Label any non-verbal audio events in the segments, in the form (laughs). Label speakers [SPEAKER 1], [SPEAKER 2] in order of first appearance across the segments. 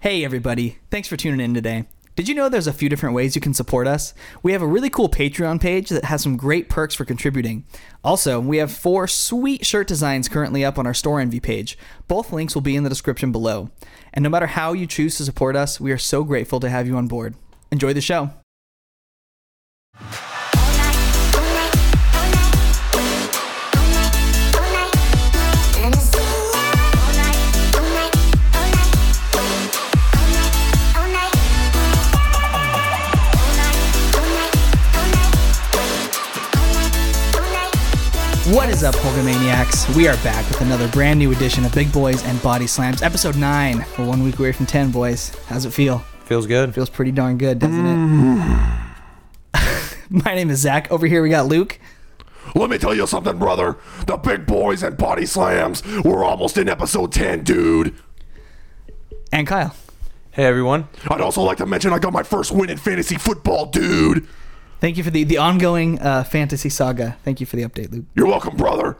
[SPEAKER 1] Hey, everybody. Thanks for tuning in today. Did you know there's a few different ways you can support us? We have a really cool Patreon page that has some great perks for contributing. Also, we have four sweet shirt designs currently up on our Store Envy page. Both links will be in the description below. And no matter how you choose to support us, we are so grateful to have you on board. Enjoy the show. What is up, Hulkamaniacs? We are back with another brand new edition of Big Boys and Body Slams, episode 9. We're one week away from 10, boys. How's it feel?
[SPEAKER 2] Feels good.
[SPEAKER 1] Feels pretty darn good, doesn't it? (laughs) My name is Zach. Over here we got Luke.
[SPEAKER 3] Let me tell you something, brother. The big boys and body slams. We're almost in episode 10, dude.
[SPEAKER 1] And Kyle.
[SPEAKER 2] Hey everyone.
[SPEAKER 3] I'd also like to mention I got my first win in fantasy football, dude.
[SPEAKER 1] Thank you for the, the ongoing uh, fantasy saga. Thank you for the update, Luke.
[SPEAKER 3] You're welcome, brother.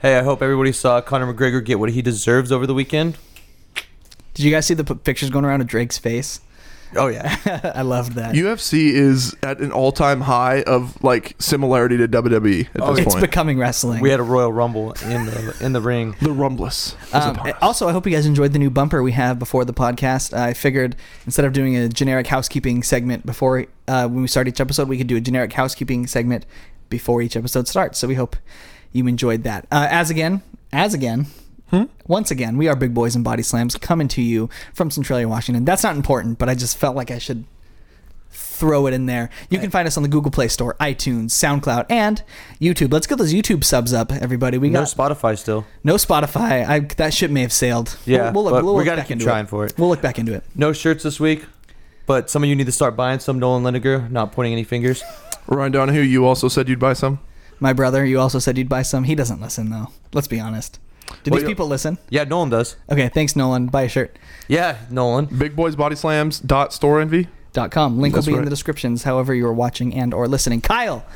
[SPEAKER 2] Hey, I hope everybody saw Conor McGregor get what he deserves over the weekend.
[SPEAKER 1] Did you guys see the p- pictures going around of Drake's face? (laughs)
[SPEAKER 2] Oh
[SPEAKER 4] (laughs)
[SPEAKER 2] yeah.
[SPEAKER 1] I loved that.
[SPEAKER 4] UFC is at an all-time high of like similarity to WWE at this
[SPEAKER 1] Oh, it's
[SPEAKER 4] point.
[SPEAKER 1] becoming wrestling.
[SPEAKER 2] we had a Royal Rumble in the in the ring.
[SPEAKER 4] the Rumbless.
[SPEAKER 1] Um, also, I hope you guys enjoyed the new bumper we have before the podcast. I figured instead of doing a generic housekeeping segment before uh, when we start each episode, we could do a generic housekeeping segment before each episode starts. So we hope you enjoyed that. Uh, as again, as again. Once again, we are Big Boys and Body Slams coming to you from Centralia, Washington. That's not important, but I just felt like I should throw it in there. You can find us on the Google Play Store, iTunes, SoundCloud, and YouTube. Let's get those YouTube subs up, everybody. We
[SPEAKER 2] No
[SPEAKER 1] got
[SPEAKER 2] Spotify still.
[SPEAKER 1] no Spotify. I, that ship may have sailed.
[SPEAKER 2] Yeah,
[SPEAKER 1] we'll, we'll,
[SPEAKER 2] but
[SPEAKER 1] we'll
[SPEAKER 2] we
[SPEAKER 1] look
[SPEAKER 2] gotta
[SPEAKER 1] back
[SPEAKER 2] keep
[SPEAKER 1] into
[SPEAKER 2] trying
[SPEAKER 1] it.
[SPEAKER 2] for it.
[SPEAKER 1] We'll look back into it.
[SPEAKER 2] No shirts this week, but some of you need to start buying some. Nolan Lineker, not pointing any fingers.
[SPEAKER 4] Ryan Donahue, you also said you'd buy some.
[SPEAKER 1] My brother, you also said you'd buy some. He doesn't listen though. Let's be honest. Do
[SPEAKER 4] Well,
[SPEAKER 1] these
[SPEAKER 4] you-
[SPEAKER 1] people listen?
[SPEAKER 2] Yeah, Nolan does.
[SPEAKER 1] Okay, thanks Nolan. Buy a shirt.
[SPEAKER 2] Yeah, Nolan.
[SPEAKER 4] Big Boys Body Slams dot store envy.
[SPEAKER 1] Dot com. Link will
[SPEAKER 4] That's
[SPEAKER 1] be in
[SPEAKER 4] right.
[SPEAKER 1] the descriptions, however you are watching and or listening. Kyle,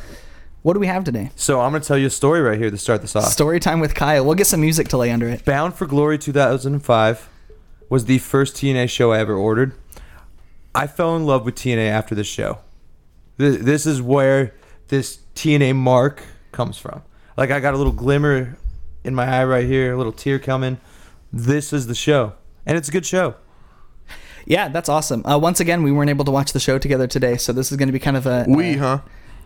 [SPEAKER 1] what do we have today?
[SPEAKER 2] So I'm gonna tell you a story right here to start this off.
[SPEAKER 1] Story time with Kyle. We'll get some music to lay under it.
[SPEAKER 2] Bound for Glory 2005 was the first TNA show I ever ordered. I fell in love with TNA after this show. Th- This is where this TNA mark comes from. Like I got a little glimmer in my eye right here, a little tear coming. This is the show, and it's a good show.
[SPEAKER 1] Yeah, that's awesome. Uh, once again, we weren't able to watch the show together today, so this is going to be kind of a
[SPEAKER 4] We,
[SPEAKER 1] uh,
[SPEAKER 4] huh?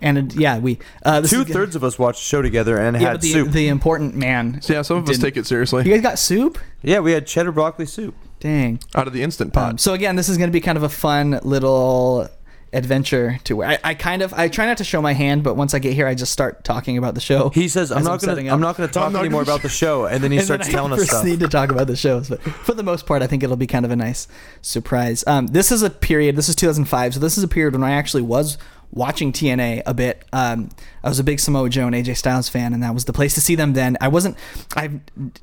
[SPEAKER 1] and a, yeah we uh, this is
[SPEAKER 2] Two
[SPEAKER 1] gonna-
[SPEAKER 2] thirds of us watched the show together and
[SPEAKER 1] Yeah,
[SPEAKER 2] had
[SPEAKER 1] but the,
[SPEAKER 2] soup.
[SPEAKER 1] the important man.
[SPEAKER 4] So yeah, some of us
[SPEAKER 1] didn't-
[SPEAKER 4] take it
[SPEAKER 1] You
[SPEAKER 4] seriously.
[SPEAKER 1] guys got soup?
[SPEAKER 2] yeah, we had cheddar broccoli soup.
[SPEAKER 1] Dang.
[SPEAKER 4] Out of the instant
[SPEAKER 1] Um,
[SPEAKER 4] pot.
[SPEAKER 1] so again, this is going to be kind of a fun little adventure to where I, I kind of I try not to show my hand, but once I get here, I just start talking about the show.
[SPEAKER 2] He says, "I'm
[SPEAKER 1] as
[SPEAKER 2] not
[SPEAKER 1] setting
[SPEAKER 2] gonna,
[SPEAKER 1] up."
[SPEAKER 2] I'm not gonna talk
[SPEAKER 4] not
[SPEAKER 2] anymore
[SPEAKER 4] gonna-
[SPEAKER 2] about the show," and then
[SPEAKER 1] (laughs)
[SPEAKER 2] he
[SPEAKER 1] And then
[SPEAKER 2] starts
[SPEAKER 1] I
[SPEAKER 2] telling us stuff.
[SPEAKER 1] proceed to talk about the shows, but for the most part, I think it'll be kind of a nice surprise. Um, this is a period. This is 2005, so this is a period when I actually was watching TNA a bit. Um, I was a big Samoa Joe and AJ Styles fan, and that was the place to see them then. I wasn't. I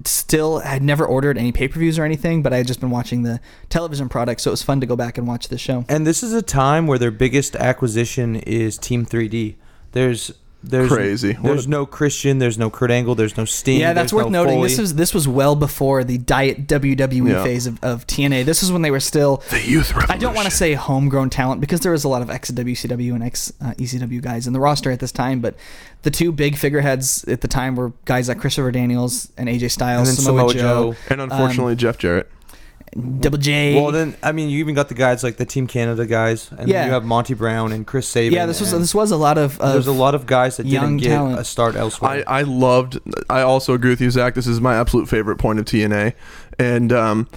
[SPEAKER 1] still had never ordered any pay per views or anything, but I had just been watching the television product, so it was fun to go back and watch the show.
[SPEAKER 2] And this is a time where their biggest acquisition is Team 3D. There's there's
[SPEAKER 4] Crazy. What
[SPEAKER 2] There's
[SPEAKER 4] a-
[SPEAKER 2] no Christian. There's no Kurt Angle. There's no Sting.
[SPEAKER 1] Yeah, that's
[SPEAKER 2] there's
[SPEAKER 1] worth
[SPEAKER 2] no
[SPEAKER 1] noting.
[SPEAKER 2] Foley.
[SPEAKER 1] This was this was well before the diet WWE
[SPEAKER 4] Yeah.
[SPEAKER 1] phase of, of TNA. This is when they were still.
[SPEAKER 3] The youth revolution.
[SPEAKER 1] I don't want to say homegrown talent because there was a lot of ex WCW and ex uh, ECW guys in the roster at this time, but the two big figureheads at the time were guys like Christopher Daniels and AJ Styles,
[SPEAKER 2] And then
[SPEAKER 1] Samoa,
[SPEAKER 2] Samoa
[SPEAKER 1] Joe,
[SPEAKER 2] Joe.
[SPEAKER 4] and
[SPEAKER 1] Um,
[SPEAKER 4] unfortunately, Jeff Jarrett.
[SPEAKER 1] Double J.
[SPEAKER 2] Well, then I mean, you even got the guys like the Team Canada guys, and
[SPEAKER 1] Yeah.
[SPEAKER 2] then you have Monty Brown and Chris Sabin.
[SPEAKER 1] yeah, this was
[SPEAKER 2] and
[SPEAKER 1] this was a lot of, of
[SPEAKER 2] there's a lot of guys that
[SPEAKER 1] young
[SPEAKER 2] didn't get
[SPEAKER 1] talent.
[SPEAKER 2] a start
[SPEAKER 4] I,
[SPEAKER 2] elsewhere.
[SPEAKER 4] I loved. I also agree with you, Zach. This is my absolute favorite point of TNA, and um,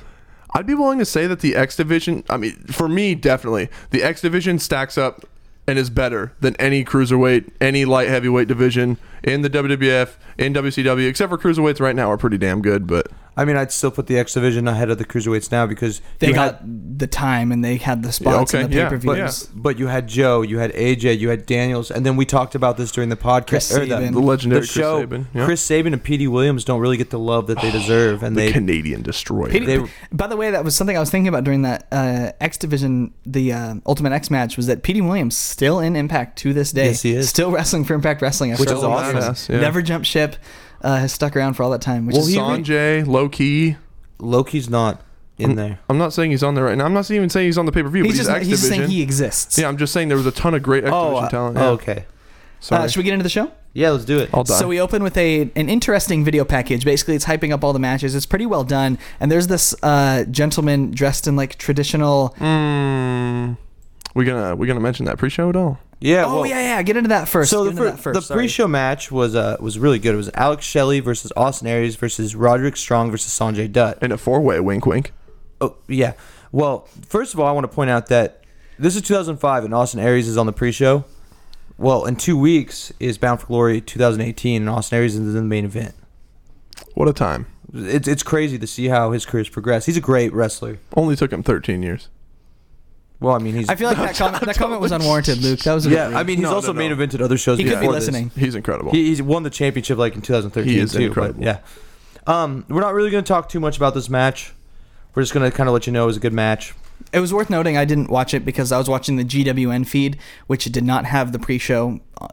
[SPEAKER 4] I'd be willing to say that the X division. I mean, for me, definitely the X division stacks up and is better than any cruiserweight, any light heavyweight division in the WWF, in WCW, except for cruiserweights right now are pretty damn good. But
[SPEAKER 2] I, mean, I'd still put the X division ahead of the cruiserweights now because
[SPEAKER 1] they
[SPEAKER 2] you
[SPEAKER 1] got
[SPEAKER 2] had-
[SPEAKER 1] the time and they had the spots
[SPEAKER 4] okay,
[SPEAKER 1] and the
[SPEAKER 4] yeah,
[SPEAKER 1] pay
[SPEAKER 4] but-
[SPEAKER 1] per
[SPEAKER 2] but,
[SPEAKER 1] views.
[SPEAKER 2] but you had Joe, you had AJ, you had Daniels, and then we talked about this during the podcast
[SPEAKER 1] Chris
[SPEAKER 2] or the,
[SPEAKER 1] Sabin.
[SPEAKER 4] the legendary
[SPEAKER 2] the
[SPEAKER 4] Chris
[SPEAKER 2] show,
[SPEAKER 4] Sabin, yeah.
[SPEAKER 2] Chris Saban and P.D. Williams don't really get the love
[SPEAKER 1] Oh,
[SPEAKER 2] that they deserve, and
[SPEAKER 4] the
[SPEAKER 2] they
[SPEAKER 4] Canadian destroyer.
[SPEAKER 2] they were-
[SPEAKER 1] by the way, that was something I was thinking about during that uh, X Division, the uh, Ultimate X match, was that Petey Williams still in Impact to this day.
[SPEAKER 2] Yes, he is.
[SPEAKER 1] Still wrestling for Impact Wrestling.
[SPEAKER 2] Which
[SPEAKER 1] after
[SPEAKER 2] is
[SPEAKER 1] all these
[SPEAKER 2] awesome.
[SPEAKER 1] years.
[SPEAKER 4] Yeah.
[SPEAKER 1] Never jumped ship. Uh, has stuck around for all that time. Which
[SPEAKER 2] Well,
[SPEAKER 1] is
[SPEAKER 2] he-
[SPEAKER 1] so-
[SPEAKER 4] Sanjay, low key.
[SPEAKER 2] Loki's not. in there.
[SPEAKER 4] I'm not saying he's on there right now. I'm not even saying he's on the pay per view.
[SPEAKER 1] He's
[SPEAKER 4] But
[SPEAKER 1] just,
[SPEAKER 4] he's X
[SPEAKER 1] he's just saying
[SPEAKER 4] Division.
[SPEAKER 1] he exists.
[SPEAKER 4] yeah, I'm just saying there was a ton of great X
[SPEAKER 2] Oh,
[SPEAKER 4] Division
[SPEAKER 2] uh,
[SPEAKER 4] talent.
[SPEAKER 2] oh,
[SPEAKER 4] Yeah.
[SPEAKER 2] okay.
[SPEAKER 4] Sorry.
[SPEAKER 1] Uh, should we get into the show?
[SPEAKER 2] Yeah, let's do it.
[SPEAKER 4] I'll die.
[SPEAKER 1] So we open with a an interesting video package. Basically, it's hyping up all the matches. It's pretty well done. And there's this uh, gentleman dressed in like traditional.
[SPEAKER 4] Mm, we gonna we gonna mention that pre-show at all?
[SPEAKER 2] yeah.
[SPEAKER 1] oh
[SPEAKER 2] well,
[SPEAKER 1] yeah, yeah. Get into that first.
[SPEAKER 2] So
[SPEAKER 1] Get into
[SPEAKER 2] the, fir-
[SPEAKER 1] that first,
[SPEAKER 2] the
[SPEAKER 1] sorry.
[SPEAKER 2] pre-show match was uh, was really good. It was Alex Shelley versus Austin Aries versus Roderick Strong versus Sanjay Dutt.
[SPEAKER 4] In a four-way, wink, wink.
[SPEAKER 2] Oh yeah. Well, first of all, I want to point out that this is 2005, and Austin Aries is on the pre-show. Well, in two weeks is Bound for Glory 2018, and Austin Aries is in the main event.
[SPEAKER 4] What a time!
[SPEAKER 2] It's it's crazy to see how his career's progressed. He's a great wrestler.
[SPEAKER 4] Only took him 13 years.
[SPEAKER 2] Well, I mean, he's
[SPEAKER 1] I feel like
[SPEAKER 2] (laughs)
[SPEAKER 1] that, comment, that comment was unwarranted, Luke. That was a
[SPEAKER 2] yeah.
[SPEAKER 1] bit
[SPEAKER 2] I
[SPEAKER 1] rude.
[SPEAKER 2] mean, he's
[SPEAKER 4] No,
[SPEAKER 2] also
[SPEAKER 4] no,
[SPEAKER 2] main
[SPEAKER 4] no.
[SPEAKER 2] evented other shows.
[SPEAKER 1] He could be
[SPEAKER 2] before this.
[SPEAKER 1] listening.
[SPEAKER 4] He's incredible.
[SPEAKER 2] He, he's won the championship like in 2013
[SPEAKER 4] He is
[SPEAKER 2] too.
[SPEAKER 4] incredible.
[SPEAKER 2] But yeah, um, we're not really going to talk too much about this match. We're just going to kind of let you know it was a good match.
[SPEAKER 1] It was worth noting I didn't watch it because I was watching the GWN feed, which did not have the pre-show uh,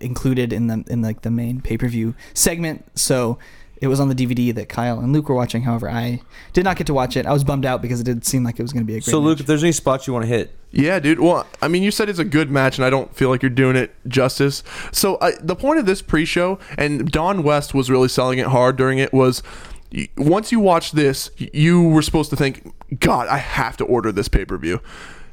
[SPEAKER 1] included in the in like the main pay-per-view segment. So it was on the DVD that Kyle and Luke were watching. However, I did not get to watch it. I was bummed out because it did seem like it was going to be a great.
[SPEAKER 2] so Luke,
[SPEAKER 1] match.
[SPEAKER 2] if there's any spots you want to hit,
[SPEAKER 4] Yeah, dude. Well, I mean, you said it's a good match, and I don't feel like you're doing it justice. So I, the point of this pre-show, and Don West was really selling it hard during it, was y- once you watch this, y- you were supposed to think, God, I have to order this pay-per-view,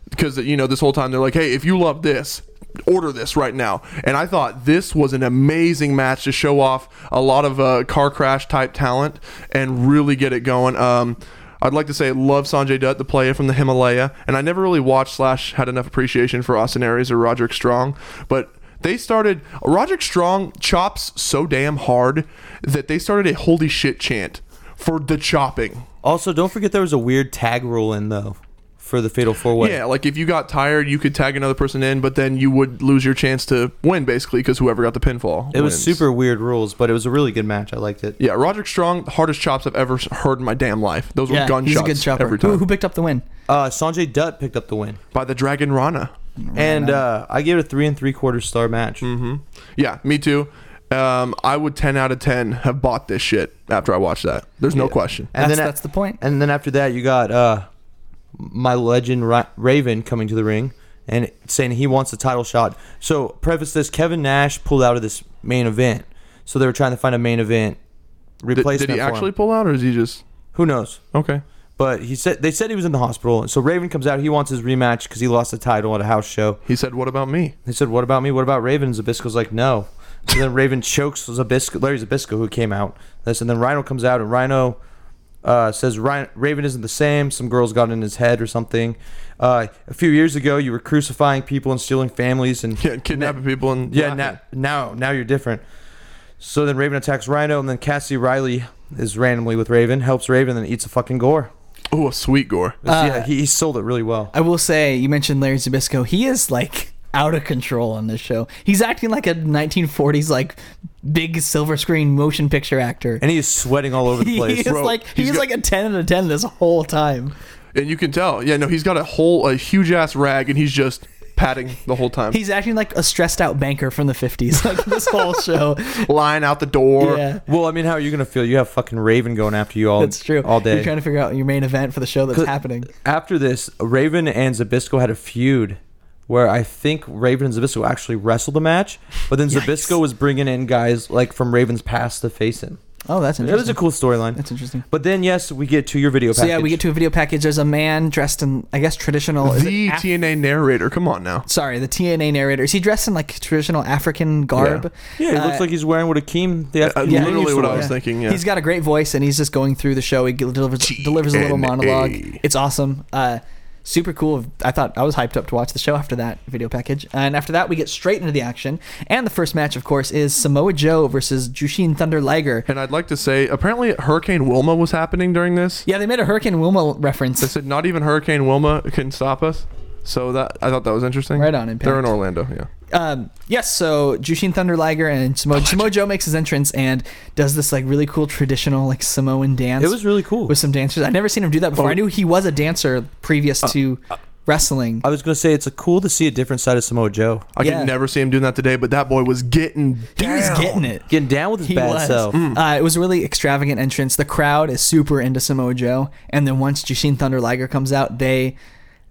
[SPEAKER 4] because you know this whole time they're like, Hey, if you love this. Order this right now, and I thought this was an amazing match to show off a lot of uh, car crash type talent and really get it going. Um, I'd like to say I love Sanjay Dutt, the player from the Himalaya, and I never really watched slash had enough appreciation for Austin Aries or Roderick Strong, but they started Roderick Strong chops so damn hard that they started a holy shit chant for the chopping.
[SPEAKER 2] also don't forget there was a weird tag rule in though for the Fatal Four Way.
[SPEAKER 4] Yeah, like if you got tired, you could tag another person in, but then you would lose your chance to win basically because whoever got the pinfall.
[SPEAKER 2] it was
[SPEAKER 4] wins.
[SPEAKER 2] super weird rules, but it was a really good match. I liked it.
[SPEAKER 4] Yeah, Roderick Strong, the hardest chops I've ever heard in my damn life. Those
[SPEAKER 1] yeah,
[SPEAKER 4] were gunshots
[SPEAKER 1] he's a good chopper.
[SPEAKER 4] every time
[SPEAKER 1] Who, who picked up the win?
[SPEAKER 2] Uh, Sanjay Dutt picked up the win,
[SPEAKER 4] by the Dragon Rana.
[SPEAKER 2] and uh, I gave it a three and three quarter star match.
[SPEAKER 4] Mm-hmm. Yeah, me too. Um, I would 10 out of 10 have bought this shit after I watched that. There's no question.
[SPEAKER 2] And
[SPEAKER 1] that's,
[SPEAKER 2] then a-
[SPEAKER 1] that's the point.
[SPEAKER 2] And then after that, you got uh, my legend Ra- Raven coming to the ring and saying he wants a title shot. So preface this: Kevin Nash pulled out of this main event, so they were trying to find a main event
[SPEAKER 4] Did,
[SPEAKER 2] replacement.
[SPEAKER 4] did he
[SPEAKER 2] for him.
[SPEAKER 4] actually pull out or is he just.
[SPEAKER 2] Who knows?
[SPEAKER 4] Okay.
[SPEAKER 2] But he said they said he was in the hospital. So Raven comes out. He wants his rematch because he lost the title at a house show.
[SPEAKER 4] He said, What about me?
[SPEAKER 2] They said, "What about me? What about Raven?" Zabisco's like, "No." And then Raven (laughs) chokes Zabisco, Larry Zabisco, who came out. This, and then Rhino comes out, and Rhino uh, says, Ryan, "Raven isn't the same. Some girls got in his head or something." Uh, a few years ago, you were crucifying people and stealing families, and
[SPEAKER 4] (laughs) Yeah, kidnapping people and.
[SPEAKER 2] yeah,
[SPEAKER 4] laughing.
[SPEAKER 2] now, now now you're different. So then Raven attacks Rhino, and then Cassie Riley is randomly with Raven, helps Raven, and eats a fucking gore.
[SPEAKER 4] Oh, a sweet gore.
[SPEAKER 1] Uh,
[SPEAKER 2] yeah, he, he sold it really well.
[SPEAKER 1] I will say, you mentioned Larry Zabisco. He is like out of control on this show. He's acting like a 1940s like big silver screen motion picture actor.
[SPEAKER 2] And he is sweating all over
[SPEAKER 1] (laughs)
[SPEAKER 2] the
[SPEAKER 1] he
[SPEAKER 2] place.
[SPEAKER 1] is
[SPEAKER 4] Bro,
[SPEAKER 1] like
[SPEAKER 4] he's
[SPEAKER 1] he's,
[SPEAKER 4] got-
[SPEAKER 1] like a 10 out of 10 this whole time
[SPEAKER 4] And you can tell. Yeah, no, he's got a whole, a huge ass rag and he's just patting the whole time.
[SPEAKER 1] he's acting like a stressed out banker from the 50s (laughs) like this whole show
[SPEAKER 4] lying out the door.
[SPEAKER 1] yeah
[SPEAKER 2] Well, I mean, how are you gonna feel? You have fucking Raven going after you all.
[SPEAKER 1] that's true
[SPEAKER 2] All day.
[SPEAKER 1] you're trying to figure out your main event for the show that's happening
[SPEAKER 2] after this, Raven and Zabisco had a feud where I think Raven and Zabisco actually wrestled the match, but then Zabisco was bringing in guys like from Raven's past to face him.
[SPEAKER 1] oh that's
[SPEAKER 2] It was
[SPEAKER 1] interesting
[SPEAKER 2] a cool storyline.
[SPEAKER 1] that's interesting
[SPEAKER 2] But then, yes, we get to your video package.
[SPEAKER 1] so yeah we get to a video package there's a man dressed in i guess traditional is it
[SPEAKER 4] The
[SPEAKER 1] Af-
[SPEAKER 4] TNA narrator. Come on now.
[SPEAKER 1] sorry the tna narrator is he dressed in like traditional african garb
[SPEAKER 2] Yeah, he
[SPEAKER 1] Uh,
[SPEAKER 2] looks like he's wearing what Akeem. The
[SPEAKER 4] uh,
[SPEAKER 2] Akeem
[SPEAKER 4] yeah,
[SPEAKER 2] used
[SPEAKER 4] literally
[SPEAKER 2] to
[SPEAKER 4] what I
[SPEAKER 2] wear.
[SPEAKER 4] was thinking, yeah.
[SPEAKER 1] He's got a great voice, and he's just going through the show. He g- delivers delivers a little
[SPEAKER 4] TNA.
[SPEAKER 1] monologue. It's awesome. Uh, super cool. I thought I was hyped up to watch the show after that video package. And after that, we get straight into the action. And the first match, of course, is Samoa Joe versus Jushin Thunder Liger.
[SPEAKER 4] And I'd like to say, apparently Hurricane Wilma was happening during this.
[SPEAKER 1] Yeah, they made a Hurricane Wilma
[SPEAKER 4] They
[SPEAKER 1] reference.
[SPEAKER 4] said not even Hurricane Wilma can stop us. So that I thought that was interesting.
[SPEAKER 1] Right on, impact.
[SPEAKER 4] They're in Orlando, yeah.
[SPEAKER 1] Um, yes, so Jushin Thunder Liger and Samoa, Samoa Joe makes his entrance and does this like really cool traditional like Samoan dance.
[SPEAKER 2] It was really cool.
[SPEAKER 4] Oh. Uh,
[SPEAKER 1] with some dancers. I've never seen him do that before. I knew he was a dancer previous to wrestling.
[SPEAKER 2] I was gonna say it's a cool to see a different side of Samoa Joe.
[SPEAKER 4] I
[SPEAKER 1] Yeah.
[SPEAKER 4] could never see him doing that today, but that boy was getting
[SPEAKER 1] He was
[SPEAKER 4] down.
[SPEAKER 1] getting it.
[SPEAKER 2] Getting down with his
[SPEAKER 1] He
[SPEAKER 2] bad
[SPEAKER 1] was.
[SPEAKER 2] self.
[SPEAKER 4] Hmm.
[SPEAKER 1] Uh, it was a really extravagant entrance. The crowd is super into Samoa Joe, and then once Jushin Thunder Liger comes out, they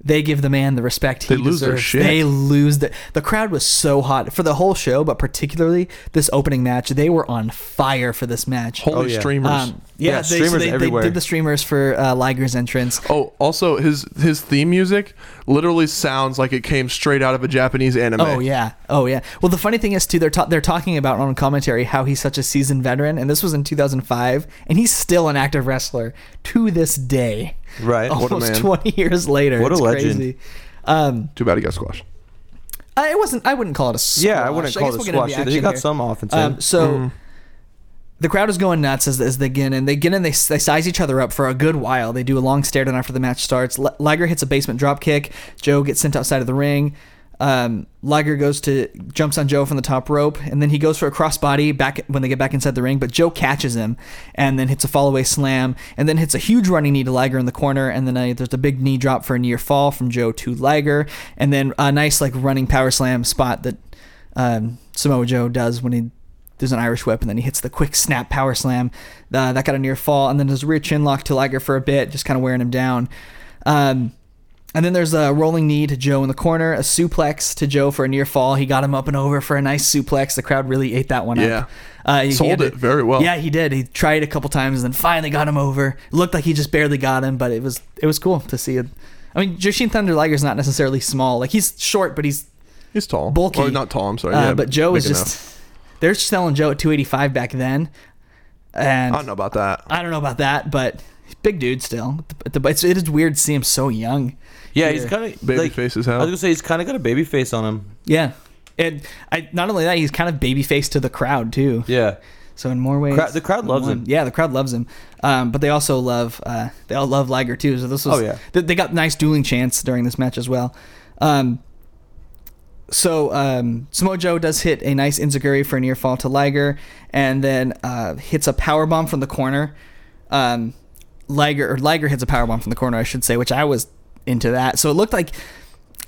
[SPEAKER 1] they give the man the respect he
[SPEAKER 4] They lose their
[SPEAKER 1] deserves.
[SPEAKER 4] shit.
[SPEAKER 1] They lose the the crowd was so hot for the whole show, but particularly this opening match. They were on fire for this match.
[SPEAKER 4] Holy
[SPEAKER 2] Oh, yeah.
[SPEAKER 4] streamers.
[SPEAKER 1] Um, yeah,
[SPEAKER 2] Yeah,
[SPEAKER 1] they, so
[SPEAKER 2] streamers
[SPEAKER 1] they, they
[SPEAKER 2] everywhere.
[SPEAKER 1] did the streamers for uh, Liger's entrance.
[SPEAKER 4] Oh, also his his theme music literally sounds like it came straight out of a Japanese anime.
[SPEAKER 1] Oh yeah, oh yeah. Well, the funny thing is too, they're ta- they're talking about on commentary how he's such a seasoned veteran, and this was in 2005, and he's still an active wrestler to this day.
[SPEAKER 2] Right.
[SPEAKER 1] almost
[SPEAKER 2] What a
[SPEAKER 4] man.
[SPEAKER 1] 20 years later.
[SPEAKER 2] What a
[SPEAKER 1] It's
[SPEAKER 2] legend.
[SPEAKER 1] Crazy. Um,
[SPEAKER 3] Too bad he got squashed.
[SPEAKER 1] I, it wasn't. I wouldn't call it a squash.
[SPEAKER 2] Yeah, I wouldn't
[SPEAKER 1] guess
[SPEAKER 2] call it a
[SPEAKER 1] we'll get into
[SPEAKER 2] squash
[SPEAKER 1] the
[SPEAKER 2] either. He
[SPEAKER 1] action
[SPEAKER 2] got
[SPEAKER 1] here.
[SPEAKER 2] some offense in. Mm-hmm.
[SPEAKER 1] Um, so the crowd is going nuts as, as they get in. They get in, they, they size each other up for a good while. They do a long stare down after the match starts. L- Liger hits a basement drop kick. Joe gets sent outside of the ring. Um, Liger goes to jumps on Joe from the top rope, and then he goes for a crossbody back when they get back inside the ring. But Joe catches him, and then hits a fallaway slam, and then hits a huge running knee to Liger in the corner, and then uh, there's a big knee drop for a near fall from Joe to Liger, and then a nice like running power slam spot that um, Samoa Joe does when he there's an Irish whip, and then he hits the quick snap power slam. Uh, that got a near fall, and then there's a rear chin lock to Liger for a bit, just kind of wearing him down. Um, and then there's a rolling knee to Joe in the corner, a suplex to Joe for a near fall. He got him up and over for a nice suplex. The crowd really ate that one
[SPEAKER 4] Yeah.
[SPEAKER 1] up. Uh, he- he
[SPEAKER 4] Sold
[SPEAKER 1] had to-
[SPEAKER 4] it very well.
[SPEAKER 1] Yeah, he did. He tried a couple times, and then finally got him over. It looked like he just barely got him, but it was it was cool to see it. I mean, Jushin Thunder Liger's not necessarily small. Like he's short, but he's
[SPEAKER 4] he's tall.
[SPEAKER 1] bulky.
[SPEAKER 4] Or not tall. I'm sorry.
[SPEAKER 1] uh,
[SPEAKER 4] yeah,
[SPEAKER 1] but Joe is
[SPEAKER 4] big
[SPEAKER 1] just they're selling Joe at 285 back then, and
[SPEAKER 4] enough. I don't know about that.
[SPEAKER 1] about that, but he's a big dude still. At the- It's, it is weird to see him so young.
[SPEAKER 2] yeah, he's
[SPEAKER 1] here.
[SPEAKER 2] kind of
[SPEAKER 4] Baby
[SPEAKER 2] like,
[SPEAKER 4] face as
[SPEAKER 2] I
[SPEAKER 4] hell.
[SPEAKER 2] was gonna say he's kind of got a baby face on him.
[SPEAKER 1] Yeah, and I not only that he's kind of baby faced to the crowd too.
[SPEAKER 2] Yeah.
[SPEAKER 1] So in more ways,
[SPEAKER 2] Crowd- the crowd
[SPEAKER 1] than
[SPEAKER 2] loves
[SPEAKER 1] one.
[SPEAKER 2] him.
[SPEAKER 1] Yeah, the crowd loves him. Um, but they also love uh, they all love Liger too. So this was
[SPEAKER 2] Oh, yeah.
[SPEAKER 1] they, they got nice dueling chance during this match as well. Um, so um, Samoa Joe does hit a nice enziguri for a near fall to Liger, and then uh, hits a power bomb from the corner. Um, Liger or Liger hits a power bomb from the corner, I should say, which I was into that. So it looked like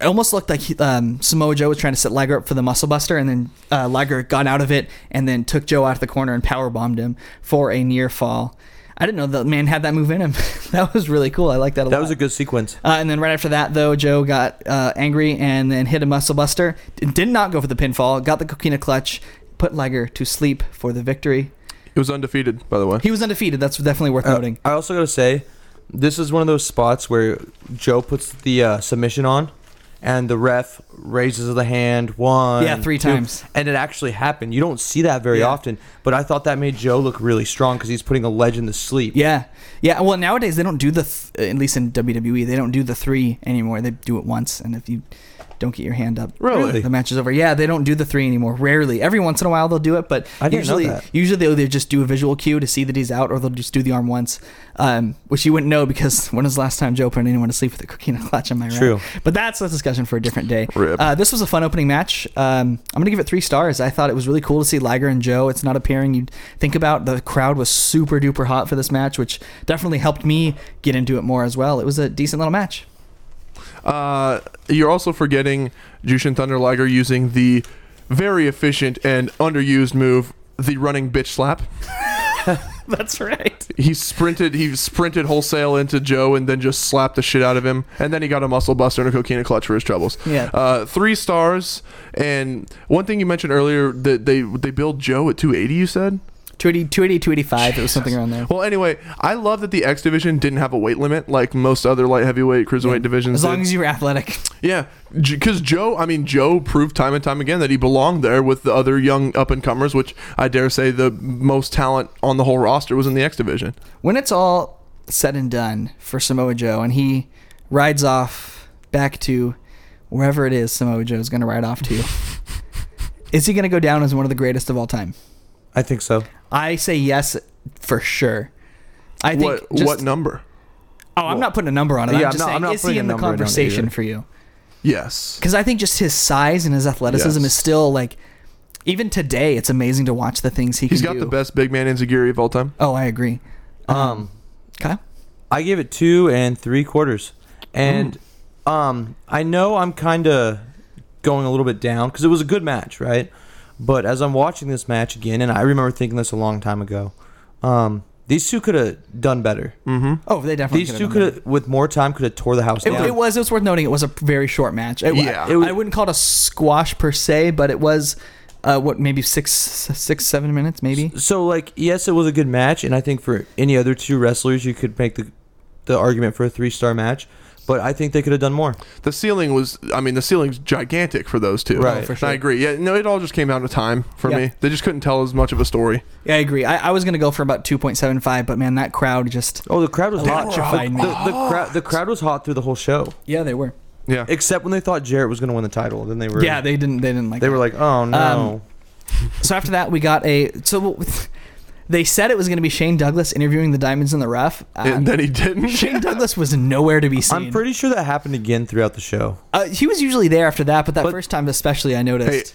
[SPEAKER 1] it almost looked like he, um, Samoa Joe was trying to set Liger up for the muscle buster, and then uh, Liger got out of it and then took Joe out of the corner and power bombed him for a near fall. I didn't know the man had that move in him. (laughs) that was really cool. I like that a lot.
[SPEAKER 2] That was a good sequence.
[SPEAKER 1] Uh, and then right after that, though, Joe got uh, angry and then hit a muscle buster. D- did not go for the pinfall. Got the coquina clutch. Put Liger to sleep for the victory.
[SPEAKER 4] He was undefeated, by the way.
[SPEAKER 1] He was undefeated. That's definitely worth
[SPEAKER 2] Uh,
[SPEAKER 1] noting.
[SPEAKER 2] I also gotta say, this is one of those spots where Joe puts the uh, submission on, and the ref raises the hand one,
[SPEAKER 1] Yeah, three
[SPEAKER 2] two,
[SPEAKER 1] times.
[SPEAKER 2] and it actually happened. You don't see that very
[SPEAKER 1] Yeah.
[SPEAKER 2] often, but I thought that made Joe look really strong because he's putting a legend to sleep.
[SPEAKER 1] Yeah, yeah. Well, nowadays they don't do the th- at least in WWE they don't do the three anymore. They do it once, and if you don't get your hand up,
[SPEAKER 2] Really?
[SPEAKER 1] the match is over. Yeah, they don't do the three anymore. Rarely, every once in a while they'll do it, but
[SPEAKER 2] I didn't know
[SPEAKER 1] usually
[SPEAKER 2] that.
[SPEAKER 1] usually they'll either just do a visual cue to see that he's out, or they'll just do the arm once, um, which you wouldn't know because (laughs) when was the last time Joe put anyone to sleep with a cookie and a clutch? Am I right?
[SPEAKER 2] True.
[SPEAKER 1] But that's a discussion for a different day.
[SPEAKER 4] Rip.
[SPEAKER 1] Uh, this was a fun opening match. Um, I'm gonna give it three stars. I thought it was really cool to see Liger and Joe. It's not a pairing you'd think about. The crowd was super duper hot for this match, which definitely helped me get into it more as well. It was a decent little match.
[SPEAKER 4] Uh, you're also forgetting Jushin Thunder Liger using the very efficient and underused move, the running bitch slap.
[SPEAKER 1] (laughs) That's right.
[SPEAKER 4] He sprinted. He sprinted wholesale into Joe and then just slapped the shit out of him. And then he got a muscle buster and a coquina clutch for his troubles.
[SPEAKER 1] Yeah.
[SPEAKER 4] Uh, three stars. And one thing you mentioned earlier that they they build Joe at 280. You said.
[SPEAKER 1] 280, 280 285. It was something around there.
[SPEAKER 4] Well, anyway, I love that the X division didn't have a weight limit like most other light heavyweight cruiserweight divisions.
[SPEAKER 1] As long
[SPEAKER 4] did.
[SPEAKER 1] as you were athletic.
[SPEAKER 4] Yeah, because Joe, I mean, Joe proved time and time again that he belonged there with the other young up and comers, which I dare say the most talent on the whole roster was in the X division.
[SPEAKER 1] When it's all said and done for Samoa Joe and he rides off back to wherever it is Samoa Joe's going to ride off to, is he going to go down as one of the greatest of all time?
[SPEAKER 2] I think so.
[SPEAKER 1] I say yes for sure. I think
[SPEAKER 4] What
[SPEAKER 1] just-
[SPEAKER 4] what number?
[SPEAKER 1] Oh, I'm not putting a number on it.
[SPEAKER 2] Yeah,
[SPEAKER 1] I'm just
[SPEAKER 2] no,
[SPEAKER 1] saying,
[SPEAKER 2] I'm not
[SPEAKER 1] is he
[SPEAKER 2] putting a
[SPEAKER 1] in the
[SPEAKER 2] number on it
[SPEAKER 1] conversation
[SPEAKER 2] either.
[SPEAKER 1] for you?
[SPEAKER 4] Yes.
[SPEAKER 1] Because I think just his size and his athleticism
[SPEAKER 4] Yes.
[SPEAKER 1] is still like, even today, it's amazing to watch the things he
[SPEAKER 4] He's
[SPEAKER 1] can
[SPEAKER 4] got
[SPEAKER 1] do.
[SPEAKER 4] the best big man Inzagiri of all time.
[SPEAKER 1] Oh, I agree.
[SPEAKER 2] Um,
[SPEAKER 1] Kyle?
[SPEAKER 2] I gave it two and three quarters, and um, I know I'm kind of going a little bit down because it was a good match, right? But as I'm watching this match again, and I remember thinking this a long time ago, um, these two could have done better.
[SPEAKER 1] Oh, they definitely.
[SPEAKER 2] These
[SPEAKER 1] could've
[SPEAKER 2] two
[SPEAKER 1] done
[SPEAKER 2] could
[SPEAKER 1] that.
[SPEAKER 2] have, with more time, could have tore the house
[SPEAKER 1] It,
[SPEAKER 2] down.
[SPEAKER 1] it was. It was worth noting. It was a very short match. It,
[SPEAKER 4] Yeah.
[SPEAKER 1] I, I wouldn't call it a squash per se, but it was uh, what maybe six, six, seven minutes, maybe.
[SPEAKER 2] so like yes it was a good match and i think for any other two wrestlers you could make the the argument for a three star match but i think they could have done more
[SPEAKER 4] The ceiling was, I mean, the ceiling's gigantic for those two.
[SPEAKER 2] Right. Oh, for
[SPEAKER 4] And
[SPEAKER 1] sure.
[SPEAKER 4] I agree. Yeah, no, it all just came down to time for
[SPEAKER 1] Yeah.
[SPEAKER 4] me. They just couldn't tell as much of a story.
[SPEAKER 1] Yeah, I agree. I, I was gonna go for about two point seven five, but man, that crowd just.
[SPEAKER 2] oh the crowd was
[SPEAKER 1] They
[SPEAKER 2] hot
[SPEAKER 1] were
[SPEAKER 2] the,
[SPEAKER 1] hot.
[SPEAKER 2] the, the crowd the crowd was hot through the whole show
[SPEAKER 1] Yeah, they were.
[SPEAKER 4] Yeah.
[SPEAKER 2] except when they thought jarrett was going to win the title then they were
[SPEAKER 1] Yeah, they Um, didn't. They didn't like.
[SPEAKER 2] they were like oh no
[SPEAKER 1] So after that, we got a. So (laughs) they said it was going to be Shane Douglas interviewing the Diamonds in the Rough. Uh,
[SPEAKER 4] and then he
[SPEAKER 2] (laughs)
[SPEAKER 1] (laughs)
[SPEAKER 4] didn't.
[SPEAKER 1] Shane Douglas was nowhere to be seen.
[SPEAKER 2] i'm pretty sure that happened again throughout the show
[SPEAKER 1] uh, he was usually there after that, but that
[SPEAKER 2] But-
[SPEAKER 1] first time especially, I
[SPEAKER 4] Hey,
[SPEAKER 1] noticed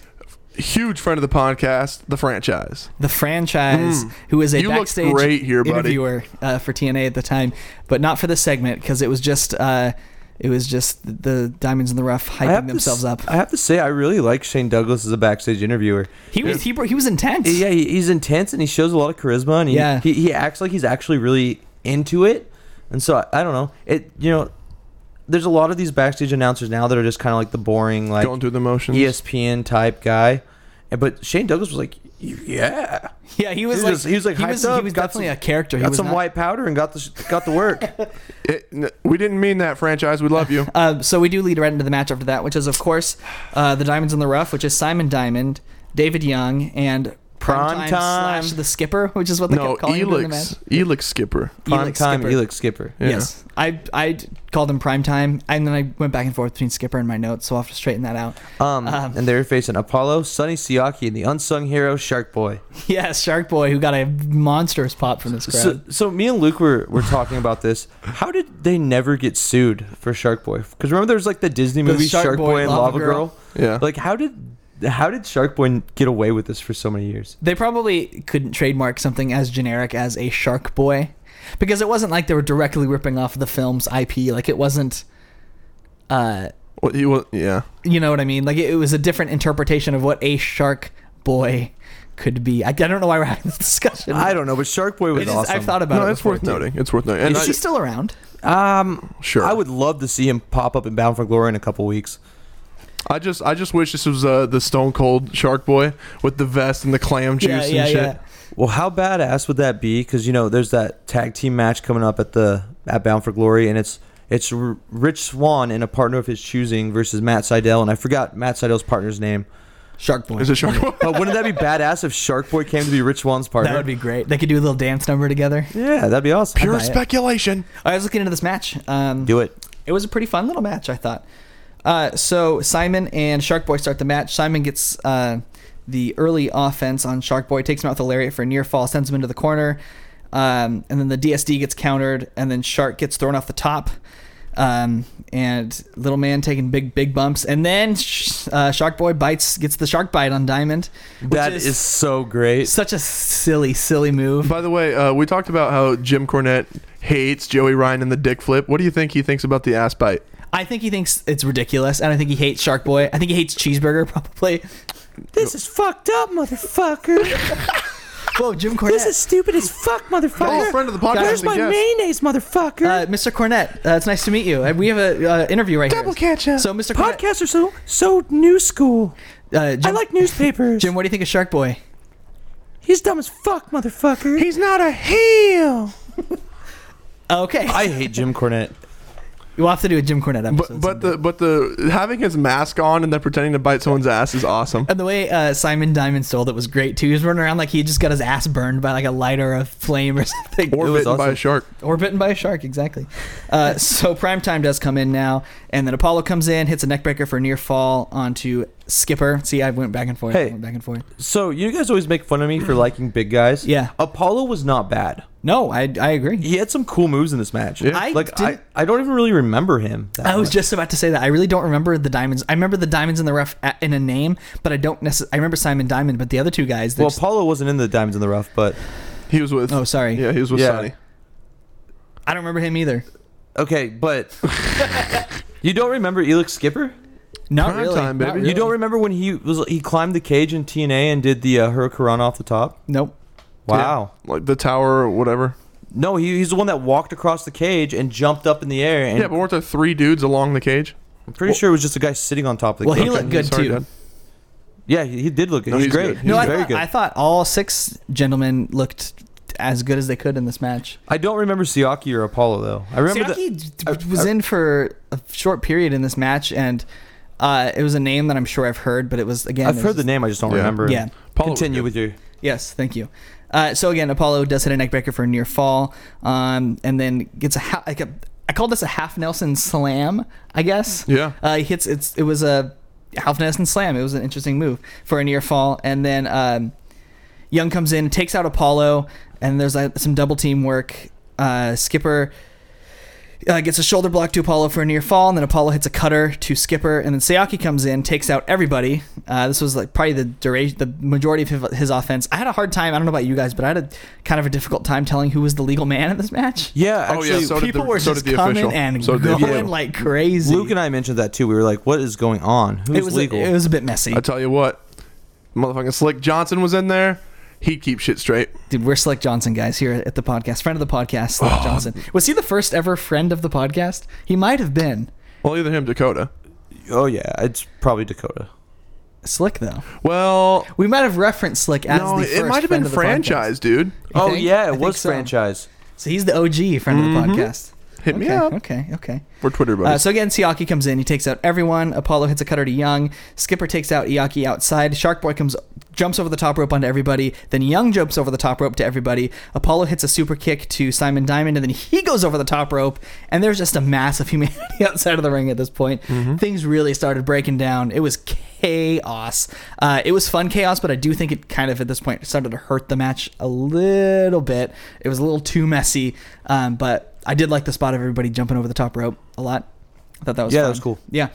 [SPEAKER 4] huge friend of the podcast, the franchise.
[SPEAKER 1] the franchise
[SPEAKER 2] mm,
[SPEAKER 1] who is a
[SPEAKER 4] You looked
[SPEAKER 1] backstage
[SPEAKER 4] great here, buddy.
[SPEAKER 1] interviewer uh, for TNA at the time, but not for the segment because it was just uh, it was just the Diamonds in the Rough
[SPEAKER 2] I have
[SPEAKER 1] hyping
[SPEAKER 2] to
[SPEAKER 1] themselves
[SPEAKER 2] s-
[SPEAKER 1] up.
[SPEAKER 2] i have to say i really like shane douglas as a backstage interviewer
[SPEAKER 1] He was he, br- he was intense.
[SPEAKER 2] yeah he, he's intense and he shows a lot of charisma and he,
[SPEAKER 1] Yeah.
[SPEAKER 2] he, he acts like he's actually really into it and so I, I don't know it you know there's a lot of these backstage announcers now that are just kind of like the boring like E
[SPEAKER 4] Going through the motions.
[SPEAKER 2] espn type guy and, but shane douglas was like yeah
[SPEAKER 1] Yeah, he was
[SPEAKER 2] He
[SPEAKER 1] like
[SPEAKER 2] was- he was, like,
[SPEAKER 1] he
[SPEAKER 2] hyped
[SPEAKER 1] was,
[SPEAKER 2] up,
[SPEAKER 1] he was
[SPEAKER 2] got
[SPEAKER 1] definitely
[SPEAKER 2] some-
[SPEAKER 1] a character. He
[SPEAKER 2] got
[SPEAKER 1] was
[SPEAKER 2] some
[SPEAKER 1] not-
[SPEAKER 2] white powder and got the sh- got the work
[SPEAKER 1] (laughs)
[SPEAKER 4] It, n- we didn't mean that, franchise. We love you.
[SPEAKER 1] Um, so we do lead right into the match after that, which is of course uh, the Diamonds in the Rough, which is Simon Diamond, David Young, and
[SPEAKER 2] Prime Time.
[SPEAKER 1] slash the Skipper, which is what they
[SPEAKER 4] no,
[SPEAKER 1] kept calling him in the
[SPEAKER 4] Elix.
[SPEAKER 1] match.
[SPEAKER 4] Elix Skipper.
[SPEAKER 2] prime time
[SPEAKER 1] Skipper.
[SPEAKER 2] elix skipper
[SPEAKER 4] Yeah.
[SPEAKER 1] Yes, I I called him Prime Time, and then I went back and forth between Skipper and my notes, so I'll have to straighten that out.
[SPEAKER 4] Uh,
[SPEAKER 2] um,
[SPEAKER 1] Um,
[SPEAKER 2] and they're facing apollo sonny siaki and the unsung hero shark boy
[SPEAKER 1] (laughs) yeah, Shark Boy, who got a monstrous pop from this crowd.
[SPEAKER 2] So, so me and Luke were, were talking about this. How did they never get sued for Shark Boy? Because remember, there was like the Disney movie
[SPEAKER 1] Shark
[SPEAKER 2] Shark,
[SPEAKER 1] Boy
[SPEAKER 2] Boy, and Lava, Girl.
[SPEAKER 4] Yeah.
[SPEAKER 2] Like, how did how did Shark Boy get away with this for so many years?
[SPEAKER 1] they probably couldn't trademark something as generic as a shark boy because it wasn't like they were directly ripping off the film's ip like it wasn't uh
[SPEAKER 4] What he was? Yeah.
[SPEAKER 1] you know what i mean like it, it was a different interpretation of what a shark boy could be i, I don't know why we're having this discussion
[SPEAKER 2] I don't know, but Shark Boy
[SPEAKER 1] I
[SPEAKER 2] was
[SPEAKER 1] just,
[SPEAKER 2] awesome.
[SPEAKER 1] i've thought about
[SPEAKER 4] No,
[SPEAKER 1] it
[SPEAKER 4] it's worth
[SPEAKER 1] before, too.
[SPEAKER 4] noting. It's worth noting. And
[SPEAKER 1] is
[SPEAKER 4] I-
[SPEAKER 1] she still around
[SPEAKER 2] um,
[SPEAKER 4] Sure.
[SPEAKER 2] I would love to see him pop up in Bound for Glory in a couple weeks.
[SPEAKER 4] I just I just wish this was uh, the Stone Cold Shark Boy with the vest and the clam juice and shit.
[SPEAKER 2] Well, how badass would that be? Because you know, there's that tag team match coming up at the at Bound for Glory, and it's it's R- Rich Swan and a partner of his choosing versus Matt Seidel, and I forgot Matt Seidel's partner's name.
[SPEAKER 1] shark boy
[SPEAKER 4] Is it
[SPEAKER 1] (laughs)
[SPEAKER 4] Shark Boy?
[SPEAKER 2] But wouldn't that be badass if Shark Boy came to be Rich Swan's partner?
[SPEAKER 1] that would be great they could do a little dance number together
[SPEAKER 2] Yeah, that'd be awesome.
[SPEAKER 4] Pure
[SPEAKER 1] it.
[SPEAKER 4] speculation.
[SPEAKER 1] i was looking into this match um
[SPEAKER 2] Do it.
[SPEAKER 1] it was a pretty fun little match, I thought. Uh, so Simon and Shark Boy start the match. Simon gets uh, the early offense on Shark Boy, takes him out with a lariat for a near fall, sends him into the corner, um, and then the DSD gets countered, and then Shark gets thrown off the top, um, and little man taking big big bumps, and then sh- uh, Shark Boy bites, gets the shark bite on Diamond. which
[SPEAKER 2] That is, so great.
[SPEAKER 1] such a silly silly move.
[SPEAKER 4] By the way, uh, we talked about how Jim Cornette hates Joey Ryan and the dick flip. What do you think he thinks about the ass bite?
[SPEAKER 1] I think he thinks it's ridiculous, and I think he hates Shark Boy. I think he hates Cheeseburger (laughs) probably.
[SPEAKER 2] This is fucked up, motherfucker.
[SPEAKER 1] Whoa, Jim Cornette.
[SPEAKER 2] stupid as fuck, motherfucker.
[SPEAKER 4] Oh, friend of the podcast.
[SPEAKER 1] Where's
[SPEAKER 4] I guess.
[SPEAKER 2] mayonnaise, motherfucker?
[SPEAKER 1] Uh, Mr. Cornett, uh, it's nice to meet you. And We have a uh, interview right
[SPEAKER 4] Double
[SPEAKER 1] here.
[SPEAKER 4] catch up.
[SPEAKER 1] So, Mr. Cornett,
[SPEAKER 2] are so so new school.
[SPEAKER 1] uh, Jim,
[SPEAKER 2] newspapers.
[SPEAKER 1] Jim, what do you think of Shark Boy?
[SPEAKER 2] He's dumb as fuck, motherfucker.
[SPEAKER 4] He's not a heel.
[SPEAKER 1] Okay,
[SPEAKER 2] I hate Jim Cornette.
[SPEAKER 1] we'll Uh, have to do a Jim Cornett episode.
[SPEAKER 4] But but the but the having his mask on and then pretending to bite someone's ass is awesome.
[SPEAKER 1] and the way uh, Simon Diamond stole that was great too. He was running around like he just got his ass burned by like a light or a flame or (laughs) something,
[SPEAKER 4] Or
[SPEAKER 2] It
[SPEAKER 4] bitten
[SPEAKER 2] was
[SPEAKER 4] by
[SPEAKER 2] awesome.
[SPEAKER 4] a shark.
[SPEAKER 1] or bitten by a shark. Exactly. Uh, so primetime does come in now, and then Apollo comes in, hits a neckbreaker for a near fall onto Skipper. See, I went back and forth.
[SPEAKER 2] Hey.
[SPEAKER 1] went back and forth.
[SPEAKER 2] So you guys always make fun of me for liking big guys.
[SPEAKER 1] Yeah.
[SPEAKER 2] Apollo was not bad.
[SPEAKER 1] No, I I agree.
[SPEAKER 2] He had some cool moves in this match.
[SPEAKER 1] I
[SPEAKER 2] like I,
[SPEAKER 1] didn't-
[SPEAKER 2] I don't even really remember him. that
[SPEAKER 1] I was
[SPEAKER 2] much.
[SPEAKER 1] just about to say that. I really don't remember the diamonds. I remember the diamonds in the rough a- in a name, but I don't necessarily. I remember Simon Diamond, but the other two guys. they're
[SPEAKER 2] well,
[SPEAKER 1] just-
[SPEAKER 2] Apollo wasn't in the Diamonds in the Rough, but
[SPEAKER 4] He was with
[SPEAKER 1] oh, sorry.
[SPEAKER 4] Yeah, he was with
[SPEAKER 2] Yeah.
[SPEAKER 4] Sonny.
[SPEAKER 1] I don't remember him either.
[SPEAKER 2] Okay, but (laughs) You don't remember Elix Skipper?
[SPEAKER 1] Not
[SPEAKER 4] Prime
[SPEAKER 1] really.
[SPEAKER 4] time, baby.
[SPEAKER 1] Not really.
[SPEAKER 2] You don't remember when he was he climbed the cage in TNA and did the uh, Hurricane off the top?
[SPEAKER 1] Nope.
[SPEAKER 2] Wow.
[SPEAKER 4] Yeah, like the tower or whatever.
[SPEAKER 2] No, he, he's the one that walked across the cage and jumped up in the air. And
[SPEAKER 4] Yeah, but weren't there three dudes along the cage?
[SPEAKER 2] I'm pretty sure it was just a guy sitting on top of the
[SPEAKER 1] Well,
[SPEAKER 2] cage.
[SPEAKER 1] he looked good
[SPEAKER 4] Sorry,
[SPEAKER 1] too.
[SPEAKER 4] Dad.
[SPEAKER 2] yeah, he, he did look.
[SPEAKER 4] No,
[SPEAKER 2] he's,
[SPEAKER 4] he's
[SPEAKER 2] great.
[SPEAKER 4] good.
[SPEAKER 2] He's
[SPEAKER 1] No, I
[SPEAKER 2] very
[SPEAKER 1] thought,
[SPEAKER 2] good.
[SPEAKER 1] I thought all six gentlemen looked as good as they could in this match.
[SPEAKER 2] I don't remember Siaki or Apollo though. I remember that.
[SPEAKER 1] Siaki d- was in for a short period in this match, and uh, it was a name that I'm sure I've heard, but it was again.
[SPEAKER 2] I've
[SPEAKER 1] it
[SPEAKER 2] heard the
[SPEAKER 1] was-
[SPEAKER 2] name, I just don't
[SPEAKER 4] Yeah.
[SPEAKER 2] remember.
[SPEAKER 1] Yeah.
[SPEAKER 4] Apollo was
[SPEAKER 2] Continue
[SPEAKER 4] good.
[SPEAKER 2] with your.
[SPEAKER 1] Yes, thank you. Uh, so again, Apollo does hit a neckbreaker for a near fall, um, and then gets a ha- like a. I call this a half Nelson slam, I guess.
[SPEAKER 4] Yeah.
[SPEAKER 1] Uh, he hits it's it was a half Nelson slam. It was an interesting move for a near fall, and then um, Young comes in, takes out Apollo, and there's like, some double team work. Uh, Skipper uh, gets a shoulder block to Apollo for a near fall, and then Apollo hits a cutter to Skipper, and then Sayaki comes in, takes out everybody. Uh, this was like probably the duration, the majority of his, his offense. I had a hard time. I don't know about you guys, but I had a kind of a difficult time telling who was the legal man in this match.
[SPEAKER 2] Yeah,
[SPEAKER 4] Oh, yeah,
[SPEAKER 2] actually,
[SPEAKER 4] so did
[SPEAKER 1] People
[SPEAKER 4] the-
[SPEAKER 1] were
[SPEAKER 4] so
[SPEAKER 1] just
[SPEAKER 4] did the
[SPEAKER 1] coming
[SPEAKER 4] official.
[SPEAKER 1] and
[SPEAKER 4] So did the
[SPEAKER 1] going
[SPEAKER 4] official.
[SPEAKER 1] like crazy.
[SPEAKER 2] Luke and I mentioned that too. We were like, "What is going on? Who's
[SPEAKER 1] it was
[SPEAKER 2] legal?"
[SPEAKER 1] A, it was a bit messy.
[SPEAKER 4] I tell you what, motherfucking Slick Johnson was in there. He'd keep shit straight.
[SPEAKER 1] Dude, we're Slick Johnson guys here at the podcast. Friend of the podcast, Slick
[SPEAKER 4] Oh.
[SPEAKER 1] Johnson. Was he the first ever friend of the podcast? He might have been.
[SPEAKER 4] Well, either him, Dakota.
[SPEAKER 2] oh yeah, it's probably Dakota.
[SPEAKER 1] Slick though.
[SPEAKER 4] Well,
[SPEAKER 1] We might have referenced Slick as
[SPEAKER 4] no,
[SPEAKER 1] the first
[SPEAKER 4] it might have been
[SPEAKER 1] friend of the podcast.
[SPEAKER 4] franchise, dude.
[SPEAKER 1] You
[SPEAKER 2] oh
[SPEAKER 1] think?
[SPEAKER 2] yeah,
[SPEAKER 1] I
[SPEAKER 2] it
[SPEAKER 1] think
[SPEAKER 2] was
[SPEAKER 1] so.
[SPEAKER 2] franchise.
[SPEAKER 1] So he's the OG friend of the podcast.
[SPEAKER 4] Mm-hmm. Hit
[SPEAKER 1] okay,
[SPEAKER 4] me up.
[SPEAKER 1] Okay, okay.
[SPEAKER 4] We're Twitter
[SPEAKER 1] Uh,
[SPEAKER 4] buddies.
[SPEAKER 1] so again, Siaki comes in. He takes out everyone. Apollo hits a cutter to Young. Skipper takes out Iaki outside. Shark Boy comes, jumps over the top rope onto everybody. Then Young jumps over the top rope to everybody. Apollo hits a super kick to Simon Diamond, and then he goes over the top rope. And there's just a mass of humanity (laughs) outside of the ring at this point. Things really started breaking down. It was chaos. Uh, it was fun chaos, but I do think it kind of at this point started to hurt the match a little bit. It was a little too messy, um, but. I did like the spot of everybody jumping over the top rope a lot. I thought that was
[SPEAKER 2] Yeah, that
[SPEAKER 1] fun.
[SPEAKER 2] was cool.
[SPEAKER 1] Yeah.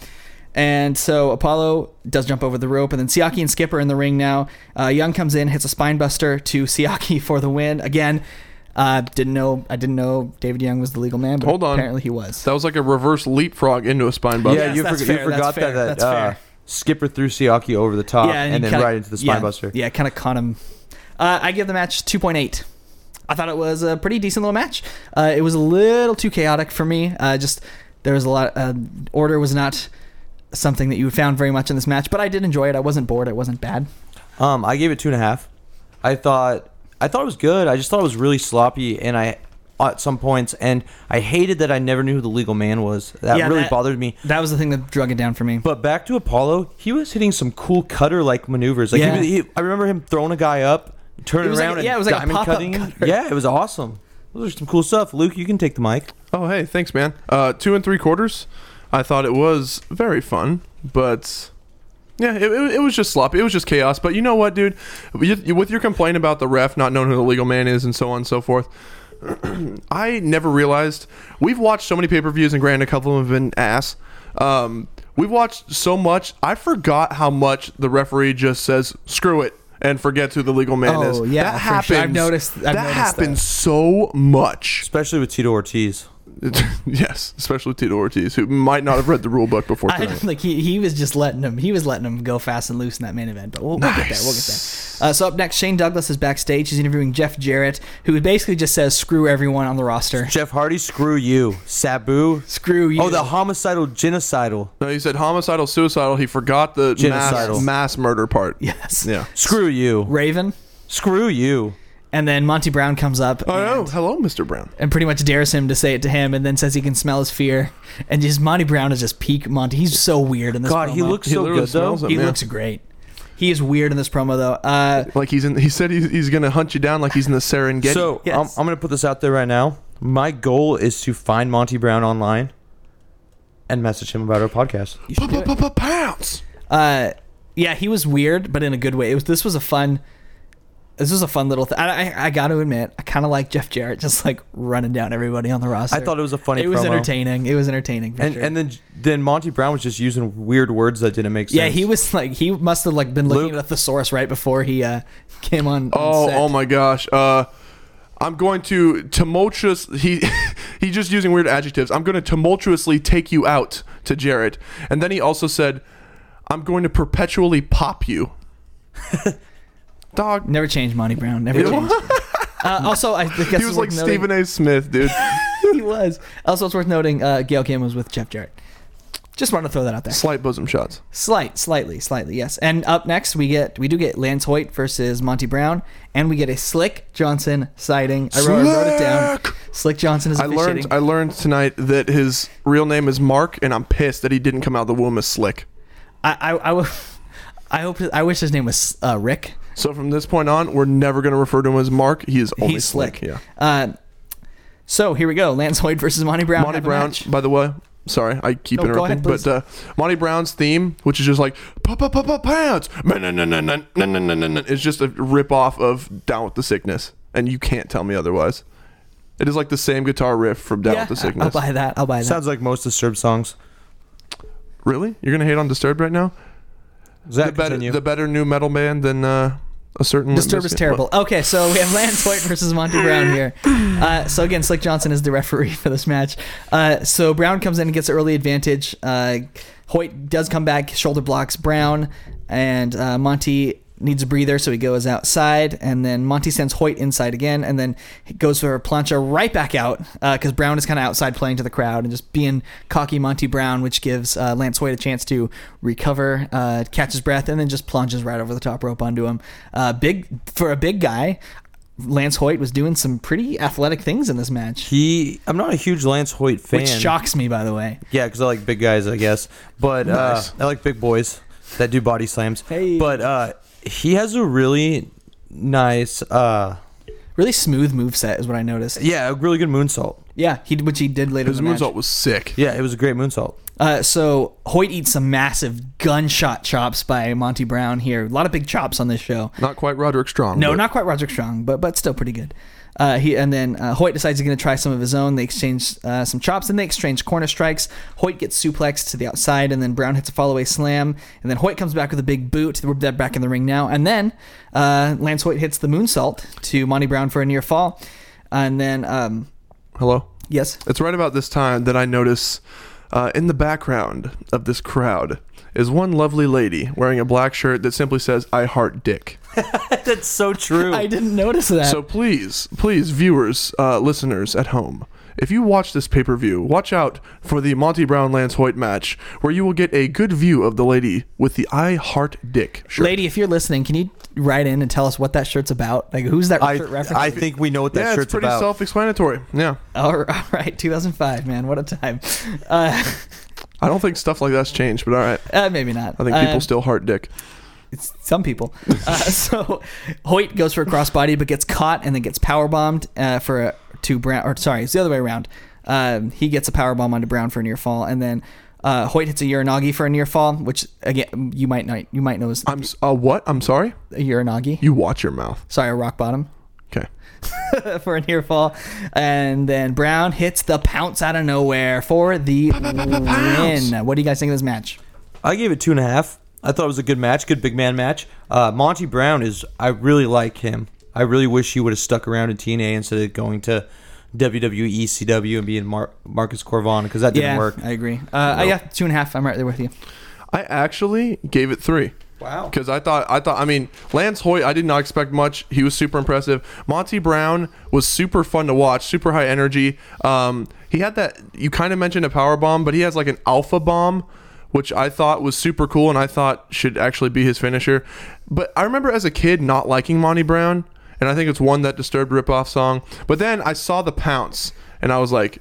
[SPEAKER 1] And so Apollo does jump over the rope, and then Siaki and Skip are in the ring now. Uh, Young comes in, hits a spinebuster to (laughs) Siaki for the win again. Uh, didn't know I didn't know David Young was the legal man, but
[SPEAKER 4] Hold on.
[SPEAKER 1] apparently he was.
[SPEAKER 4] that was like a reverse leapfrog into a spine buster.
[SPEAKER 2] yeah,
[SPEAKER 1] Yes,
[SPEAKER 2] you,
[SPEAKER 1] Oh, that's
[SPEAKER 2] forg- you
[SPEAKER 1] fair, that's
[SPEAKER 2] forgot
[SPEAKER 1] fair,
[SPEAKER 2] that,
[SPEAKER 1] that's
[SPEAKER 2] that uh,
[SPEAKER 1] fair.
[SPEAKER 2] Skipper threw Siaki over the top
[SPEAKER 1] he
[SPEAKER 2] and, then
[SPEAKER 1] kinda-
[SPEAKER 2] right into the
[SPEAKER 1] yeah,
[SPEAKER 2] spine buster.
[SPEAKER 1] Yeah, kind of caught him. Uh, I give the match 2.8. I thought it was a pretty decent little match. Uh, it was a little too chaotic for me. Uh, just there was a lot. Uh, order was not something that you found very much in this match, but I did enjoy it. I wasn't bored. It wasn't bad.
[SPEAKER 2] Um, I gave it two and a half. I thought I thought it was good. I just thought it was really sloppy, and I at some points, and I hated that I never knew who the legal man was. That
[SPEAKER 1] Yeah,
[SPEAKER 2] really
[SPEAKER 1] that-
[SPEAKER 2] bothered me.
[SPEAKER 1] That was the thing that drug it down for me.
[SPEAKER 2] But back to Apollo, he was hitting some cool cutter like maneuvers. Like
[SPEAKER 1] Yeah.
[SPEAKER 2] he, was- he, I remember him throwing a guy up,
[SPEAKER 1] It
[SPEAKER 2] turning
[SPEAKER 1] was like-
[SPEAKER 2] around, and
[SPEAKER 1] yeah, it was like a
[SPEAKER 2] diamond
[SPEAKER 1] pop-up
[SPEAKER 2] cutting. him.
[SPEAKER 1] cutter.
[SPEAKER 2] Yeah, it was awesome. Those are some cool stuff. Luke, you can take the mic.
[SPEAKER 4] Oh, hey, thanks, man. Uh, two and three quarters. I thought it was very fun, but yeah, it, it, it was just sloppy. It was just chaos. But you know what, dude? You, you- with your complaint about the ref not knowing who the legal man is and so on and so forth, (clears throat) I never realized we've watched so many pay per views, and granted, a couple of them have been ass. Um, we've watched so much, I forgot how much the referee just says "screw it" and forgets who the legal man
[SPEAKER 1] Oh,
[SPEAKER 4] is.
[SPEAKER 1] yeah,
[SPEAKER 4] that
[SPEAKER 1] for
[SPEAKER 4] happens.
[SPEAKER 1] sure. I've noticed- I've
[SPEAKER 4] that
[SPEAKER 1] noticed
[SPEAKER 4] happens
[SPEAKER 1] that.
[SPEAKER 4] so much.
[SPEAKER 2] Especially with Tito Ortiz.
[SPEAKER 4] (laughs) yes, especially Tito Ortiz, who might not have read the rule book
[SPEAKER 1] (laughs)
[SPEAKER 4] before
[SPEAKER 1] I
[SPEAKER 4] tonight.
[SPEAKER 1] don't think he, he was just letting him he was letting him go fast and loose in that main event. But we'll, we'll get there. We'll get there. Uh, so up next, Shane Douglas is backstage. He's interviewing Jeff Jarrett, who basically just says "screw everyone on the roster."
[SPEAKER 2] Jeff Hardy, screw you. Sabu,
[SPEAKER 1] Screw you.
[SPEAKER 2] Oh, the homicidal, genocidal.
[SPEAKER 4] No, he said homicidal, suicidal. He forgot the mass,
[SPEAKER 2] Genocidal.
[SPEAKER 4] mass murder part.
[SPEAKER 1] (laughs) yes.
[SPEAKER 4] Yeah.
[SPEAKER 2] Screw you.
[SPEAKER 1] Raven,
[SPEAKER 2] Screw you.
[SPEAKER 1] and then Monty Brown comes up.
[SPEAKER 4] Oh,
[SPEAKER 1] and,
[SPEAKER 4] no. hello, Mr. Brown.
[SPEAKER 1] and pretty much dares him to say it to him, and then says he can smell his fear. And just Monty Brown is just peak Monty. He's so weird in this.
[SPEAKER 2] God, he
[SPEAKER 1] promo.
[SPEAKER 2] looks
[SPEAKER 4] He
[SPEAKER 2] so
[SPEAKER 4] literally
[SPEAKER 2] good though.
[SPEAKER 4] smells it.
[SPEAKER 1] He
[SPEAKER 4] Yeah.
[SPEAKER 1] looks great. He is weird in this promo though. Uh,
[SPEAKER 4] Like he's in. He said he's, he's gonna hunt you down like he's in the Serengeti.
[SPEAKER 2] So
[SPEAKER 1] Yes.
[SPEAKER 2] I'm, I'm gonna put this out there right now. My goal is to find Monty Brown online and message him about our podcast.
[SPEAKER 4] pounce.
[SPEAKER 1] uh, yeah, he was weird, but in a good way. It was, this was a fun. This was a fun little thing. I, I, I got to admit, I kind of like Jeff Jarrett just like running down everybody on the roster.
[SPEAKER 2] I thought it was a funny.
[SPEAKER 1] It was
[SPEAKER 2] promo.
[SPEAKER 1] entertaining. It was entertaining. For
[SPEAKER 2] And
[SPEAKER 1] sure.
[SPEAKER 2] and then then Monty Brown was just using weird words that didn't make sense.
[SPEAKER 1] yeah, he was like he must have like been looking
[SPEAKER 2] Luke-
[SPEAKER 1] at a thesaurus right before he uh, came on. on
[SPEAKER 4] Oh,
[SPEAKER 1] set.
[SPEAKER 4] oh my gosh. Uh, I'm going to tumultuous. He (laughs) he's just using weird adjectives. I'm going to tumultuously take you out to Jared, and then he also said, "I'm going to perpetually pop you."
[SPEAKER 1] (laughs)
[SPEAKER 4] Dog.
[SPEAKER 1] Never change, Monty Brown. Never
[SPEAKER 4] Ew.
[SPEAKER 1] change.
[SPEAKER 2] (laughs)
[SPEAKER 1] Uh, also, I guess
[SPEAKER 4] He was like Stephen
[SPEAKER 1] Stephen.
[SPEAKER 4] A. Smith, dude.
[SPEAKER 1] (laughs) he was. Also, it's worth noting uh, Gail Kim was with Jeff Jarrett. Just wanted to throw that out there.
[SPEAKER 4] Slight bosom shots.
[SPEAKER 1] Slight, slightly, slightly, yes. And up next, we get we do get Lance Hoyt versus Monty Brown, and we get a Slick Johnson sighting. I wrote, I wrote it down. Slick Johnson is
[SPEAKER 4] I learned
[SPEAKER 1] officiating.
[SPEAKER 4] I learned tonight that his real name is Mark, and I'm pissed that he didn't come out of the womb as Slick.
[SPEAKER 1] I, I, I, w- I hope I wish his name was uh, Rick.
[SPEAKER 4] So from this point on, we're never going to refer to him as Mark. He is only
[SPEAKER 1] He's
[SPEAKER 4] Slick.
[SPEAKER 1] Slick.
[SPEAKER 4] Yeah.
[SPEAKER 1] Uh, so here we go: Lance Hoyt versus Monty Brown.
[SPEAKER 4] Monty
[SPEAKER 1] Have a
[SPEAKER 4] Brown,
[SPEAKER 1] match.
[SPEAKER 4] by the way. Sorry, I keep
[SPEAKER 1] No, go
[SPEAKER 4] interrupting,
[SPEAKER 1] ahead,
[SPEAKER 4] but uh, Monty Brown's theme, which is just like pa pa pa pa pants, is just a rip off of Down with the Sickness, and you can't tell me otherwise. It is like the same guitar riff from Down
[SPEAKER 1] Yeah,
[SPEAKER 4] with
[SPEAKER 1] (laughs)
[SPEAKER 4] the
[SPEAKER 1] I'll
[SPEAKER 4] Sickness.
[SPEAKER 1] buy that. I'll buy that.
[SPEAKER 2] Sounds like most Disturbed songs.
[SPEAKER 4] Really? You're gonna hate on Disturbed right now?
[SPEAKER 2] Zach,
[SPEAKER 4] the better,
[SPEAKER 2] continue.
[SPEAKER 4] the better new metal band than uh, a certain Limp
[SPEAKER 1] Disturb is
[SPEAKER 4] Bizkit.
[SPEAKER 1] terrible. Okay, so we have (laughs) Lance Hoyt versus Monty Brown here. Uh, so again, Slick Johnson is the referee for this match. Uh, so Brown comes in and gets an early advantage. Uh, Hoyt does come back, shoulder blocks Brown, and uh, Monty needs a breather, so he goes outside, and then Monty sends Hoyt inside again, and then he goes for a plancha right back out because Brown is kind of outside playing to the crowd and just being cocky Monty Brown, which gives uh, Lance Hoyt a chance to recover, uh, catch his breath, and then just plunges right over the top rope onto him. Uh, big for a big guy. Lance Hoyt was doing some pretty athletic things in this match,
[SPEAKER 2] he, I'm not a huge Lance Hoyt fan.
[SPEAKER 1] which shocks me, by the way.
[SPEAKER 2] Yeah, because I like big guys, I guess. But
[SPEAKER 4] Nice.
[SPEAKER 2] uh, I like big boys that do body slams.
[SPEAKER 1] Hey.
[SPEAKER 2] But uh, he has a really nice, uh,
[SPEAKER 1] Really smooth move set is what I noticed.
[SPEAKER 2] yeah, a really good moonsault.
[SPEAKER 1] Yeah, he which he did later.
[SPEAKER 4] His
[SPEAKER 1] in the match.
[SPEAKER 4] moonsault was sick.
[SPEAKER 2] Yeah, it was a great moonsault.
[SPEAKER 1] Uh, so Hoyt eats some massive gunshot chops by Monty Brown here. A lot of big chops on this show.
[SPEAKER 4] Not quite Roderick Strong.
[SPEAKER 1] No,
[SPEAKER 4] but
[SPEAKER 1] not quite Roderick Strong, but but still pretty good. Uh, he and then uh, Hoyt decides he's going to try some of his own. They exchange uh, some chops and they exchange corner strikes. Hoyt gets suplexed to the outside, and then Brown hits a fallaway slam, and then Hoyt comes back with a big boot. We're dead back in the ring now, and then uh, Lance Hoyt hits the moonsault to Monty Brown for a near fall, and then um,
[SPEAKER 4] Hello.
[SPEAKER 1] yes,
[SPEAKER 4] It's right about this time that I notice uh, in the background of this crowd is one lovely lady wearing a black shirt that simply says "I heart dick."
[SPEAKER 2] That's so true.
[SPEAKER 1] I didn't notice
[SPEAKER 2] Uh,
[SPEAKER 1] that.
[SPEAKER 4] So please, please, viewers, uh, listeners at home, if you watch this pay per view, watch out for the Monty Brown Lance Hoyt match, where you will get a good view of the lady with the I heart dick shirt.
[SPEAKER 1] Lady, if you're listening, can you write in and tell us what that shirt's about? Like, who's that
[SPEAKER 2] I,
[SPEAKER 1] shirt reference?
[SPEAKER 2] I think we know what that
[SPEAKER 4] yeah, it's
[SPEAKER 2] shirt's
[SPEAKER 4] pretty
[SPEAKER 2] about.
[SPEAKER 4] self-explanatory. Yeah,
[SPEAKER 1] (laughs) all right, all right, 2005, man, what a time. Uh, (laughs)
[SPEAKER 4] I don't think stuff like that's changed, but all right.
[SPEAKER 1] uh, maybe not.
[SPEAKER 4] I think
[SPEAKER 1] Uh,
[SPEAKER 2] Um,
[SPEAKER 4] people still heart dick.
[SPEAKER 1] it's some people. Uh, (laughs) so Hoyt goes for a crossbody, but gets caught and then gets power bombed uh, for a two Brown. Or sorry, it's the other way around. Um, he gets a power bomb onto Brown for a near fall, and then uh, Hoyt hits a Uranagi for a near fall, which again you might not you might know is
[SPEAKER 4] I'm s- uh, what? I'm sorry.
[SPEAKER 1] a Uranagi.
[SPEAKER 4] You watch your mouth.
[SPEAKER 1] sorry, a rock bottom. (laughs)
[SPEAKER 4] Okay.
[SPEAKER 1] for a near fall. And then Brown hits the pounce out of nowhere for the win. What do you guys think of this match?
[SPEAKER 2] I gave it two and a half. I thought it was a good match, good big man match. Uh, Monty Brown is, I really like him. I really wish he would have stuck around in TNA instead of going to WWE, CW, and being Mar- Marcus Corvon because that didn't
[SPEAKER 1] yeah,
[SPEAKER 2] work.
[SPEAKER 1] I agree. Uh, Yeah, two and a half. I'm right there with you.
[SPEAKER 4] I actually gave it three.
[SPEAKER 2] Wow.
[SPEAKER 4] Because I thought, I thought, I mean, Lance Hoyt, I did not expect much. He was super impressive. Monty Brown was super fun to watch, super high energy. Um, he had that, you kind of mentioned a power bomb, but he has like an alpha bomb, which I thought was super cool and I thought should actually be his finisher. But I remember as a kid not liking Monty Brown, and I think it's one that disturbed ripoff song. But then I saw the pounce, and I was like,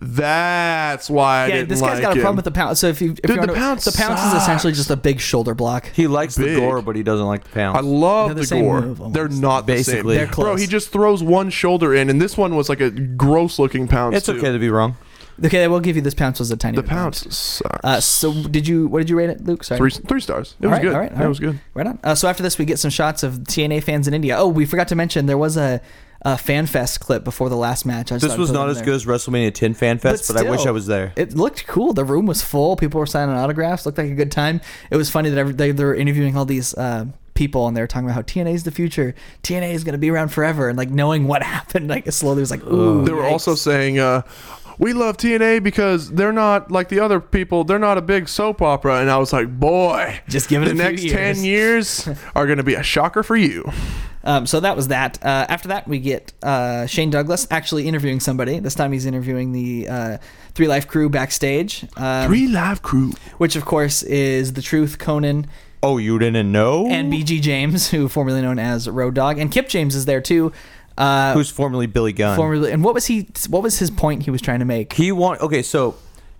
[SPEAKER 4] that's why I
[SPEAKER 1] yeah,
[SPEAKER 4] didn't
[SPEAKER 1] this guy's
[SPEAKER 4] like
[SPEAKER 1] got a
[SPEAKER 4] him.
[SPEAKER 1] problem with the pounce. So if you, if you
[SPEAKER 4] the
[SPEAKER 1] wonder-
[SPEAKER 4] pounce
[SPEAKER 1] the pounce is essentially just a big shoulder block.
[SPEAKER 2] He likes
[SPEAKER 4] Big.
[SPEAKER 2] the gore, but he doesn't like the pounds.
[SPEAKER 4] I love
[SPEAKER 1] They're the
[SPEAKER 4] the,
[SPEAKER 1] same
[SPEAKER 4] gore.
[SPEAKER 1] move, almost.
[SPEAKER 4] They're not
[SPEAKER 2] Basically.
[SPEAKER 4] basically.
[SPEAKER 1] They're
[SPEAKER 4] Bro,
[SPEAKER 1] close.
[SPEAKER 4] he just throws one shoulder in, and this one was like a gross looking pounce.
[SPEAKER 2] it's
[SPEAKER 4] too.
[SPEAKER 2] okay to be wrong.
[SPEAKER 1] Okay, I will give you this pounce was a tiny
[SPEAKER 4] The
[SPEAKER 1] bit of
[SPEAKER 4] pounce sucks.
[SPEAKER 1] Uh, so did you? What did you rate it, Luke? Sorry.
[SPEAKER 4] three, three stars. It was
[SPEAKER 1] All right,
[SPEAKER 4] good.
[SPEAKER 1] all right, all
[SPEAKER 4] It
[SPEAKER 1] right.
[SPEAKER 4] was good.
[SPEAKER 1] Right on. Uh, so after this, we get some shots of TNA fans in India. Oh, we forgot to mention there was a, a fan fest clip before the last match. I just
[SPEAKER 2] This
[SPEAKER 1] thought I'd
[SPEAKER 2] was
[SPEAKER 1] put it
[SPEAKER 2] not
[SPEAKER 1] in
[SPEAKER 2] as
[SPEAKER 1] there.
[SPEAKER 2] good as WrestleMania 10 Fan Fest, but, I wish
[SPEAKER 1] still,
[SPEAKER 2] I was there.
[SPEAKER 1] It looked cool. The room was full. People were signing autographs. Looked like a good time. It was funny that every, they, they were interviewing all these uh, people and they were talking about how TNA is the future. TNA is going to be around forever. And like knowing what (laughs) happened, like it slowly was like, ooh.
[SPEAKER 4] They were
[SPEAKER 1] yikes.
[SPEAKER 4] also saying, uh, "We love TNA because they're not like the other people. They're not a big soap opera." And I was like, "Boy,
[SPEAKER 1] Just give it
[SPEAKER 4] the
[SPEAKER 1] a few
[SPEAKER 4] next ten years
[SPEAKER 1] (laughs)
[SPEAKER 4] are going to be a shocker for you."
[SPEAKER 1] Um, so that was that. Uh, after that, we get uh, Shane Douglas actually interviewing somebody. This time he's interviewing the uh, Three Life crew backstage, um,
[SPEAKER 4] Three live crew.
[SPEAKER 1] which of course is The Truth, Conan,
[SPEAKER 2] Oh, you didn't know?
[SPEAKER 1] and BG James, who formerly known as Road Dog, and Kip James is there too. Uh,
[SPEAKER 2] Who's formerly Billy Gunn?
[SPEAKER 1] formerly, and what was he? What was his point he was trying to make?
[SPEAKER 2] He want okay. So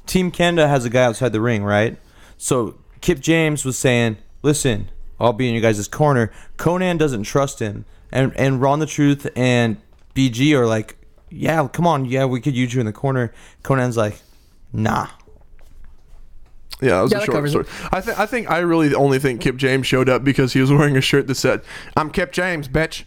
[SPEAKER 2] Team Canada has a guy outside the ring, right? So Kip James was saying, "Listen, I'll be in your guys' corner." Conan doesn't trust him, and and Ron the Truth and BG are like, "Yeah, come on, yeah, we could use you in the corner." Conan's like, "Nah."
[SPEAKER 4] Yeah, that was
[SPEAKER 1] Yeah,
[SPEAKER 4] a
[SPEAKER 1] that
[SPEAKER 4] short
[SPEAKER 1] covers
[SPEAKER 4] story. I think I think I really only think Kip James showed up because he was wearing a shirt that said, "I'm Kip James, bitch."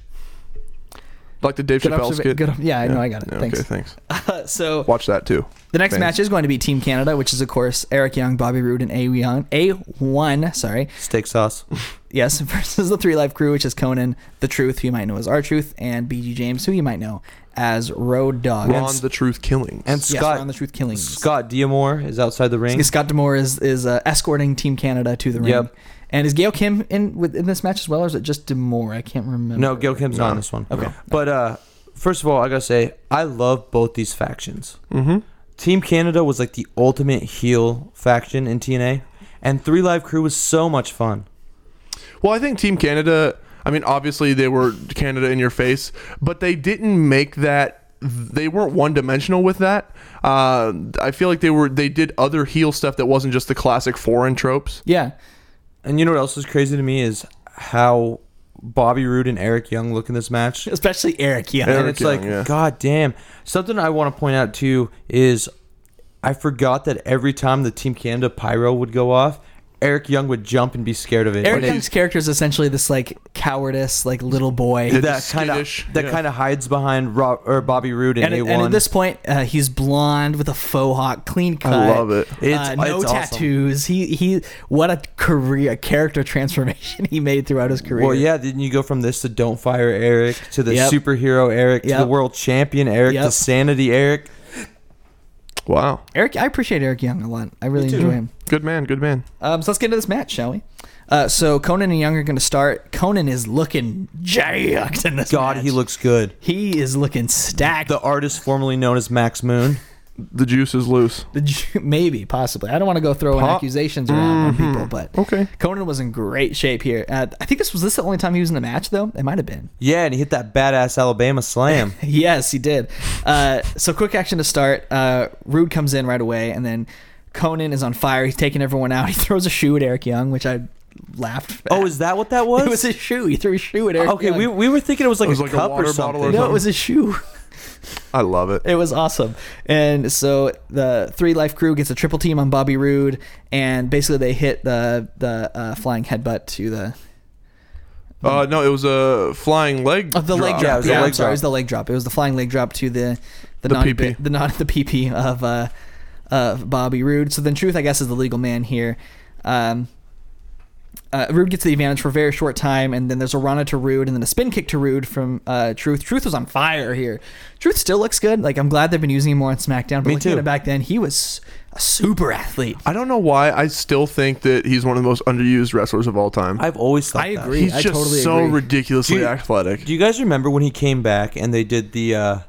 [SPEAKER 4] Like the Dave
[SPEAKER 1] Good
[SPEAKER 4] Chappelle
[SPEAKER 1] observa-
[SPEAKER 4] skit.
[SPEAKER 1] good ob- yeah, I know, I got it.
[SPEAKER 4] Yeah,
[SPEAKER 1] Thanks.
[SPEAKER 4] Okay, thanks.
[SPEAKER 1] so
[SPEAKER 4] Watch that too.
[SPEAKER 1] The next
[SPEAKER 4] Man.
[SPEAKER 1] match is going to be Team Canada, which is of course Eric Young, Bobby Roode, and A Young, A One, sorry, (laughs)
[SPEAKER 2] Steak sauce.
[SPEAKER 1] yes, versus the Three Life Crew, which is Conan, The Truth, who you might know as R Truth, and BG James, who you might know as Road Dog.
[SPEAKER 4] Ron the Truth Killings.
[SPEAKER 2] And
[SPEAKER 1] yes,
[SPEAKER 2] Scott
[SPEAKER 1] Ron the Truth Killings.
[SPEAKER 2] Scott Diamore is outside the ring.
[SPEAKER 1] Scott Demore is is uh, escorting Team Canada to the ring.
[SPEAKER 2] Yep.
[SPEAKER 1] And is Gail Kim in with in this match as well, or is it just Demore? I can't remember.
[SPEAKER 2] No, Gil Kim's not in this one. Okay. But uh, first of all, I gotta say, I love both these factions. Mm-hmm. Team Canada was like the ultimate heel faction in TNA, and Three Live Crew was so much fun.
[SPEAKER 4] Well, I think Team Canada. I mean, obviously they were Canada in your face, but they didn't make that. They weren't one dimensional with that. Uh, I feel like they were. They did other heel stuff that wasn't just the classic foreign tropes.
[SPEAKER 1] Yeah.
[SPEAKER 2] And you know what else is crazy to me is how Bobby Roode and Eric Young look in this match.
[SPEAKER 1] Especially Eric Young.
[SPEAKER 2] and
[SPEAKER 4] Eric
[SPEAKER 2] it's
[SPEAKER 4] Young,
[SPEAKER 2] like,
[SPEAKER 4] yeah.
[SPEAKER 2] god damn. Something I want to point out too is I forgot that every time the Team Canada pyro would go off, Eric Young would jump and be scared of it.
[SPEAKER 1] Eric Young's character is essentially this like cowardice, like little boy.
[SPEAKER 2] that
[SPEAKER 4] Just
[SPEAKER 2] kind of
[SPEAKER 4] skittish,
[SPEAKER 2] that
[SPEAKER 4] yeah.
[SPEAKER 2] kind of hides behind Rob, or Bobby Roode
[SPEAKER 1] and,
[SPEAKER 2] and,
[SPEAKER 1] at-
[SPEAKER 2] A1.
[SPEAKER 1] and at this point, uh, he's blonde with a faux hawk, clean cut.
[SPEAKER 4] love it.
[SPEAKER 1] uh,
[SPEAKER 2] It's-
[SPEAKER 1] no
[SPEAKER 2] it's awesome.
[SPEAKER 1] tattoos. He he. What a career, character (laughs) transformation he made throughout his career.
[SPEAKER 2] well, yeah, didn't you go from this to Don't Fire Eric to the
[SPEAKER 1] Yep.
[SPEAKER 2] superhero Eric to
[SPEAKER 1] Yep.
[SPEAKER 2] the world champion Eric to
[SPEAKER 1] Yep.
[SPEAKER 2] sanity Eric?
[SPEAKER 4] Wow,
[SPEAKER 1] Eric. I appreciate Eric Young a lot. I really enjoy him.
[SPEAKER 4] good man, good man.
[SPEAKER 1] Um, so let's get into this match, shall we? Uh, so Conan and Young are going to start. Conan is looking jacked in this.
[SPEAKER 2] God,
[SPEAKER 1] match.
[SPEAKER 2] he looks good.
[SPEAKER 1] He is looking stacked.
[SPEAKER 2] The artist formerly known as Max Moon.
[SPEAKER 4] The juice is loose.
[SPEAKER 1] The Ju- (laughs) maybe, possibly. I don't want to go throwing
[SPEAKER 4] Po-
[SPEAKER 1] accusations around on
[SPEAKER 2] mm-hmm.
[SPEAKER 1] people, but
[SPEAKER 4] Okay.
[SPEAKER 1] Conan was in great shape here. Uh, I think this was this the only time he was in the match, though. It might have been.
[SPEAKER 2] Yeah, and he hit that badass Alabama
[SPEAKER 1] (laughs)
[SPEAKER 2] slam.
[SPEAKER 1] Yes, he did. Uh, so quick action to start. Uh, Rude comes in right away, and then Conan is on fire. He's taking everyone out. (laughs) He throws a shoe at Eric Young, which I laughed.
[SPEAKER 2] oh,
[SPEAKER 1] at.
[SPEAKER 2] is that what that
[SPEAKER 1] (laughs)
[SPEAKER 2] was?
[SPEAKER 1] it was a shoe? He threw a shoe at Eric.
[SPEAKER 2] okay,
[SPEAKER 1] Young.
[SPEAKER 2] we, we were thinking it was like
[SPEAKER 4] was
[SPEAKER 2] a
[SPEAKER 4] like a
[SPEAKER 2] cup
[SPEAKER 4] water
[SPEAKER 2] or
[SPEAKER 4] bottle
[SPEAKER 2] something.
[SPEAKER 4] or
[SPEAKER 1] no, it was a shoe.
[SPEAKER 4] I love it.
[SPEAKER 1] It was awesome. And so the three life crew gets a triple team on Bobby Roode, and basically they hit the the uh, flying headbutt to the
[SPEAKER 4] Uh, no, it was a flying leg.
[SPEAKER 1] oh, the leg drop. Yeah,
[SPEAKER 2] Yeah, it was the
[SPEAKER 1] I'm
[SPEAKER 2] leg
[SPEAKER 1] sorry,
[SPEAKER 2] drop.
[SPEAKER 1] it was the leg drop. It was the flying leg drop to the the,
[SPEAKER 4] The
[SPEAKER 1] non
[SPEAKER 4] PP.
[SPEAKER 1] the non the PP of uh, of Bobby Roode. So then Truth, I guess, is the legal man here. Um, uh, Rude gets the advantage for a very short time, and then there's a Rana to Rude, and then a spin kick to Rude from uh, Truth. Truth was on fire here. Truth still looks good. Like I'm glad they've been using him more on SmackDown. But
[SPEAKER 2] Me
[SPEAKER 1] looking at
[SPEAKER 2] too.
[SPEAKER 1] it back then, he was a super athlete.
[SPEAKER 4] I don't know why. I still think that he's one of the most underused wrestlers of all time.
[SPEAKER 2] I've always thought
[SPEAKER 1] I
[SPEAKER 2] that.
[SPEAKER 1] agree.
[SPEAKER 4] he's
[SPEAKER 1] I
[SPEAKER 4] just
[SPEAKER 1] totally
[SPEAKER 4] so
[SPEAKER 1] agree.
[SPEAKER 4] ridiculously
[SPEAKER 2] Dude,
[SPEAKER 4] athletic.
[SPEAKER 2] Do you guys remember when he came back and they did the uh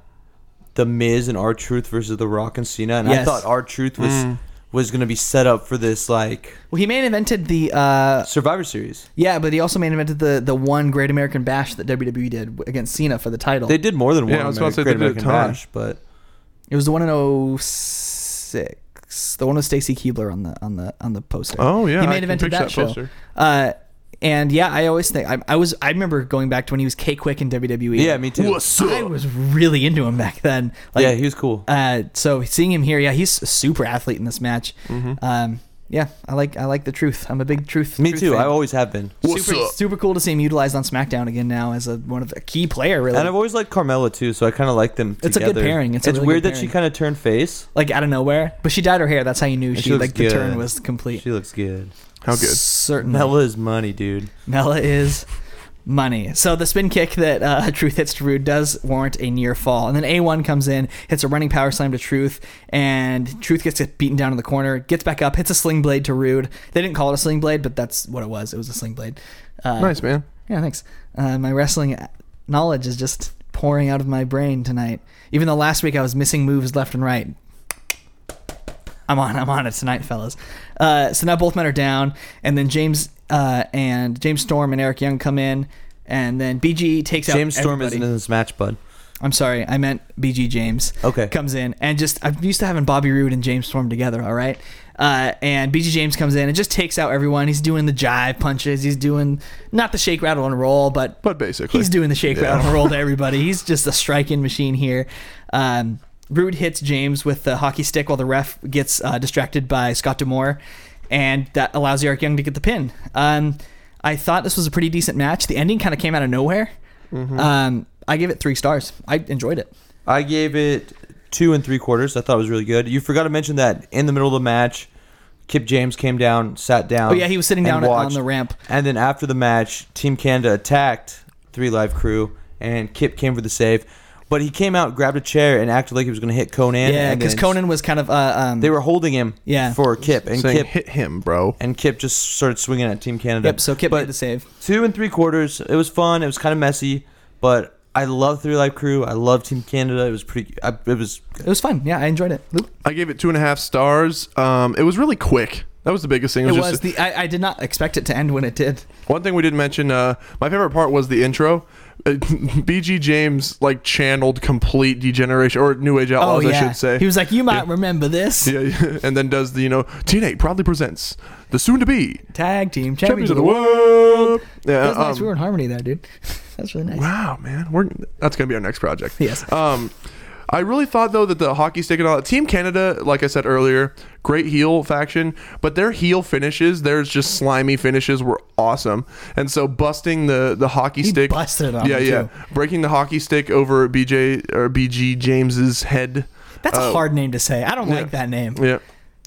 [SPEAKER 2] the Miz and R Truth versus The Rock and Cena? And I
[SPEAKER 1] Yes. Mm.
[SPEAKER 2] thought R Truth was was gonna be set up for this like
[SPEAKER 1] well, he main invented the uh,
[SPEAKER 2] Survivor Series.
[SPEAKER 1] yeah, but he also main invented the the one Great American Bash that WWE did against Cena for the title.
[SPEAKER 2] They did more than one.
[SPEAKER 4] Yeah, I was about to say
[SPEAKER 2] Great
[SPEAKER 4] they did a
[SPEAKER 2] American
[SPEAKER 4] ton.
[SPEAKER 2] Bash, but
[SPEAKER 1] It was the one in 06. The one with Stacy Keebler on the on the on the poster.
[SPEAKER 4] Oh, yeah,
[SPEAKER 1] he
[SPEAKER 4] I
[SPEAKER 1] made
[SPEAKER 4] can
[SPEAKER 1] invented
[SPEAKER 4] picture
[SPEAKER 1] that,
[SPEAKER 4] that
[SPEAKER 1] show.
[SPEAKER 4] poster.
[SPEAKER 1] Uh, and yeah, I always think I, I was I remember going back to when he was K Quick in WWE.
[SPEAKER 2] yeah, me too.
[SPEAKER 4] What's up?
[SPEAKER 1] I was really into him back then. Like,
[SPEAKER 2] yeah, he was cool.
[SPEAKER 4] Mm-hmm.
[SPEAKER 1] Uh, so seeing him here, yeah, he's a super athlete in this match. Um, Yeah, I like I like the truth. I'm a big truth.
[SPEAKER 2] Me
[SPEAKER 1] truth
[SPEAKER 2] too.
[SPEAKER 1] fan.
[SPEAKER 2] I always have been.
[SPEAKER 4] What's
[SPEAKER 1] super
[SPEAKER 4] up?
[SPEAKER 1] super cool to see him utilized on SmackDown again now as a one of the key player really.
[SPEAKER 2] And I've always liked Carmella too, so I kind of like them.
[SPEAKER 1] It's a good
[SPEAKER 2] together.
[SPEAKER 1] pairing. It's a really
[SPEAKER 2] weird
[SPEAKER 1] good
[SPEAKER 2] that she
[SPEAKER 1] pairing.
[SPEAKER 2] kind of turned face.
[SPEAKER 1] like out of nowhere, but she dyed her hair. That's how you knew she,
[SPEAKER 2] she looks
[SPEAKER 1] like the turn
[SPEAKER 2] good.
[SPEAKER 1] was complete.
[SPEAKER 2] She looks (laughs) good.
[SPEAKER 4] How good?
[SPEAKER 1] Certainly.
[SPEAKER 2] Mella is money, dude.
[SPEAKER 1] Mela is money. So the spin kick that uh, (laughs) Truth hits to Rude does warrant a near fall. And then A1 comes in, hits a running power slam to Truth, and Truth gets beaten down in the corner, gets back up, hits a sling blade to Rude. They didn't call it a sling blade, but that's what it was. It was a sling blade. Uh,
[SPEAKER 4] Nice man.
[SPEAKER 1] Yeah, thanks. Uh, my wrestling knowledge is just pouring out of my brain tonight. Even though last week I was missing moves left and right. I'm on. I'm on it tonight, fellas. Uh, so now both men are down, and then James uh, and James Storm and Eric Young come in, and then BG takes out
[SPEAKER 2] James Storm
[SPEAKER 1] everybody.
[SPEAKER 2] isn't in this match, bud.
[SPEAKER 1] I'm sorry, I meant BG James.
[SPEAKER 2] Okay.
[SPEAKER 1] Comes in and just I'm used to having Bobby Roode and James Storm together. All right. Uh, and BG James comes in and just takes out everyone. He's doing the jive punches. He's doing not the shake, rattle, and roll, but
[SPEAKER 4] But basically.
[SPEAKER 1] he's doing the shake, rattle, and
[SPEAKER 4] (laughs)
[SPEAKER 1] roll to everybody. He's just a striking machine here. Um, Roode hits James with the hockey stick while the ref gets uh, distracted by Scott Demore, and that allows Eric Young to get the pin. Um, I thought this was a pretty decent match. The ending kind of came out of nowhere.
[SPEAKER 4] Mm-hmm.
[SPEAKER 1] Um, I give it three stars. I enjoyed it.
[SPEAKER 2] I gave it two and three quarters. I thought it was really good. You forgot to mention that in the middle of the match, Kip James came down, sat down.
[SPEAKER 1] Oh, yeah, he was sitting
[SPEAKER 2] and
[SPEAKER 1] down on
[SPEAKER 2] watched.
[SPEAKER 1] the ramp.
[SPEAKER 2] And then after the match, Team Canada attacked Three Live Crew, and Kip came for the save. But he came out, grabbed a chair, and acted like he was going to hit Conan.
[SPEAKER 1] Yeah,
[SPEAKER 2] and
[SPEAKER 1] because
[SPEAKER 2] then
[SPEAKER 1] Conan was kind of uh, um,
[SPEAKER 2] They were holding him
[SPEAKER 1] Yeah.
[SPEAKER 2] for Kip, and
[SPEAKER 4] saying
[SPEAKER 2] Kip
[SPEAKER 4] hit him, bro.
[SPEAKER 2] and Kip just started swinging at Team Canada.
[SPEAKER 1] Yep, so Kip
[SPEAKER 2] but
[SPEAKER 1] made the save.
[SPEAKER 2] Two and three quarters. It was fun. It was kind of messy, but I love Three Live Crew. I love Team Canada. It was pretty. I, it was.
[SPEAKER 1] It was fun. Yeah, I enjoyed it. Luke?
[SPEAKER 4] I gave it two and a half stars. Um, it was really quick. That was the biggest thing. It
[SPEAKER 1] It
[SPEAKER 4] was,
[SPEAKER 1] was,
[SPEAKER 4] just
[SPEAKER 1] the I, I did not expect it to end when it did.
[SPEAKER 4] One thing we didn't mention, uh, my favorite part was the intro. Uh, (laughs) BG James like channeled complete degeneration or New Age
[SPEAKER 1] Oh
[SPEAKER 4] Outlaws,
[SPEAKER 1] yeah,
[SPEAKER 4] I should say.
[SPEAKER 1] he was like, you might remember this
[SPEAKER 4] (laughs) yeah, yeah, and then does the you know TNA proudly presents the soon to be
[SPEAKER 1] tag team
[SPEAKER 4] champions of the
[SPEAKER 1] world.
[SPEAKER 4] world.
[SPEAKER 2] Uh,
[SPEAKER 4] Yeah,
[SPEAKER 1] That was nice.
[SPEAKER 4] um,
[SPEAKER 1] We were in harmony there, dude. (laughs) That's really nice.
[SPEAKER 4] wow, man, we're that's gonna be our next project.
[SPEAKER 1] Yes.
[SPEAKER 4] Um, I really thought though that the hockey stick and all that Team Canada, like I said earlier, great heel faction, but their heel finishes, there's just slimy finishes were awesome, and so busting the the hockey
[SPEAKER 1] He
[SPEAKER 4] stick,
[SPEAKER 1] busted it on
[SPEAKER 4] yeah,
[SPEAKER 1] him,
[SPEAKER 4] yeah,
[SPEAKER 1] too.
[SPEAKER 4] breaking the hockey stick over BJ or BG James's head.
[SPEAKER 1] That's a
[SPEAKER 2] Uh,
[SPEAKER 4] Oh.
[SPEAKER 1] hard name to say. I don't like that name.
[SPEAKER 4] Yeah,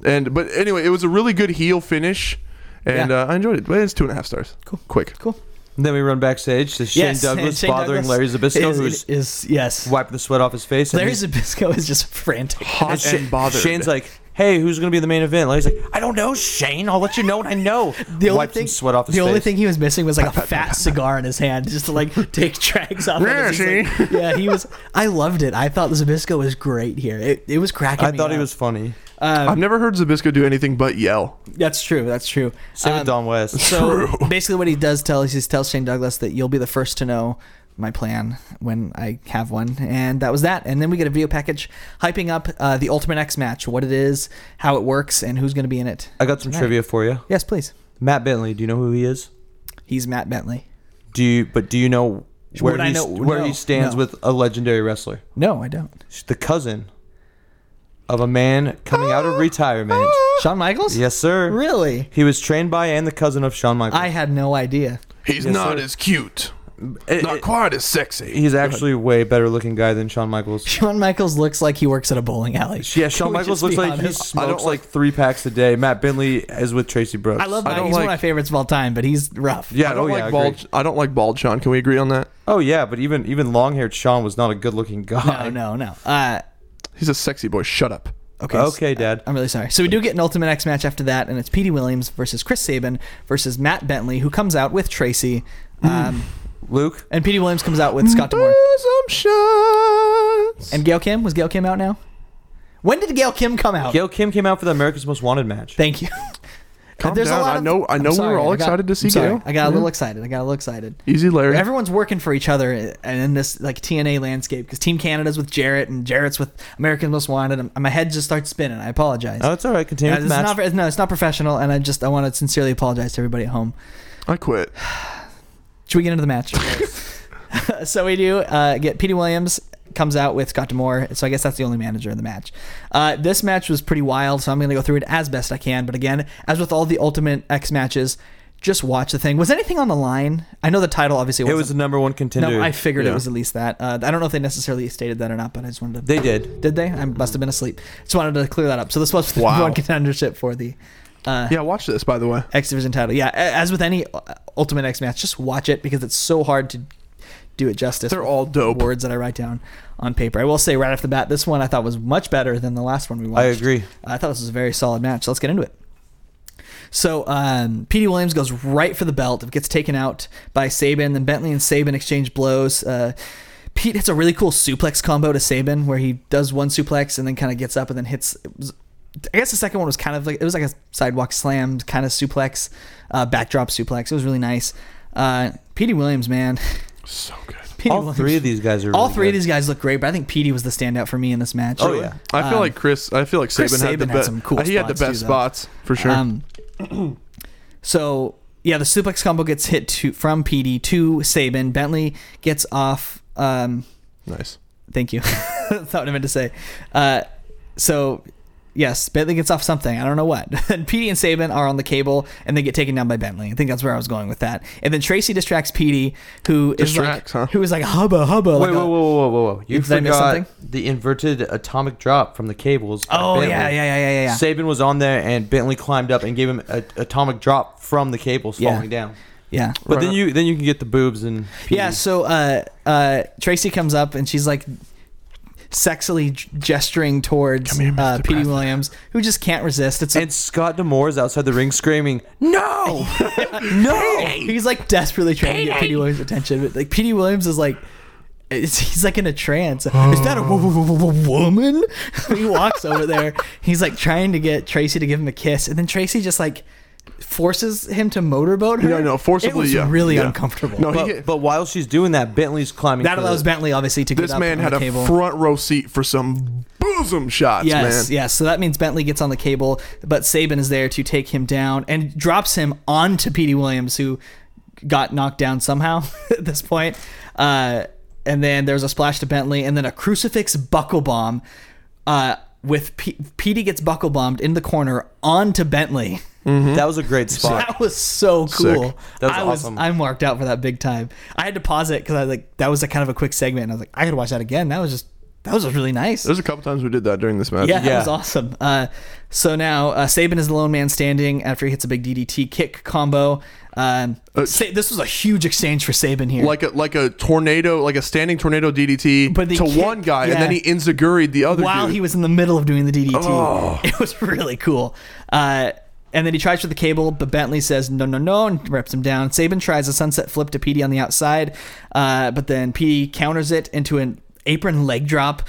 [SPEAKER 4] and but anyway, it was a really good heel finish, and
[SPEAKER 1] Yeah.
[SPEAKER 4] uh, I enjoyed it. But it's two and a half stars. Cool, quick.
[SPEAKER 1] Cool.
[SPEAKER 2] Then we run backstage to Shane
[SPEAKER 1] yes, (laughs) and
[SPEAKER 2] Douglas
[SPEAKER 1] Shane
[SPEAKER 2] bothering
[SPEAKER 1] Douglas
[SPEAKER 2] Larry Zabisco,
[SPEAKER 1] is,
[SPEAKER 2] who's
[SPEAKER 1] is yes.
[SPEAKER 2] wiping the sweat off his face. and
[SPEAKER 1] Larry
[SPEAKER 2] he's-
[SPEAKER 1] Zabisco is just (laughs) frantic.
[SPEAKER 4] Hot
[SPEAKER 2] Sha-
[SPEAKER 4] and bothered.
[SPEAKER 2] Shane's like, "Hey, who's gonna be in the main event?" Larry's like, "I don't know, Shane. I'll let you know when I know."
[SPEAKER 1] (laughs) The only
[SPEAKER 2] Wipes
[SPEAKER 1] thing,
[SPEAKER 2] some sweat off his
[SPEAKER 1] the only
[SPEAKER 2] face.
[SPEAKER 1] thing he was missing was like a fat cigar in his hand, just to
[SPEAKER 2] (laughs)
[SPEAKER 1] like take drags off. of
[SPEAKER 4] Yeah,
[SPEAKER 1] it. He's like- (laughs) yeah, he was. I loved it. I thought Zabisco was great here. It, it was cracking.
[SPEAKER 2] I
[SPEAKER 1] me
[SPEAKER 2] thought he
[SPEAKER 1] up.
[SPEAKER 2] was funny.
[SPEAKER 4] I've never heard Zabisco do anything but yell.
[SPEAKER 1] That's true. That's true.
[SPEAKER 2] Same with
[SPEAKER 1] Um,
[SPEAKER 2] Don West.
[SPEAKER 1] So basically, what he does tell is he tells Shane Douglas that you'll be the first to know my plan when I have one, and that was that. And then we get a video package hyping up uh, the Ultimate X match, what it is, how it works, and who's going to be in it.
[SPEAKER 2] (laughs) I got some
[SPEAKER 1] Tonight.
[SPEAKER 2] trivia for you.
[SPEAKER 1] Yes, please.
[SPEAKER 2] Matt Bentley. Do you know who he is?
[SPEAKER 1] He's Matt Bentley.
[SPEAKER 2] Do you? But do you know where
[SPEAKER 1] Would I
[SPEAKER 2] he,
[SPEAKER 1] know?
[SPEAKER 2] where
[SPEAKER 1] No,
[SPEAKER 2] he stands
[SPEAKER 1] no.
[SPEAKER 2] with a legendary wrestler?
[SPEAKER 1] No, I don't.
[SPEAKER 2] He's the cousin of a man coming out of retirement.
[SPEAKER 1] Shawn Michaels?
[SPEAKER 2] Yes, sir.
[SPEAKER 1] Really?
[SPEAKER 2] He was trained by and the cousin of Shawn Michaels.
[SPEAKER 1] I had no idea.
[SPEAKER 3] He's
[SPEAKER 2] Yes,
[SPEAKER 3] not
[SPEAKER 2] sir.
[SPEAKER 3] as cute,
[SPEAKER 2] It-
[SPEAKER 3] not
[SPEAKER 2] it-
[SPEAKER 3] quite as sexy.
[SPEAKER 2] he's actually a way better looking guy than Shawn Michaels.
[SPEAKER 1] Shawn Michaels looks like he works at a bowling alley.
[SPEAKER 2] Yeah,
[SPEAKER 1] Can
[SPEAKER 2] Shawn
[SPEAKER 1] we
[SPEAKER 2] Michaels
[SPEAKER 1] just
[SPEAKER 2] looks
[SPEAKER 1] be
[SPEAKER 2] like he
[SPEAKER 1] honest?
[SPEAKER 4] I don't
[SPEAKER 2] smokes
[SPEAKER 4] like-
[SPEAKER 2] like three packs a day. Matt Bentley is with Tracy Brooks.
[SPEAKER 1] I love
[SPEAKER 4] I
[SPEAKER 1] Matt.
[SPEAKER 4] don't
[SPEAKER 1] He's one of my
[SPEAKER 4] like-
[SPEAKER 1] favorites of all time, but he's rough.
[SPEAKER 2] Yeah,
[SPEAKER 4] I don't
[SPEAKER 2] oh,
[SPEAKER 4] like
[SPEAKER 2] yeah, I agree.
[SPEAKER 4] bald. I don't like bald Sean. Can we agree on that?
[SPEAKER 2] Oh yeah, but even even long haired Sean was not a good looking guy.
[SPEAKER 1] No, no, no. Uh,
[SPEAKER 4] He's a sexy boy. Shut up.
[SPEAKER 1] okay.
[SPEAKER 2] Okay, Dad.
[SPEAKER 1] I'm really sorry. So we do get an Ultimate X match after that, and it's Petey Williams versus Chris Sabin versus Matt Bentley, who comes out with Tracy, um,
[SPEAKER 2] Luke,
[SPEAKER 1] and Petey Williams comes out with Scott Demore
[SPEAKER 4] Assumptions.
[SPEAKER 1] and Gail Kim. Was Gail Kim out now? When did Gail Kim come out?
[SPEAKER 2] Gail Kim came out for the America's Most Wanted match.
[SPEAKER 1] Thank you.
[SPEAKER 4] (laughs) Calm
[SPEAKER 1] There's a
[SPEAKER 4] down.
[SPEAKER 1] lot
[SPEAKER 4] I
[SPEAKER 1] of-
[SPEAKER 4] know. I
[SPEAKER 1] I'm
[SPEAKER 4] know we
[SPEAKER 1] sorry,
[SPEAKER 4] were all
[SPEAKER 1] I got-
[SPEAKER 4] excited to see
[SPEAKER 1] I'm sorry.
[SPEAKER 4] Gail.
[SPEAKER 1] I got a little excited. I got a little excited.
[SPEAKER 4] Easy, Larry.
[SPEAKER 1] Everyone's working for each other and in this like TNA landscape because Team Canada's with Jarrett and Jarrett's with American Most Wanted. And my head just starts spinning. I apologize.
[SPEAKER 2] Oh, it's all right. Continue
[SPEAKER 1] Uh,
[SPEAKER 2] with
[SPEAKER 1] it's
[SPEAKER 2] the match.
[SPEAKER 1] not, no, it's not professional, and I just I want to sincerely apologize to everybody at home.
[SPEAKER 4] I quit.
[SPEAKER 2] (laughs)
[SPEAKER 1] Should we get into the match? so we do uh, get Petey Williams comes out with Scott Demore. So I guess that's the only manager in the match. Uh, this match was pretty wild, so I'm going to go through it as best I can. But again, as with all the Ultimate X matches, just watch the thing. Was anything on the line? I know the title obviously
[SPEAKER 2] It
[SPEAKER 1] wasn't.
[SPEAKER 2] was the number one contender.
[SPEAKER 1] No, I figured it
[SPEAKER 4] Yeah.
[SPEAKER 1] was at least that. Uh, I don't know if they necessarily stated that or not, but I just wanted to.
[SPEAKER 2] they
[SPEAKER 1] (laughs)
[SPEAKER 2] did.
[SPEAKER 1] did they? I must have been asleep. Just wanted to clear that up. So this was the
[SPEAKER 4] Wow.
[SPEAKER 1] (laughs) one contendership for the Uh.
[SPEAKER 4] Yeah, watch this by the way.
[SPEAKER 1] X Division title. Yeah, a- as with any uh, Ultimate X match, just watch it because it's so hard to do it justice.
[SPEAKER 4] They're
[SPEAKER 1] with
[SPEAKER 4] all dope.
[SPEAKER 1] Words that I write down on paper. I will say right off the bat, this one I thought was much better than the last one we watched.
[SPEAKER 2] I agree.
[SPEAKER 1] I thought this was a very solid match. So let's get into it. So um, PD Williams goes right for the belt. It gets taken out by Sabin. Then Bentley and Sabin exchange blows. Uh, Pete hits a really cool suplex combo to Sabin, where he does one suplex and then kind of gets up and then hits. It was, I guess the second one was kind of like it was like a sidewalk slam kind of suplex, uh, backdrop suplex. It was really nice. Uh, Petey Williams, man. (laughs)
[SPEAKER 4] So good.
[SPEAKER 1] Petey
[SPEAKER 2] All
[SPEAKER 1] Williams.
[SPEAKER 2] three of these guys are.
[SPEAKER 1] all
[SPEAKER 2] really
[SPEAKER 1] three of
[SPEAKER 2] good.
[SPEAKER 1] these guys look great, but I think Petey was the standout for me in this match.
[SPEAKER 2] Oh, yeah.
[SPEAKER 4] I feel like Chris. I feel like Saban
[SPEAKER 1] Um, Chris
[SPEAKER 4] had the
[SPEAKER 1] Saban had
[SPEAKER 4] best.
[SPEAKER 1] some cool
[SPEAKER 4] he had the
[SPEAKER 1] spots, too,
[SPEAKER 4] best
[SPEAKER 1] though.
[SPEAKER 4] spots for sure.
[SPEAKER 1] Um, (clears throat) so yeah, the suplex combo gets hit to from PD to Sabin. Bentley gets off. Um,
[SPEAKER 4] nice.
[SPEAKER 1] thank you. (laughs) That's not what I meant to say. Uh, so yes, Bentley gets off something. I don't know what. (laughs) and PD and Sabin are on the cable, and they get taken down by Bentley. I think that's where I was going with that. And then Tracy distracts PD, who is
[SPEAKER 4] Distracts,
[SPEAKER 1] like
[SPEAKER 4] huh?
[SPEAKER 1] who is like hubba hubba.
[SPEAKER 2] Wait,
[SPEAKER 1] like a-
[SPEAKER 2] whoa, whoa, whoa, whoa, whoa! whoa. You
[SPEAKER 1] Did I miss
[SPEAKER 2] forgot
[SPEAKER 1] something?
[SPEAKER 2] the inverted atomic drop from the cables. by
[SPEAKER 1] Oh,
[SPEAKER 2] Bentley.
[SPEAKER 1] yeah, yeah, yeah, yeah, yeah.
[SPEAKER 2] Saban was on there, and Bentley climbed up and gave him an atomic drop from the cables
[SPEAKER 1] Yeah.
[SPEAKER 2] falling down.
[SPEAKER 1] Yeah.
[SPEAKER 2] But then you then you can get the boobs and pee.
[SPEAKER 1] Yeah, so uh, uh, Tracy comes up and she's like sexily g- gesturing towards
[SPEAKER 4] Come here,
[SPEAKER 1] uh,
[SPEAKER 4] Mr.
[SPEAKER 1] Petey Williams, who just can't resist. It's
[SPEAKER 2] and Scott Demore is outside the ring screaming, "No, no!"
[SPEAKER 1] he's like desperately trying to get Petey Williams' attention, but like Petey Williams is like. It's, he's like in a trance. Is that a wo- wo- wo- wo- wo- woman? (laughs) he walks over there. He's like trying to get Tracy to give him a kiss, and then Tracy just like forces him to motorboat her.
[SPEAKER 4] Yeah, no, forcibly.
[SPEAKER 1] It was
[SPEAKER 4] yeah,
[SPEAKER 1] really
[SPEAKER 4] yeah.
[SPEAKER 1] uncomfortable.
[SPEAKER 4] No, he,
[SPEAKER 2] But, but while she's doing that, Bentley's climbing.
[SPEAKER 1] that
[SPEAKER 2] for
[SPEAKER 1] allows
[SPEAKER 2] the-
[SPEAKER 1] Bentley obviously to get
[SPEAKER 4] this
[SPEAKER 1] up
[SPEAKER 4] man
[SPEAKER 1] on
[SPEAKER 4] had
[SPEAKER 1] the
[SPEAKER 4] a
[SPEAKER 1] cable.
[SPEAKER 4] front row seat for some bosom shots,
[SPEAKER 1] Yes,
[SPEAKER 4] man.
[SPEAKER 1] yes. So that means Bentley gets on the cable, but Saban is there to take him down and drops him onto Petey Williams, who got knocked down somehow (laughs) at this point. Uh, and then there's a splash to Bentley, and then a crucifix buckle bomb. Uh, with P- Petey gets buckle bombed in the corner onto Bentley. (laughs)
[SPEAKER 2] That was a great spot.
[SPEAKER 1] That was so cool.
[SPEAKER 2] That was
[SPEAKER 1] I
[SPEAKER 2] awesome.
[SPEAKER 1] I marked out for that big time. I had to pause it because I was like that was a kind of a quick segment, and I was like I could watch that again. That was just that was really nice.
[SPEAKER 4] There's a couple times we did that during this match.
[SPEAKER 1] Yeah, that
[SPEAKER 2] Yeah.
[SPEAKER 1] was awesome. Uh, so now uh, Saban is the lone man standing after he hits a big DDT kick combo. Um, Sa- this was a huge exchange for Saban here.
[SPEAKER 4] Like a like a tornado, like a standing tornado DDT
[SPEAKER 1] But they
[SPEAKER 4] to
[SPEAKER 1] kicked-
[SPEAKER 4] one guy,
[SPEAKER 1] yeah.
[SPEAKER 4] and then he inzaguried the other
[SPEAKER 1] while
[SPEAKER 4] dude. Oh.
[SPEAKER 1] he was in the middle of doing the DDT, (laughs) it was really cool. Uh, and then he tries for the cable, but Bentley says no, no, no, and reps him down. Saban tries a sunset flip to PD on the outside, uh, but then PD counters it into an apron leg drop.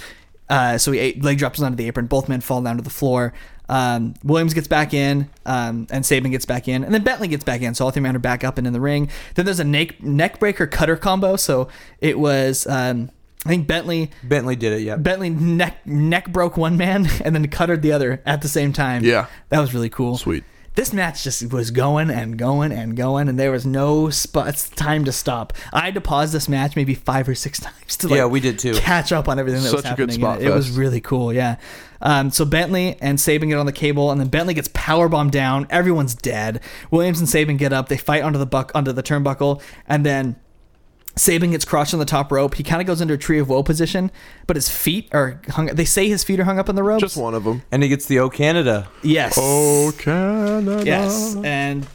[SPEAKER 1] Uh, so he a- leg drops onto the apron. Both men fall down to the floor. Um, Williams gets back in, um, and Saban gets back in, and then Bentley gets back in. So all three men are back up and in the ring. Then there's a neck neck breaker cutter combo. So it was, um, I think Bentley
[SPEAKER 2] Bentley did it. Yeah.
[SPEAKER 1] Bentley neck neck broke one man (laughs) and then cuttered the other at the same time.
[SPEAKER 4] Yeah.
[SPEAKER 1] that was really cool.
[SPEAKER 4] Sweet.
[SPEAKER 1] This match just was going and going and going, and there was no spots time to stop. I had to pause this match maybe five or six (laughs) times to like
[SPEAKER 2] Yeah, we did too.
[SPEAKER 1] catch up on everything that was
[SPEAKER 4] Such a
[SPEAKER 1] happening.
[SPEAKER 4] good spot
[SPEAKER 1] in it. it was
[SPEAKER 4] fest.
[SPEAKER 1] really cool. Yeah. Um, so Bentley and Saban get on the cable, and then Bentley gets power bombed down. Everyone's dead. Williams and Saban get up. They fight onto the buck onto the turnbuckle, and then Saban gets crotched on the top rope. He kind of goes into a tree of woe position, but his feet are hung. They say his feet are hung up on the ropes.
[SPEAKER 4] Just one of them.
[SPEAKER 2] and he gets the O Canada.
[SPEAKER 1] Yes.
[SPEAKER 4] Oh Canada.
[SPEAKER 1] Yes, and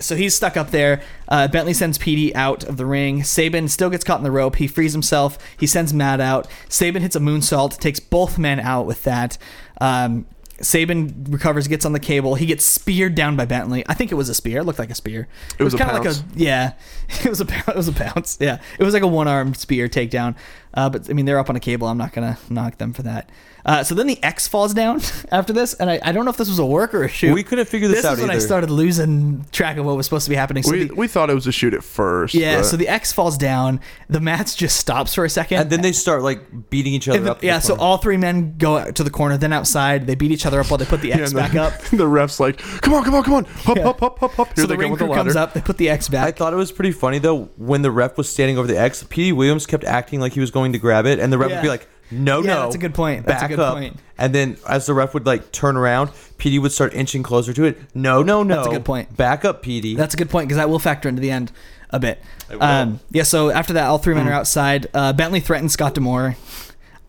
[SPEAKER 1] so he's stuck up there. Uh, Bentley sends PD out of the ring. Saban still gets caught in the rope. He frees himself. He sends Matt out. Saban hits a moonsault, takes both men out with that. Um, Saban recovers, gets on the cable. He gets speared down by Bentley. I think it was a spear. It looked like a spear. It,
[SPEAKER 4] was a
[SPEAKER 1] kinda
[SPEAKER 4] pounce.
[SPEAKER 1] like a yeah. (laughs) It was a poun- it was a bounce. Yeah, it was like a one armed spear takedown. Uh, but I mean, they're up on a cable. I'm not gonna knock them for that. Uh, so then the X falls down (laughs) after this, and I, I don't know if this was a work or a shoot.
[SPEAKER 2] We couldn't figure this
[SPEAKER 1] This
[SPEAKER 2] out
[SPEAKER 1] is when I
[SPEAKER 2] either.
[SPEAKER 1] started losing track of what was supposed to be happening. So
[SPEAKER 4] We,
[SPEAKER 1] the,
[SPEAKER 4] we thought it was a shoot at first.
[SPEAKER 1] yeah,
[SPEAKER 4] but-
[SPEAKER 1] so the X falls down. The match just stops for a second.
[SPEAKER 2] And then they start like beating each other
[SPEAKER 1] And then-
[SPEAKER 2] up. in the
[SPEAKER 1] yeah, so
[SPEAKER 2] corner.
[SPEAKER 1] all three men go out to the corner, then outside. They beat each other up while they
[SPEAKER 2] (laughs)
[SPEAKER 1] put the X
[SPEAKER 4] and the-
[SPEAKER 1] back up.
[SPEAKER 4] (laughs) the ref's like, come on, come on, come on. Hop, hop, hop, hop, hop. Here
[SPEAKER 1] so
[SPEAKER 4] they
[SPEAKER 1] the
[SPEAKER 4] come
[SPEAKER 1] ring
[SPEAKER 4] with the
[SPEAKER 1] crew
[SPEAKER 4] ladder.
[SPEAKER 1] comes up. They put the X
[SPEAKER 2] I
[SPEAKER 1] back.
[SPEAKER 2] thought it was pretty funny though when the ref was standing over the X. P. D. Williams kept acting like he was going going to grab it, and the ref
[SPEAKER 1] Yeah.
[SPEAKER 2] would be like, "No,
[SPEAKER 1] Yeah,
[SPEAKER 2] no,
[SPEAKER 1] that's a good point. That's a
[SPEAKER 2] back
[SPEAKER 1] good
[SPEAKER 2] up."
[SPEAKER 1] point.
[SPEAKER 2] And then as the ref would like turn around, PD would start inching closer to it. No, no, no.
[SPEAKER 1] That's a good point.
[SPEAKER 2] Back up, PD.
[SPEAKER 1] That's a good point because that will factor into the end a bit. Um, yeah, so after that, all
[SPEAKER 2] Hmm.
[SPEAKER 1] three men are outside. Uh, Bentley threatens Scott Demore.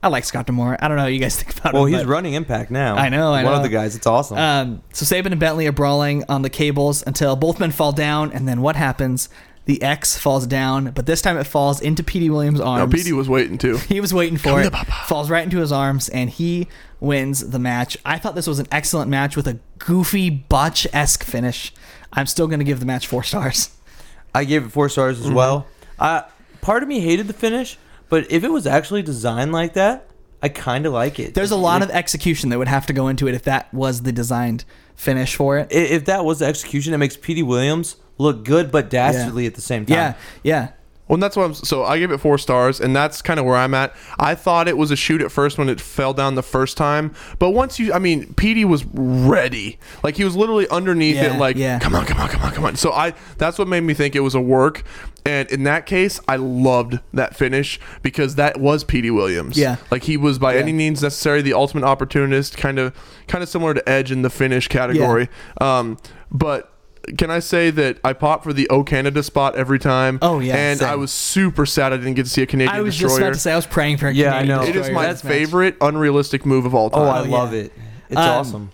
[SPEAKER 1] I like Scott Demore. I don't know what you guys think about
[SPEAKER 2] well,
[SPEAKER 1] him.
[SPEAKER 2] he's
[SPEAKER 1] but-
[SPEAKER 2] running Impact now.
[SPEAKER 1] I know, I
[SPEAKER 2] One
[SPEAKER 1] know.
[SPEAKER 2] of the guys. It's awesome.
[SPEAKER 1] Um, so Saban and Bentley are brawling on the cables until both men fall down, and then what happens? The X falls down, but this time it falls into Petey Williams'
[SPEAKER 4] Now,
[SPEAKER 1] arms.
[SPEAKER 4] PD was waiting too.
[SPEAKER 1] He was waiting for it. Falls right into his arms, and he wins the match. I thought this was an excellent match with a goofy botch esque finish. I'm still going to give the match four stars. (laughs)
[SPEAKER 2] I gave it four stars
[SPEAKER 1] mm-hmm.
[SPEAKER 2] as well. Uh, part of me hated the finish, but if it was actually designed like that, I kind of like it.
[SPEAKER 1] There's a lot of execution that would have to go into it if that was the designed finish for it.
[SPEAKER 2] I- if that was the execution, it makes Petey Williams look good but dastardly at the same time.
[SPEAKER 1] Yeah, yeah.
[SPEAKER 4] Well, and that's what I'm. So I gave it four stars, and that's kind of where I'm at. I thought it was a shoot at first when it fell down the first time, but once you, I mean, Petey was ready. Like he was literally underneath
[SPEAKER 1] Yeah,
[SPEAKER 4] it. Like,
[SPEAKER 1] yeah.
[SPEAKER 4] come on, come on, come on, come on. So I, that's what made me think it was a work. And in that case, I loved that finish because that was Petey Williams.
[SPEAKER 1] Yeah.
[SPEAKER 4] like he was by any means necessary the ultimate opportunist, kind of, kind of similar to Edge in the finish category. Um, but. Can I say that I pop for the O Canada spot every time?
[SPEAKER 1] Oh, yeah,
[SPEAKER 4] and
[SPEAKER 1] same.
[SPEAKER 4] I was super sad I didn't get to see a Canadian
[SPEAKER 1] I was
[SPEAKER 4] destroyer.
[SPEAKER 1] just about to say I was praying for a
[SPEAKER 2] Yeah, I
[SPEAKER 1] Canadian
[SPEAKER 2] know.
[SPEAKER 4] it is
[SPEAKER 1] Destroyer
[SPEAKER 4] my
[SPEAKER 1] in this match.
[SPEAKER 4] favorite unrealistic move of all time.
[SPEAKER 2] Oh, I
[SPEAKER 1] Oh,
[SPEAKER 2] love
[SPEAKER 1] yeah.
[SPEAKER 2] it. It's
[SPEAKER 1] Um,
[SPEAKER 2] awesome.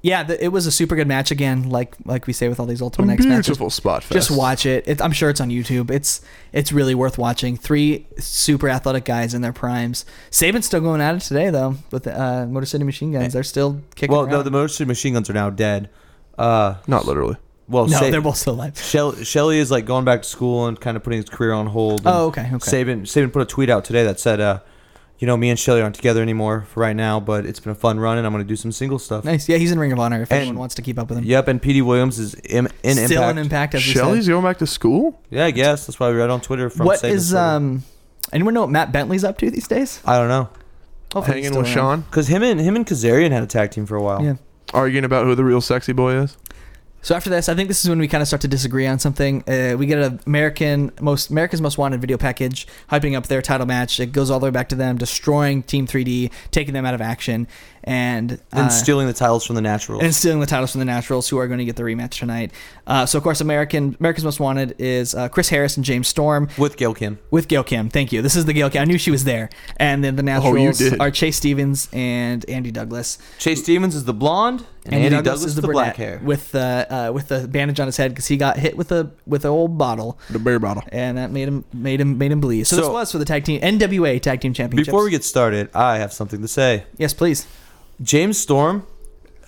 [SPEAKER 1] Yeah, th- it was a super good match again. Like like we say with all these Ultimate X matches,
[SPEAKER 4] beautiful spot. Fest.
[SPEAKER 1] just watch it. it. I'm sure it's on YouTube. It's it's really worth watching. Three super athletic guys in their primes. Saban's still going at it today though with uh, Motor City Machine Guns. They're still kicking.
[SPEAKER 2] Well, no,
[SPEAKER 1] around.
[SPEAKER 2] the Motor City Machine Guns are now dead. Uh,
[SPEAKER 4] Not literally.
[SPEAKER 2] well,
[SPEAKER 1] no,
[SPEAKER 2] Sa-
[SPEAKER 1] they're both still alive.
[SPEAKER 2] Shell- Shelly is like going back to school and kind of putting his career on hold. and
[SPEAKER 1] Oh, okay, okay.
[SPEAKER 2] Saban Saban put a tweet out today that said, uh, "You know, me and Shelly aren't together anymore for right now, but it's been a fun run, and I'm going to do some single stuff."
[SPEAKER 1] Nice. Yeah, he's in Ring of Honor. If
[SPEAKER 2] And-
[SPEAKER 1] anyone wants to keep up with him,
[SPEAKER 2] Yep, and PD Williams is in, in
[SPEAKER 1] still
[SPEAKER 2] impact.
[SPEAKER 1] an impact. As we said.
[SPEAKER 4] Shelly's going back to school.
[SPEAKER 2] Yeah, I guess that's why we read on Twitter from
[SPEAKER 1] What
[SPEAKER 2] Saban's
[SPEAKER 1] is
[SPEAKER 2] Twitter.
[SPEAKER 1] um? Anyone know what Matt Bentley's up to these days?
[SPEAKER 2] I don't know,
[SPEAKER 1] Hopefully he's
[SPEAKER 4] Hanging
[SPEAKER 1] still
[SPEAKER 4] with
[SPEAKER 1] around.
[SPEAKER 4] Sean,
[SPEAKER 2] because him and him and Kazarian had a tag team for a while.
[SPEAKER 1] Yeah.
[SPEAKER 4] arguing about who the real sexy boy is.
[SPEAKER 1] So after this, I think this is when we kind of start to disagree on something. Uh, we get an American most America's Most Wanted video package hyping up their title match. It goes all the way back to them destroying Team 3D, taking them out of action, and
[SPEAKER 2] and
[SPEAKER 1] uh,
[SPEAKER 2] stealing the titles from the Naturals.
[SPEAKER 1] and stealing the titles from the Naturals, who are going to get the rematch tonight. Uh, so of course, American America's Most Wanted is uh, Chris Harris and James Storm
[SPEAKER 2] with Gail Kim.
[SPEAKER 1] with Gail Kim. Thank you. This is the Gail Kim. I knew she was there. And then the
[SPEAKER 4] Oh, you
[SPEAKER 1] Naturals
[SPEAKER 4] did.
[SPEAKER 1] are Chase Stevens and Andy Douglas.
[SPEAKER 2] Chase Stevens is the blonde, and Andy, Douglas, is the,
[SPEAKER 1] brunette
[SPEAKER 2] black hair.
[SPEAKER 1] with the uh, with the bandage on his head because he got hit with a with an old bottle.
[SPEAKER 4] The beer bottle.
[SPEAKER 1] and that made him made him made him bleed. So, this
[SPEAKER 2] So-
[SPEAKER 1] was for the tag team NWA tag team championships.
[SPEAKER 2] Before we get started, I have something to say.
[SPEAKER 1] yes, please.
[SPEAKER 2] James Storm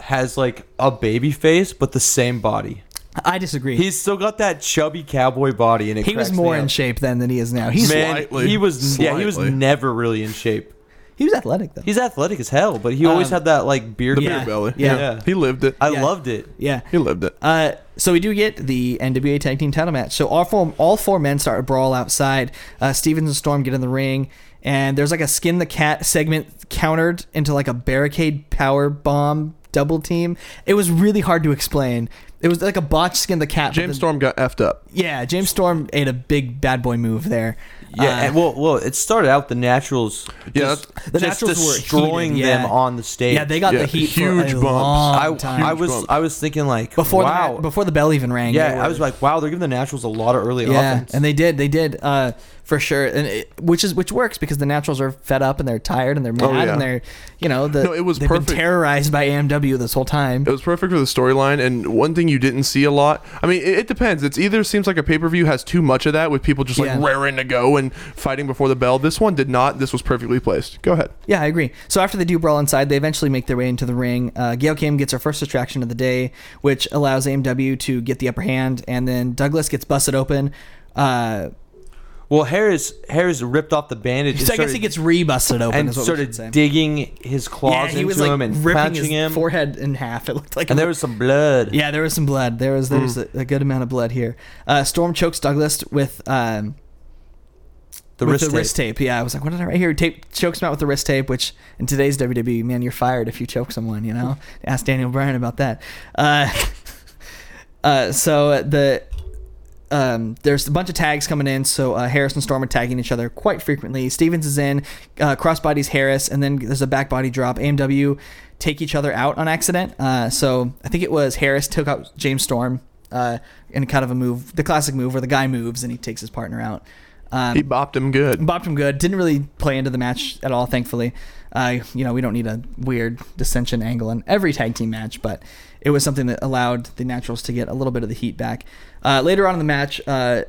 [SPEAKER 2] has like a baby face, but the same body.
[SPEAKER 1] I disagree.
[SPEAKER 2] He's still got that chubby cowboy body, and it
[SPEAKER 1] he was
[SPEAKER 2] cracks me
[SPEAKER 1] more
[SPEAKER 2] up.
[SPEAKER 1] in shape then than he is now. He's
[SPEAKER 2] Man,
[SPEAKER 4] Slightly.
[SPEAKER 2] he was yeah, he was
[SPEAKER 4] Slightly.
[SPEAKER 2] never really in shape.
[SPEAKER 1] he was athletic though.
[SPEAKER 2] He's athletic as hell, but he always
[SPEAKER 1] Um,
[SPEAKER 2] had that like beard.
[SPEAKER 1] yeah.
[SPEAKER 4] Beer belly.
[SPEAKER 1] Yeah.
[SPEAKER 4] He lived it.
[SPEAKER 2] I
[SPEAKER 1] Yeah.
[SPEAKER 2] loved it.
[SPEAKER 1] yeah.
[SPEAKER 4] he lived it.
[SPEAKER 1] Uh, so we do get the NWA tag team title match. So all four all four men start a brawl outside. Uh, Stevens and Storm get in the ring, and there's like a skin the cat segment countered into like a barricade power bomb double team. It was really hard to explain. It was like a botched skin the cat. but
[SPEAKER 4] James
[SPEAKER 1] the-
[SPEAKER 4] Storm got effed up.
[SPEAKER 1] Yeah, James Storm ate a big bad boy move there.
[SPEAKER 2] Yeah,
[SPEAKER 1] Uh,
[SPEAKER 2] and, well, well, it started out the Naturals.
[SPEAKER 4] Yeah,
[SPEAKER 2] just,
[SPEAKER 1] The
[SPEAKER 2] just
[SPEAKER 1] Naturals were
[SPEAKER 2] destroying
[SPEAKER 1] heated,
[SPEAKER 2] them
[SPEAKER 1] yeah.
[SPEAKER 2] on the stage.
[SPEAKER 1] Yeah, they got
[SPEAKER 4] Yeah,
[SPEAKER 1] the heat
[SPEAKER 4] huge
[SPEAKER 1] for a
[SPEAKER 4] bumps.
[SPEAKER 1] long
[SPEAKER 2] I,
[SPEAKER 1] time.
[SPEAKER 2] I was
[SPEAKER 4] bump.
[SPEAKER 2] I was thinking like
[SPEAKER 1] before
[SPEAKER 2] wow
[SPEAKER 1] the before the bell even rang. they
[SPEAKER 2] yeah
[SPEAKER 1] were-
[SPEAKER 2] I was like wow they're giving the Naturals a lot of early
[SPEAKER 1] yeah,
[SPEAKER 2] offense.
[SPEAKER 1] and they did, they did uh, for sure, and it, which is which works because the Naturals are fed up and they're tired and they're mad
[SPEAKER 4] Oh, yeah.
[SPEAKER 1] and they're you know the
[SPEAKER 4] No, it was
[SPEAKER 1] they've been
[SPEAKER 4] perfect.
[SPEAKER 1] terrorized by AMW this whole time.
[SPEAKER 4] It was perfect for the storyline, and one thing you didn't see a lot. I mean, it, it depends. It's either seems like a pay per view has too much of that with people just like
[SPEAKER 1] Yeah.
[SPEAKER 4] raring to go and fighting before the bell. This one did not. This was perfectly placed. Go ahead.
[SPEAKER 1] Yeah, I agree. So after they do brawl inside, they eventually make their way into the ring. Uh, Gail Kim gets her first distraction of the day, which allows AMW to get the upper hand, and then Douglas gets busted open. Uh,
[SPEAKER 2] well Harris Harris ripped off the bandage. and
[SPEAKER 1] so I guess he
[SPEAKER 2] started-
[SPEAKER 1] gets re-busted open.
[SPEAKER 2] and
[SPEAKER 1] is what we should say.
[SPEAKER 2] started digging his claws
[SPEAKER 1] yeah,
[SPEAKER 2] into
[SPEAKER 1] he was like
[SPEAKER 2] him and
[SPEAKER 1] ripping his
[SPEAKER 2] punching him.
[SPEAKER 1] forehead in half. It looked like,
[SPEAKER 2] And there was some blood.
[SPEAKER 1] yeah, there was some blood. There was there was a, a good amount of blood here. Uh, Storm chokes Douglas with um
[SPEAKER 2] the
[SPEAKER 1] with
[SPEAKER 2] wrist,
[SPEAKER 1] the wrist tape. Yeah, I was like, what did I write here? Tape chokes him out with the wrist tape. Which in today's WWE, man, you're fired if you choke someone. You know, (laughs) ask Daniel Bryan about that. Uh, uh, so uh, the um, there's a bunch of tags coming in, so uh, Harris and Storm are tagging each other quite frequently. Stevens is in, uh, crossbody's Harris, and then there's a back body drop. AMW take each other out on accident. Uh, so I think it was Harris took out James Storm uh, in kind of a move, the classic move where the guy moves and he takes his partner out. Um,
[SPEAKER 4] He bopped him good.
[SPEAKER 1] bopped him good. Didn't really play into the match at all, thankfully. Uh, you know, we don't need a weird dissension angle in every tag team match, but it was something that allowed the Naturals to get a little bit of the heat back. Uh, later on in the match, uh,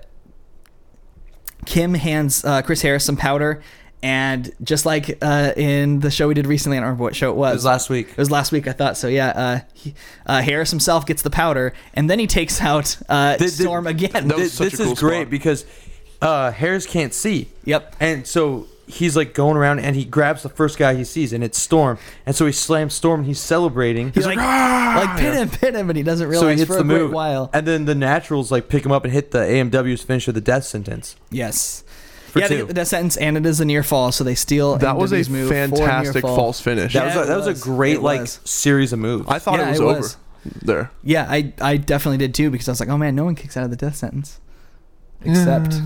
[SPEAKER 1] Kim hands uh, Chris Harris some powder, and just like uh, in the show we did recently, I don't remember what show it was.
[SPEAKER 2] It was last week.
[SPEAKER 1] It was last week, I thought. So yeah, uh, he, uh, Harris himself gets the powder, and then he takes out uh,
[SPEAKER 2] Th- th-
[SPEAKER 1] Storm again.
[SPEAKER 4] That was
[SPEAKER 2] Th-
[SPEAKER 4] such
[SPEAKER 2] this
[SPEAKER 4] a cool
[SPEAKER 2] is great
[SPEAKER 4] spot.
[SPEAKER 2] because uh, Harris can't see.
[SPEAKER 1] (laughs) Yep.
[SPEAKER 2] And so he's like going around and he grabs the first guy he sees and it's Storm. And so he slams Storm and he's celebrating.
[SPEAKER 1] He's like, "Ah!" like pin him, pin him, and he doesn't
[SPEAKER 2] so he
[SPEAKER 1] realize
[SPEAKER 2] hits
[SPEAKER 1] for
[SPEAKER 2] the
[SPEAKER 1] a great
[SPEAKER 2] move.
[SPEAKER 1] while.
[SPEAKER 2] And then the Naturals like pick him up and hit the AMW's finish of the death sentence.
[SPEAKER 1] Yes.
[SPEAKER 2] For
[SPEAKER 1] yeah, they
[SPEAKER 2] two.
[SPEAKER 1] get that sentence, and it is a near fall, so they steal.
[SPEAKER 4] That was a
[SPEAKER 1] NW's move for near
[SPEAKER 4] fantastic
[SPEAKER 1] fall.
[SPEAKER 4] false finish.
[SPEAKER 2] That
[SPEAKER 1] Yeah,
[SPEAKER 2] was a, that
[SPEAKER 1] it
[SPEAKER 2] was,
[SPEAKER 1] was.
[SPEAKER 2] a great
[SPEAKER 1] It
[SPEAKER 2] like
[SPEAKER 1] was.
[SPEAKER 2] series of moves.
[SPEAKER 4] I thought
[SPEAKER 1] Yeah,
[SPEAKER 4] it was
[SPEAKER 1] it
[SPEAKER 4] over
[SPEAKER 1] was.
[SPEAKER 4] there.
[SPEAKER 1] Yeah, I I definitely did too because I was like, oh man, no one kicks out of the death sentence, except
[SPEAKER 4] (sighs)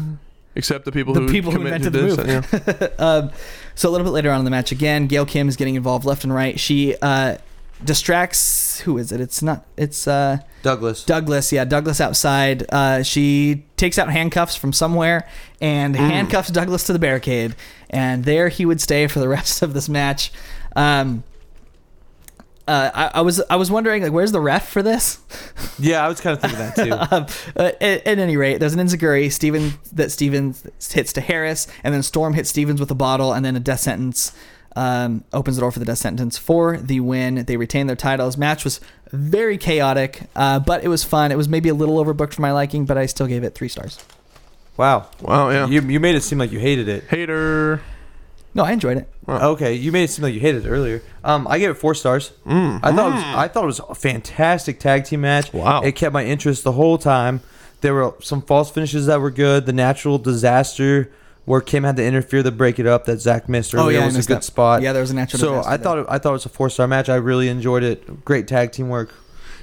[SPEAKER 4] Except the people
[SPEAKER 1] The
[SPEAKER 4] who
[SPEAKER 1] people who
[SPEAKER 4] committed
[SPEAKER 1] invented the
[SPEAKER 4] this,
[SPEAKER 1] move.
[SPEAKER 4] yeah.
[SPEAKER 1] um, so a little bit later on in the match again, Gail Kim is getting involved left and right. She uh, distracts. Who is it? It's not. It's uh,
[SPEAKER 2] Douglas.
[SPEAKER 1] Douglas. Yeah, Douglas outside. Uh, she takes out handcuffs from somewhere and handcuffs Douglas to the barricade, and there he would stay for the (laughs) rest of this match. Um, uh, I, I was I was wondering like where's the ref for this?
[SPEAKER 2] yeah, I was kind of thinking that
[SPEAKER 1] (laughs)
[SPEAKER 2] too.
[SPEAKER 4] (laughs)
[SPEAKER 1] um, uh, at, at any rate, there's an inzaguri Steven that Stevens hits to Harris, and then Storm hits Stevens with a bottle, and then a death sentence um, opens the door for the death sentence for the win. They retain their titles. Match was very chaotic, uh, but it was fun. It was maybe a little overbooked for my liking, but I still gave it three stars.
[SPEAKER 2] Wow.
[SPEAKER 4] Wow, yeah.
[SPEAKER 2] You you made it seem like you hated it.
[SPEAKER 4] Hater.
[SPEAKER 1] No, I enjoyed it.
[SPEAKER 2] Okay, you made it seem like you hated it earlier. Um, I gave it four stars.
[SPEAKER 4] Mm,
[SPEAKER 2] I thought it was, I thought it was a fantastic tag team match.
[SPEAKER 4] Wow.
[SPEAKER 2] it kept my interest the whole time. There were some false finishes that were good. The natural disaster where Kim had to interfere to break it up that Zach missed earlier
[SPEAKER 1] Oh, yeah, I
[SPEAKER 2] was a
[SPEAKER 1] missed
[SPEAKER 2] good
[SPEAKER 1] that.
[SPEAKER 2] spot.
[SPEAKER 1] Yeah, there was a natural
[SPEAKER 2] So
[SPEAKER 1] disaster
[SPEAKER 2] I
[SPEAKER 1] there.
[SPEAKER 2] thought it, I thought it was a four star match. I really enjoyed it. Great tag team work.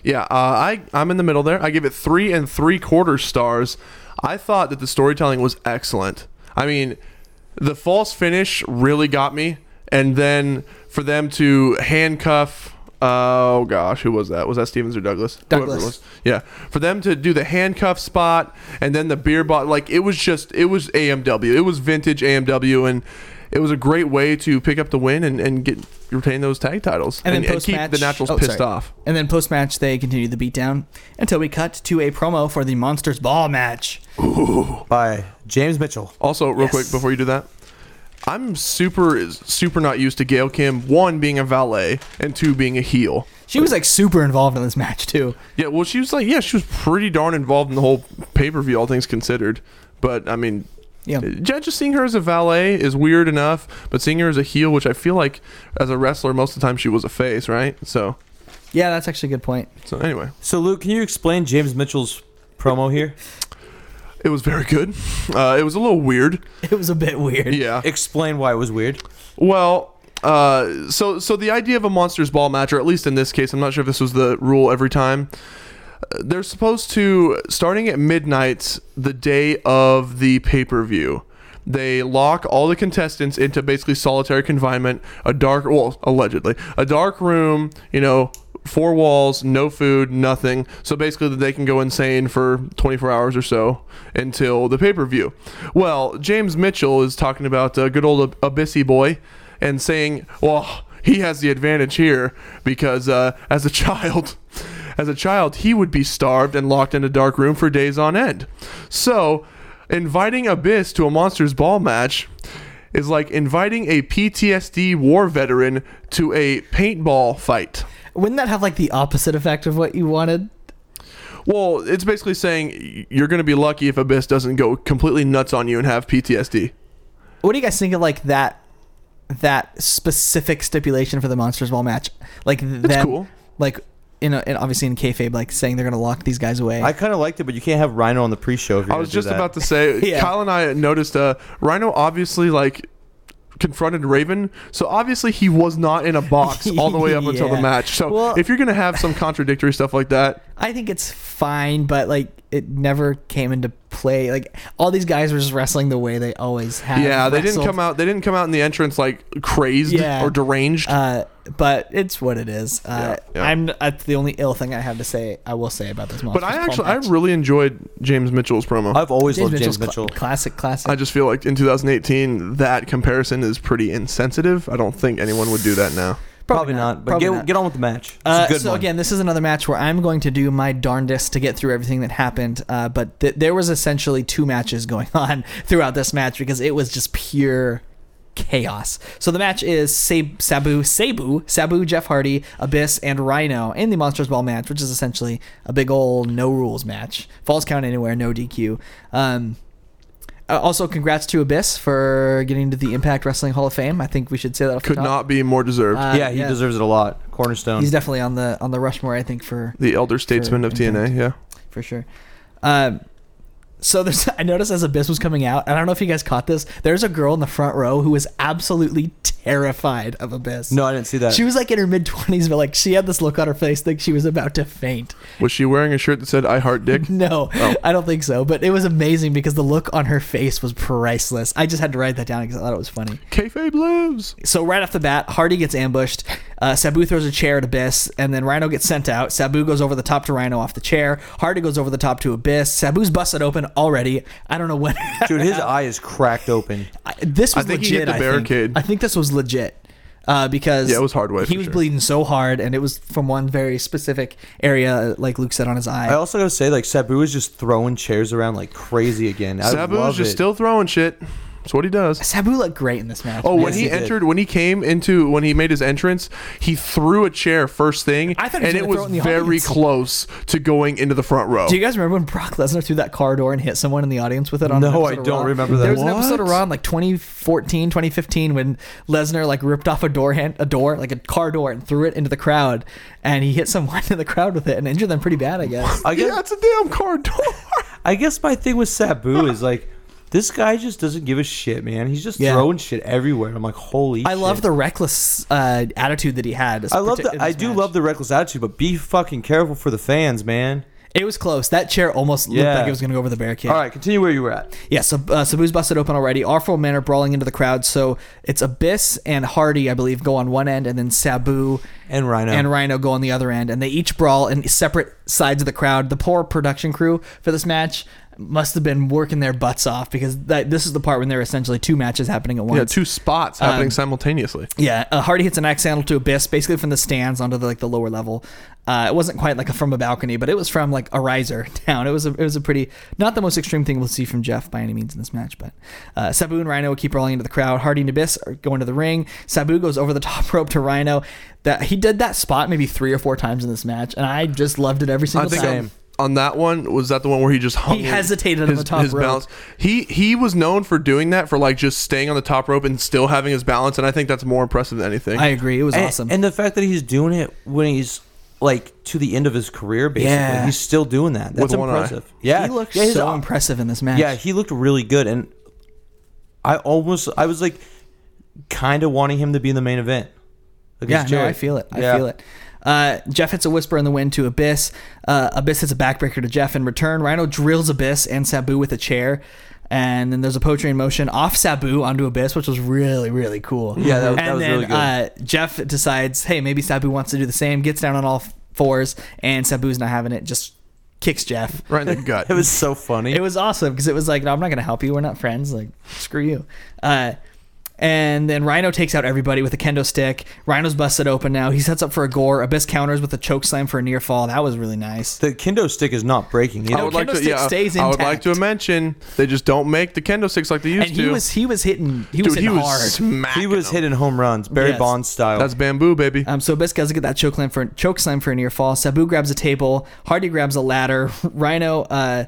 [SPEAKER 4] Yeah, uh, I I'm in the middle there. I give it three and three quarter stars. I thought that the storytelling was excellent. I mean, the false finish really got me, and then for them to handcuff. Oh gosh, who was that? Was that Stevens or Douglas? Whoever it
[SPEAKER 1] Douglas.
[SPEAKER 4] was. Yeah, for them to do the handcuff spot and then the beer bottle, like it was just it was AMW. It was vintage AMW, and it was a great way to pick up the win and, and get retain those tag titles
[SPEAKER 1] And then
[SPEAKER 4] keep
[SPEAKER 1] post-match-
[SPEAKER 4] the Naturals
[SPEAKER 1] oh,
[SPEAKER 4] pissed
[SPEAKER 1] sorry.
[SPEAKER 4] off.
[SPEAKER 1] And then post match, they continued the beatdown until we cut to a promo for the Monsters Ball match.
[SPEAKER 2] By James Mitchell.
[SPEAKER 4] Also, real quick
[SPEAKER 1] Yes.
[SPEAKER 4] before you do that, I'm super super not used to Gail Kim one being a valet and two being a heel.
[SPEAKER 1] She was like super involved in this match too.
[SPEAKER 4] Yeah, well, she was like, yeah, she was pretty darn involved in the whole pay per view, all things considered. But I mean,
[SPEAKER 1] Yeah.
[SPEAKER 4] ju- just seeing her as a valet is weird enough, but seeing her as a heel, which I feel like as a wrestler, most of the time she was a face, right? So,
[SPEAKER 1] Yeah, that's actually a good point. (laughs)
[SPEAKER 4] so anyway,
[SPEAKER 2] So Luke, can you explain James Mitchell's promo
[SPEAKER 4] (laughs)
[SPEAKER 2] here?
[SPEAKER 4] it was very good. Uh, it was a little weird.
[SPEAKER 1] It was a bit weird.
[SPEAKER 4] Yeah.
[SPEAKER 2] explain why it was weird.
[SPEAKER 4] Well, uh, so so the idea of a monsters ball match, or at least in this case, I'm not sure if this was the rule every time. uh, They're supposed to starting at midnight the day of the pay per view. They lock all the contestants into basically solitary confinement, a dark, well, allegedly, a dark room. You know, four walls, no food, nothing. So basically, that they can go insane for 24 hours or so until the pay per view. Well, James Mitchell is talking about uh, good old Ab- Abyssy boy and saying, well, he has the advantage here because uh, as a (laughs) child, as a child, he would be starved and locked in a dark room for days on end. So, inviting Abyss to a Monsters Ball match is like inviting a PTSD war veteran to a paintball fight.
[SPEAKER 1] Wouldn't that have like the opposite effect of what you wanted?
[SPEAKER 4] Well, it's basically saying y- you're going to be lucky if Abyss doesn't go completely nuts on you and have PTSD.
[SPEAKER 1] What do you guys think of like that that specific stipulation for the Monsters Ball match? Like them,
[SPEAKER 4] cool.
[SPEAKER 1] like you know, and obviously in kayfabe, like saying they're gonna lock these guys away.
[SPEAKER 2] I kind of liked it, but you can't have Rhino on the pre-show. If you're
[SPEAKER 4] I
[SPEAKER 1] (laughs)
[SPEAKER 4] was
[SPEAKER 2] gonna do
[SPEAKER 4] just
[SPEAKER 2] that.
[SPEAKER 4] about to say,
[SPEAKER 1] Yeah.
[SPEAKER 4] Kyle and I noticed uh, Rhino obviously like confronted Raven, so obviously he was not in
[SPEAKER 1] (laughs)
[SPEAKER 4] a box all the way up until the
[SPEAKER 1] Yeah.
[SPEAKER 4] match. So
[SPEAKER 1] Well-
[SPEAKER 4] if you're gonna have some contradictory stuff
[SPEAKER 1] (laughs)
[SPEAKER 4] like that,
[SPEAKER 1] I think it's fine, but like it never came into play. Like all these guys were just wrestling the way they always have.
[SPEAKER 4] yeah, they didn't
[SPEAKER 1] wrestled.
[SPEAKER 4] come out. They didn't come out in the entrance like crazed
[SPEAKER 1] Yeah.
[SPEAKER 4] or deranged.
[SPEAKER 1] Uh, but it's what it is. Uh,
[SPEAKER 4] Yeah, yeah.
[SPEAKER 1] I'm that's the only ill thing I have to say. I will say about this monster.
[SPEAKER 4] but I actually, I really enjoyed James Mitchell's promo.
[SPEAKER 2] I've always
[SPEAKER 1] James
[SPEAKER 2] loved
[SPEAKER 1] Mitchell's
[SPEAKER 2] James
[SPEAKER 1] cla-
[SPEAKER 2] Mitchell.
[SPEAKER 1] classic, classic.
[SPEAKER 4] I just feel like in 2018, that comparison is pretty insensitive. I don't think anyone would do that now.
[SPEAKER 2] Probably not. But
[SPEAKER 1] probably
[SPEAKER 2] get,
[SPEAKER 1] not.
[SPEAKER 2] get on with the match. It's
[SPEAKER 1] Uh,
[SPEAKER 2] a good
[SPEAKER 1] so
[SPEAKER 2] one.
[SPEAKER 1] again, this is another match where I'm going to do my darndest to get through everything that happened. Uh, but th- there was essentially two matches (laughs) going on throughout this match because it was just pure chaos. So the match is Sab- Sabu, Sabu, Sabu, Jeff Hardy, Abyss, and Rhino in the Monsters Ball match, which is essentially a big old no rules match. Falls count anywhere, no DQ. Um, uh, also, congrats to Abyss for getting to the Impact Wrestling Hall of Fame. I think we should say that. Off the
[SPEAKER 4] Could
[SPEAKER 1] top.
[SPEAKER 4] not be more deserved.
[SPEAKER 1] Uh,
[SPEAKER 2] yeah, he deserves it a lot. Cornerstone.
[SPEAKER 1] He's definitely on the on the Rushmore, I think, for
[SPEAKER 4] the elder statesman of TNA. Yeah.
[SPEAKER 1] for sure. Um, so there's, (laughs) I noticed as Abyss was coming out, and I don't know if you guys caught this. There's a girl in the front row who was absolutely terrified of Abyss.
[SPEAKER 2] no, uh, I didn't see that.
[SPEAKER 1] she was like in her mid twenties, but like she had this look on her face, like she was about to faint.
[SPEAKER 4] Was she wearing a shirt that said "I heart dick"?
[SPEAKER 1] No, I don't think so. But it was amazing because the look on her face was priceless. I just had to write that down because I thought it was funny.
[SPEAKER 4] Kayfabe lives.
[SPEAKER 1] So right off the bat, Hardy gets ambushed. Uh, Sabu throws a chair at Abyss, and then Rhino gets sent out. Sabu goes over the top to Rhino off the chair. Hardy goes over the top to Abyss. Sabu's busted open already. I don't know when. (laughs)
[SPEAKER 2] Dude, his eye is cracked open.
[SPEAKER 1] I- this was
[SPEAKER 4] I think he
[SPEAKER 1] legit.
[SPEAKER 4] hit the
[SPEAKER 1] I think.
[SPEAKER 4] barricade.
[SPEAKER 1] I think. this was legit uh, because
[SPEAKER 4] Yeah, it was hard way
[SPEAKER 1] He
[SPEAKER 4] for
[SPEAKER 1] was
[SPEAKER 4] sure.
[SPEAKER 1] bleeding so hard, and it was from one very specific area, like Luke said on his eye.
[SPEAKER 2] I also gotta say, like Sabu is just throwing chairs around like crazy again. I love
[SPEAKER 4] Sabu's just
[SPEAKER 2] it.
[SPEAKER 4] still throwing shit. That's what he does.
[SPEAKER 1] Sabu looked great in this match.
[SPEAKER 4] Oh,
[SPEAKER 1] man.
[SPEAKER 4] when
[SPEAKER 2] Yes,
[SPEAKER 4] he,
[SPEAKER 2] he did.
[SPEAKER 4] entered, when he came into, when he made his entrance, he threw a chair first thing,
[SPEAKER 1] I thought he was
[SPEAKER 4] and
[SPEAKER 1] gonna
[SPEAKER 4] it
[SPEAKER 1] throw
[SPEAKER 4] was
[SPEAKER 1] it in the
[SPEAKER 4] very
[SPEAKER 1] audience.
[SPEAKER 4] close to going into the front row.
[SPEAKER 1] Do you guys remember when Brock Lesnar threw that car door and hit someone in the audience with it? On an
[SPEAKER 2] No, I
[SPEAKER 1] episode of
[SPEAKER 2] don't
[SPEAKER 1] Raw?
[SPEAKER 2] remember that.
[SPEAKER 1] There was an episode of
[SPEAKER 4] What?
[SPEAKER 1] Raw in like 2014, 2015 when Lesnar like ripped off a door hand, a door like a car door, and threw it into the crowd, and he hit someone (laughs) in the crowd with it and injured them pretty bad, I
[SPEAKER 2] (laughs)
[SPEAKER 1] guess.
[SPEAKER 2] I guess,
[SPEAKER 4] yeah, it's a damn
[SPEAKER 2] (laughs)
[SPEAKER 4] car door.
[SPEAKER 2] I guess my thing with Sabu is like, this guy just doesn't give a shit, man. He's just
[SPEAKER 1] Yeah.
[SPEAKER 2] throwing shit everywhere. I'm like, holy.
[SPEAKER 1] I love
[SPEAKER 2] shit.
[SPEAKER 1] the reckless uh, attitude that he had.
[SPEAKER 2] I love the. I do love the reckless attitude, but be fucking careful for the fans, man.
[SPEAKER 1] It was close. That chair almost looked
[SPEAKER 2] Yeah.
[SPEAKER 1] like it was going to go over the barricade.
[SPEAKER 2] All right, continue where you were at.
[SPEAKER 1] Yeah, so uh, Sabu's busted open already. Our four men are brawling into the crowd, so it's Abyss and Hardy, I believe, go on one end, and then Sabu
[SPEAKER 2] And Rhino.
[SPEAKER 1] and Rhino go on the other end, and they each brawl in separate sides of the crowd. The poor production crew for this match must have been working their butts off because that, this is the part when there are essentially two matches happening at once.
[SPEAKER 4] yeah, two spots
[SPEAKER 2] Um,
[SPEAKER 4] happening simultaneously.
[SPEAKER 1] Yeah, uh, Hardy hits an axe handle to Abyss, basically from the stands onto the, like the lower level. Uh, it wasn't quite like a, from a balcony, but it was from like a riser (laughs) down. It was a, it was a pretty not the most extreme thing we'll see from Jeff by any means in this match. But uh, Sabu and Rhino keep rolling into the crowd. Hardy and Abyss are going to the ring. Sabu goes over the (laughs) top rope to Rhino. That he did that spot maybe three or four times in this match, and I just loved it every
[SPEAKER 4] I
[SPEAKER 1] single
[SPEAKER 4] think
[SPEAKER 1] time.
[SPEAKER 4] on, on that one was that the one where he just hung.
[SPEAKER 1] He
[SPEAKER 4] in
[SPEAKER 1] hesitated on
[SPEAKER 4] his,
[SPEAKER 1] the top
[SPEAKER 4] his
[SPEAKER 1] rope.
[SPEAKER 4] balance. He he was known for doing that for like just staying on the top rope and still having his balance, and I think that's more impressive than anything.
[SPEAKER 1] I agree. It was
[SPEAKER 2] and,
[SPEAKER 1] awesome.
[SPEAKER 2] And the fact that he's doing it when he's like to the end of his career, basically,
[SPEAKER 1] Yeah.
[SPEAKER 2] he's still doing that. That's
[SPEAKER 4] one eye.
[SPEAKER 2] impressive. Yeah,
[SPEAKER 1] he looked
[SPEAKER 2] yeah, his
[SPEAKER 1] so
[SPEAKER 2] eye-
[SPEAKER 1] impressive in this match.
[SPEAKER 2] Yeah, he looked really good, and I almost I was like, kind of wanting him to be in the main event.
[SPEAKER 1] Yeah,
[SPEAKER 2] against
[SPEAKER 1] no,
[SPEAKER 2] Jared.
[SPEAKER 1] I feel it. I
[SPEAKER 2] Yeah.
[SPEAKER 1] feel it. Uh, Jeff hits a whisper in the wind to Abyss. Uh, Abyss hits a backbreaker to Jeff in return. Rhino drills Abyss and Sabu with a chair. And then there's a poetry in motion off Sabu onto Abyss, which was really, really cool.
[SPEAKER 2] Yeah, that- that
[SPEAKER 1] and
[SPEAKER 2] was
[SPEAKER 1] then,
[SPEAKER 2] really good.
[SPEAKER 1] Uh, Jeff decides, hey, maybe Sabu wants to do the same, gets down on all fours, and Sabu's not having it, just kicks Jeff.
[SPEAKER 4] right in the gut.
[SPEAKER 2] (laughs) It was so funny.
[SPEAKER 1] It was awesome because it was like, no, I'm not going to help you. We're not friends. Like, screw you. Uh, and then Rhino takes out everybody with a kendo stick. Rhino's busted open now. He sets up for a gore. Abyss counters with a choke slam for a near fall. That was really nice.
[SPEAKER 2] the kendo stick is not breaking.
[SPEAKER 4] I
[SPEAKER 2] Either.
[SPEAKER 4] would like
[SPEAKER 1] kendo
[SPEAKER 4] to.
[SPEAKER 1] stick
[SPEAKER 4] Yeah,
[SPEAKER 1] stays
[SPEAKER 4] I would like to
[SPEAKER 1] intact.
[SPEAKER 4] mention they just don't make the kendo sticks like they used
[SPEAKER 1] And
[SPEAKER 4] to.
[SPEAKER 1] he was he was hitting he was
[SPEAKER 4] Dude, he
[SPEAKER 1] hitting
[SPEAKER 4] was
[SPEAKER 1] hard.
[SPEAKER 4] smacking.
[SPEAKER 2] he was
[SPEAKER 4] them.
[SPEAKER 2] hitting home runs, Barry
[SPEAKER 1] Yes.
[SPEAKER 2] Bonds style.
[SPEAKER 4] That's bamboo, baby.
[SPEAKER 1] Um, so Abyss doesn't get that choke slam for (laughs) choke slam for a near fall. Sabu grabs a table. Hardy grabs a ladder. Rhino uh,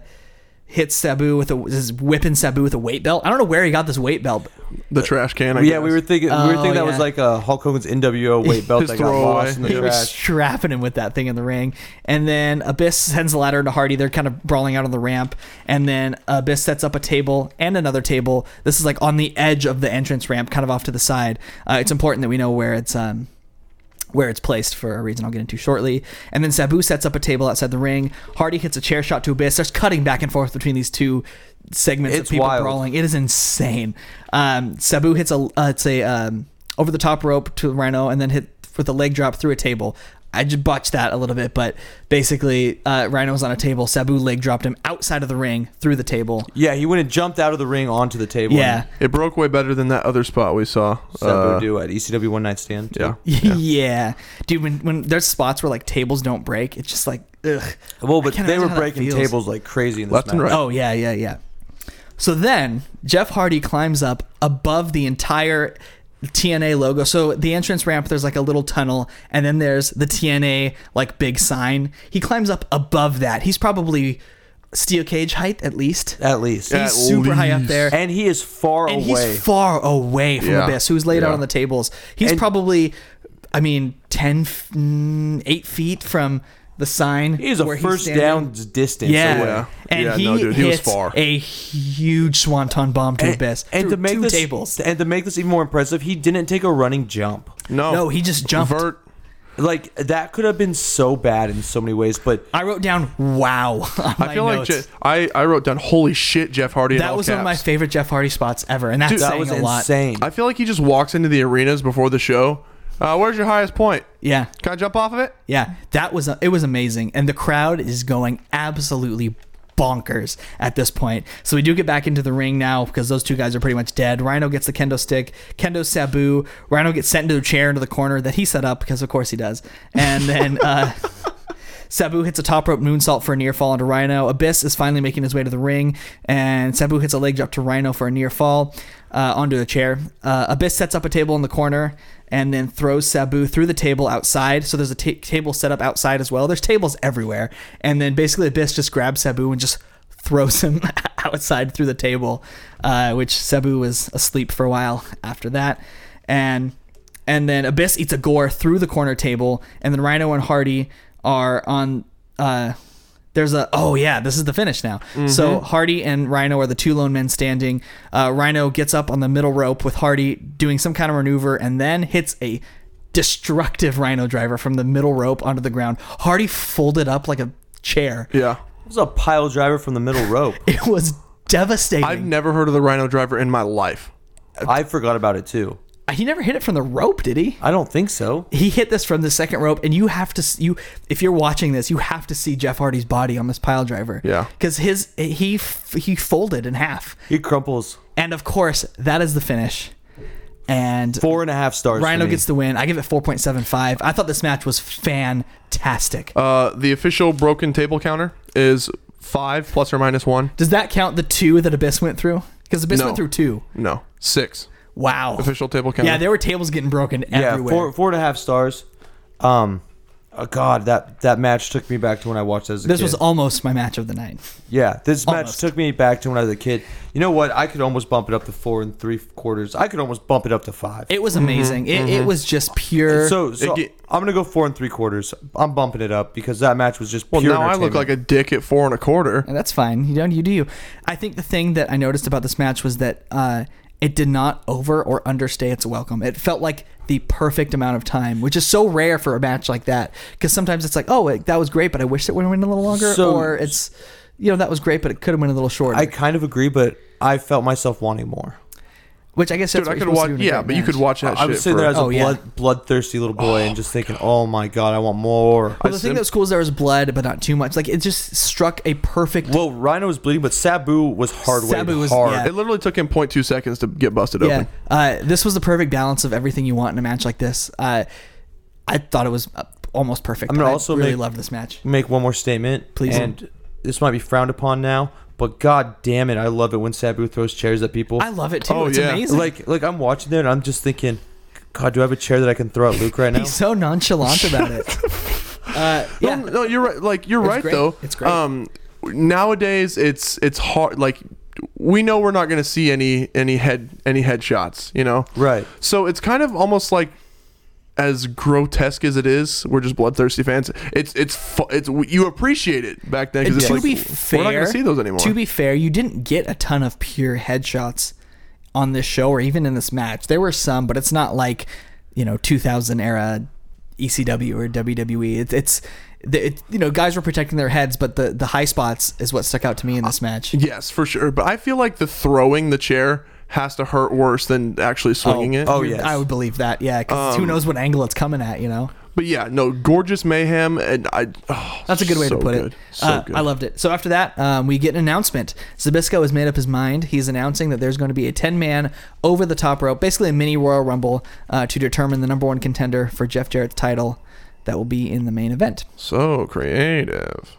[SPEAKER 1] hits Sabu with a is whipping Sabu with a weight belt. I don't know where he got this weight belt.
[SPEAKER 4] The trash can. I
[SPEAKER 2] yeah,
[SPEAKER 4] guess.
[SPEAKER 2] we were thinking we were thinking
[SPEAKER 1] Oh,
[SPEAKER 2] that was
[SPEAKER 1] yeah.
[SPEAKER 2] like a Hulk Hogan's NWO
[SPEAKER 1] (laughs)
[SPEAKER 2] weight belt
[SPEAKER 4] His
[SPEAKER 2] that got lost in
[SPEAKER 4] throwaway.
[SPEAKER 2] the
[SPEAKER 1] He was
[SPEAKER 2] trash.
[SPEAKER 1] strapping him with that thing in the ring. And then Abyss sends the ladder to Hardy. They're kind of brawling out on the ramp. And then Abyss sets up a table and another table. This is like on the edge of the entrance ramp, kind of off to the side. Uh, it's important that we know where it's. Um, where it's placed for a reason I'll get into shortly. And then Sabu sets up a table outside the ring. Hardy hits a chair shot to Abyss. There's cutting back and forth between these two segments of
[SPEAKER 2] It's
[SPEAKER 1] people
[SPEAKER 2] wild.
[SPEAKER 1] brawling. It is insane. Um, Sabu hits a uh, it's a um, over the top rope to Rhino and then hit with a leg drop through a table. I just botched that a little bit, but basically uh, Rhino was on a table. Sabu leg dropped him outside of the ring through the table.
[SPEAKER 2] Yeah, he went and jumped out of the ring onto the table.
[SPEAKER 1] Yeah. (laughs)
[SPEAKER 4] It broke way better than that other spot we saw.
[SPEAKER 2] Sabu
[SPEAKER 4] Uh,
[SPEAKER 2] do at ECW One Night Stand. too.
[SPEAKER 4] yeah.
[SPEAKER 1] Yeah. dude. When, when there's spots where like tables don't break, it's just like ugh.
[SPEAKER 2] Well,
[SPEAKER 1] I
[SPEAKER 2] but
[SPEAKER 1] can't
[SPEAKER 2] they
[SPEAKER 1] imagine
[SPEAKER 2] were
[SPEAKER 1] how that
[SPEAKER 2] breaking
[SPEAKER 1] feels.
[SPEAKER 2] tables like crazy in this
[SPEAKER 4] Left and
[SPEAKER 2] match.
[SPEAKER 4] right.
[SPEAKER 1] Oh yeah, yeah, yeah. So then Jeff Hardy climbs up above the entire TNA logo. So the entrance ramp, there's like a little tunnel, and then there's the TNA like big sign. He climbs up above that. He's probably steel cage height at least.
[SPEAKER 2] At least.
[SPEAKER 1] He's super high up there.
[SPEAKER 2] And he is far
[SPEAKER 1] and
[SPEAKER 2] away.
[SPEAKER 1] he's far away from
[SPEAKER 4] Yeah.
[SPEAKER 1] Abyss, who's laid out
[SPEAKER 4] Yeah.
[SPEAKER 1] on the tables. He's
[SPEAKER 2] And-
[SPEAKER 1] probably, I mean, 10, f- mm, 8 feet from the sign.
[SPEAKER 2] He's a
[SPEAKER 1] where
[SPEAKER 2] first
[SPEAKER 1] standing.
[SPEAKER 2] down distance
[SPEAKER 1] Yeah.
[SPEAKER 2] away.
[SPEAKER 4] Yeah.
[SPEAKER 1] And
[SPEAKER 4] Yeah,
[SPEAKER 1] he,
[SPEAKER 4] no, dude, he was
[SPEAKER 1] hits
[SPEAKER 4] far.
[SPEAKER 1] a huge swanton bomb to Abyss.
[SPEAKER 2] and
[SPEAKER 1] through
[SPEAKER 2] to make
[SPEAKER 1] two
[SPEAKER 2] this
[SPEAKER 1] tables.
[SPEAKER 2] and to make this even more impressive, he didn't take a running jump.
[SPEAKER 4] No.
[SPEAKER 1] No, he just jumped.
[SPEAKER 4] oh, Vert.
[SPEAKER 2] Like that could have been so bad in so many ways, but
[SPEAKER 1] I wrote down wow. (laughs) on
[SPEAKER 4] I
[SPEAKER 1] my
[SPEAKER 4] feel like
[SPEAKER 1] notes.
[SPEAKER 4] Je- I, I wrote down, holy shit, Jeff Hardy. in
[SPEAKER 1] that
[SPEAKER 4] all
[SPEAKER 1] was one of
[SPEAKER 4] caps."
[SPEAKER 1] my favorite Jeff Hardy spots ever, and that's
[SPEAKER 4] Dude, that
[SPEAKER 1] saying
[SPEAKER 2] that was
[SPEAKER 1] a lot.
[SPEAKER 2] insane.
[SPEAKER 4] I feel like he just walks into the arenas before the show. Uh, where's your highest point?
[SPEAKER 1] Yeah,
[SPEAKER 4] Can I jump off of it?
[SPEAKER 1] yeah, that was it was amazing, and the crowd is going absolutely bonkers at this point. So we do get back into the ring now because those two guys are pretty much dead. Rhino gets the kendo stick, kendo sabu. Rhino gets sent into a chair into the corner that he set up because of course he does, and then.
[SPEAKER 4] (laughs)
[SPEAKER 1] Uh, Sabu hits a top rope moonsault for a near fall onto Rhino. Abyss is finally making his way to the ring, and Sabu hits a leg drop to Rhino for a near fall uh, onto a chair. Uh, Abyss sets up a table in the corner and then throws Sabu through the table outside. So there's a ta- table set up outside as well. There's tables everywhere, and then basically Abyss just grabs Sabu and just throws him (laughs) outside through the table, uh, which Sabu was asleep for a while after that, and and then Abyss eats a gore through the corner table, and then Rhino and Hardy are on. Uh, there's a oh yeah, this is the finish now. So Hardy and Rhino are the two lone men standing. Uh, Rhino gets up on the middle rope with Hardy doing some kind of maneuver, and then hits a destructive Rhino driver from the middle rope onto the ground. Hardy folded up like a chair.
[SPEAKER 4] Yeah.
[SPEAKER 2] it was a pile driver from the middle
[SPEAKER 1] (laughs)
[SPEAKER 2] rope.
[SPEAKER 1] It was devastating.
[SPEAKER 4] I've never heard of the Rhino Driver in my life.
[SPEAKER 2] I forgot about it too.
[SPEAKER 1] he never hit it from the rope, did he?
[SPEAKER 2] I don't think so.
[SPEAKER 1] he hit this from the second rope and you have to you if you're watching this you have to see jeff hardy's body on this pile driver
[SPEAKER 4] Yeah.
[SPEAKER 1] because his he f- he folded in half
[SPEAKER 2] He crumples
[SPEAKER 1] and of course that is the finish and
[SPEAKER 2] four and a half stars.
[SPEAKER 1] rhino
[SPEAKER 2] for me.
[SPEAKER 1] gets the win i give it 4.75 i thought this match was fantastic
[SPEAKER 4] Uh, the official broken table counter is five plus or minus one.
[SPEAKER 1] does that count the two that abyss went through because abyss
[SPEAKER 4] No.
[SPEAKER 1] went through two
[SPEAKER 4] No, six.
[SPEAKER 1] wow
[SPEAKER 4] Official table counter.
[SPEAKER 1] yeah there were tables getting broken
[SPEAKER 2] yeah
[SPEAKER 1] everywhere
[SPEAKER 2] four four and a half stars. Um, oh God, that that match took me back to when I watched as a
[SPEAKER 1] this
[SPEAKER 2] kid.
[SPEAKER 1] was almost my match of the night
[SPEAKER 2] Yeah, this match
[SPEAKER 1] Almost.
[SPEAKER 2] took me back to when I was a kid. You know what? I could almost bump it up to four and three quarters. I could almost bump it up to five.
[SPEAKER 1] it was amazing it, it was just pure
[SPEAKER 2] so, so
[SPEAKER 4] It ge-
[SPEAKER 2] I'm gonna go four and three quarters. I'm bumping it up because that match was just pure
[SPEAKER 4] well, now I look
[SPEAKER 2] entertainment.
[SPEAKER 4] like a dick at four and a quarter.
[SPEAKER 1] And that's fine. You don't. You do. you. I think the thing that I noticed about this match was that uh, it did not over or understay its welcome. It felt like the perfect amount of time, which is so rare for a match like that. Because sometimes it's like, oh, like, that was great, but I wish it would have went a little longer,
[SPEAKER 2] So-
[SPEAKER 1] or it's, you know, that was great, but it could have went a little shorter.
[SPEAKER 2] I kind of agree, but I felt myself wanting more.
[SPEAKER 1] which I guess that's
[SPEAKER 4] Dude, I
[SPEAKER 1] what you're
[SPEAKER 4] could
[SPEAKER 1] supposed to
[SPEAKER 4] watch.
[SPEAKER 1] do in a
[SPEAKER 4] Yeah,
[SPEAKER 1] great
[SPEAKER 4] but you
[SPEAKER 1] match.
[SPEAKER 4] could watch that
[SPEAKER 2] I
[SPEAKER 4] shit.
[SPEAKER 2] was sitting
[SPEAKER 4] for-
[SPEAKER 2] there as
[SPEAKER 1] Oh,
[SPEAKER 2] a
[SPEAKER 1] yeah.
[SPEAKER 2] blood, bloodthirsty little boy and just thinking, "Oh my God, I want more."
[SPEAKER 1] Well, the thing that was cool is there was blood, but not too much. Like it just struck a perfect.
[SPEAKER 2] well, Rhino was bleeding, but Sabu was hard.
[SPEAKER 1] Sabu
[SPEAKER 2] Sabu
[SPEAKER 1] was-
[SPEAKER 2] hard.
[SPEAKER 1] yeah.
[SPEAKER 4] it literally took him 0.2 seconds to get busted
[SPEAKER 1] yeah,
[SPEAKER 4] open.
[SPEAKER 1] uh, this was the perfect balance of everything you want in a match like this. Uh, I thought it was uh, almost perfect.
[SPEAKER 2] gonna
[SPEAKER 1] I
[SPEAKER 2] also
[SPEAKER 1] really
[SPEAKER 2] make-
[SPEAKER 1] loved this match.
[SPEAKER 2] make one more statement,
[SPEAKER 1] Please.
[SPEAKER 2] And this might be frowned upon now, but god damn it, I love it when Sabu throws chairs at people.
[SPEAKER 1] I love it too.
[SPEAKER 4] Oh,
[SPEAKER 1] it's
[SPEAKER 4] yeah.
[SPEAKER 1] amazing.
[SPEAKER 2] like like I'm watching that and I'm just thinking, God, do I have a chair that I can throw at Luke right now?
[SPEAKER 1] He's so
[SPEAKER 4] (laughs)
[SPEAKER 1] nonchalant about it. Uh, yeah.
[SPEAKER 4] No, no, you're right. Like you're
[SPEAKER 1] was
[SPEAKER 4] right
[SPEAKER 1] great.
[SPEAKER 4] though.
[SPEAKER 1] It's great.
[SPEAKER 4] Um, nowadays it's it's hard like we know we're not going to see any any head any headshots, you know.
[SPEAKER 2] Right.
[SPEAKER 4] So it's kind of almost like as grotesque as it is, we're just bloodthirsty fans. It's it's fu- it's you appreciate it back then
[SPEAKER 1] And
[SPEAKER 4] because
[SPEAKER 1] to
[SPEAKER 4] it's like
[SPEAKER 1] be
[SPEAKER 4] we're not
[SPEAKER 1] fair,
[SPEAKER 4] going to see those anymore.
[SPEAKER 1] to be fair, you didn't get a ton of pure headshots on this show or even in this match. There were some, but it's not like you know 2000 era ECW or WWE. It, it's the- it, you know guys were protecting their heads, but the the high spots is what stuck out to me in this match.
[SPEAKER 4] yes, for sure. But I feel like the throwing the chair has to hurt worse than actually swinging it.
[SPEAKER 2] oh, yes.
[SPEAKER 1] I would believe that. Yeah, because
[SPEAKER 4] Um,
[SPEAKER 1] who knows what angle it's coming at? You know.
[SPEAKER 4] But yeah, no, gorgeous mayhem, and I. Oh,
[SPEAKER 1] That's a good way
[SPEAKER 4] so
[SPEAKER 1] to put
[SPEAKER 4] good,
[SPEAKER 1] it.
[SPEAKER 4] So
[SPEAKER 1] uh,
[SPEAKER 4] good.
[SPEAKER 1] I loved it. So after that, um, we get an announcement. Zabisco has made up his mind. He's announcing that there's going to be a 10 man over the top rope, basically a mini Royal Rumble, uh, to determine the number one contender for Jeff Jarrett's title that will be in the main event.
[SPEAKER 4] so creative.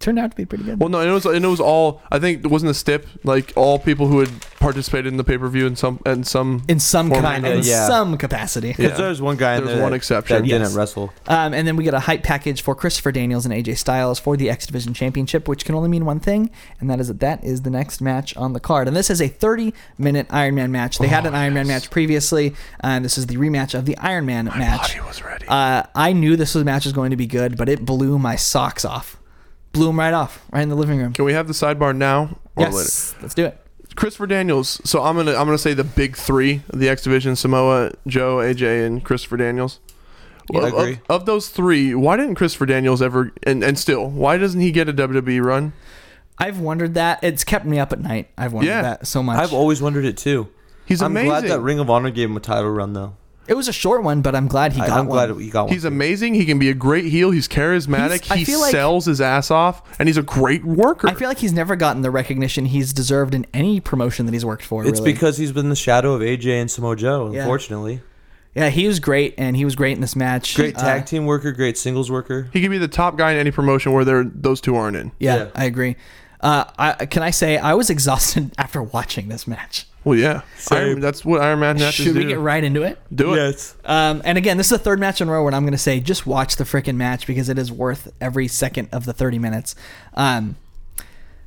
[SPEAKER 1] Turned out to be pretty good.
[SPEAKER 4] Well, no, and it was and it was all. I think it wasn't a stip. Like all people who had participated in the pay per view in some and some
[SPEAKER 1] in some
[SPEAKER 4] form-
[SPEAKER 1] kind,
[SPEAKER 2] Kinda,
[SPEAKER 1] in
[SPEAKER 2] yeah.
[SPEAKER 1] some capacity.
[SPEAKER 2] Because
[SPEAKER 4] Yeah.
[SPEAKER 2] there's one guy in
[SPEAKER 4] There's
[SPEAKER 2] there
[SPEAKER 4] one
[SPEAKER 2] that-
[SPEAKER 4] exception.
[SPEAKER 2] that
[SPEAKER 1] Yes.
[SPEAKER 2] didn't wrestle.
[SPEAKER 1] Um, and then we get a hype package for Christopher Daniels and AJ Styles for the X Division Championship, which can only mean one thing, and that is that that is the next match on the card. And this is a 30-minute Iron Man match. They
[SPEAKER 2] Oh,
[SPEAKER 1] had an Iron Man match previously, and this is the rematch of the Iron Man match.
[SPEAKER 4] body was ready.
[SPEAKER 1] Uh, I knew this was match was going to be good, but it blew my socks off. Blew them right off, right in the living room.
[SPEAKER 4] Can we have the sidebar now or later?
[SPEAKER 1] yes, let's do it.
[SPEAKER 4] Christopher Daniels. So I'm gonna I'm gonna say the big three: the X Division, Samoa Joe, AJ, and Christopher Daniels.
[SPEAKER 2] Yeah, I
[SPEAKER 4] Of- of-
[SPEAKER 2] agree.
[SPEAKER 4] Of, those three, why didn't Christopher Daniels ever and, and still why doesn't he get a WWE run?
[SPEAKER 1] I've wondered that. It's kept me up at night. I've wondered
[SPEAKER 4] Yeah.
[SPEAKER 1] that so much.
[SPEAKER 2] I've always wondered it too.
[SPEAKER 4] He's
[SPEAKER 2] I'm glad
[SPEAKER 4] amazing.
[SPEAKER 2] that Ring of Honor gave him a title run though.
[SPEAKER 1] it was a short one, but I'm glad he
[SPEAKER 2] I,
[SPEAKER 1] got
[SPEAKER 2] I'm
[SPEAKER 1] one.
[SPEAKER 2] glad he got one.
[SPEAKER 4] He's amazing. He can be a great heel. He's charismatic.
[SPEAKER 1] He's- I
[SPEAKER 4] he
[SPEAKER 1] feel like-
[SPEAKER 4] sells his ass off, and he's a great worker.
[SPEAKER 1] I feel like he's never gotten the recognition he's deserved in any promotion that he's worked for.
[SPEAKER 2] It's
[SPEAKER 1] really.
[SPEAKER 2] because he's been the shadow of AJ and Samoa Joe,
[SPEAKER 1] Yeah.
[SPEAKER 2] unfortunately.
[SPEAKER 1] yeah, he was great, and he was great in this match.
[SPEAKER 2] Great tag
[SPEAKER 1] Uh,
[SPEAKER 2] team worker, great singles worker.
[SPEAKER 4] he could be the top guy in any promotion where there those two aren't in.
[SPEAKER 1] yeah,
[SPEAKER 2] Yeah.
[SPEAKER 1] I agree. Uh, I, can I say I was exhausted (laughs) after watching this match?
[SPEAKER 4] Well, yeah, Iron, that's what Iron Man has to
[SPEAKER 1] Should we
[SPEAKER 4] do.
[SPEAKER 1] get right into it?
[SPEAKER 4] do it.
[SPEAKER 2] Yes.
[SPEAKER 1] Um, and again, this is the third match in a row where I'm going to say just watch the freaking match because it is worth every second of the 30 minutes. Um,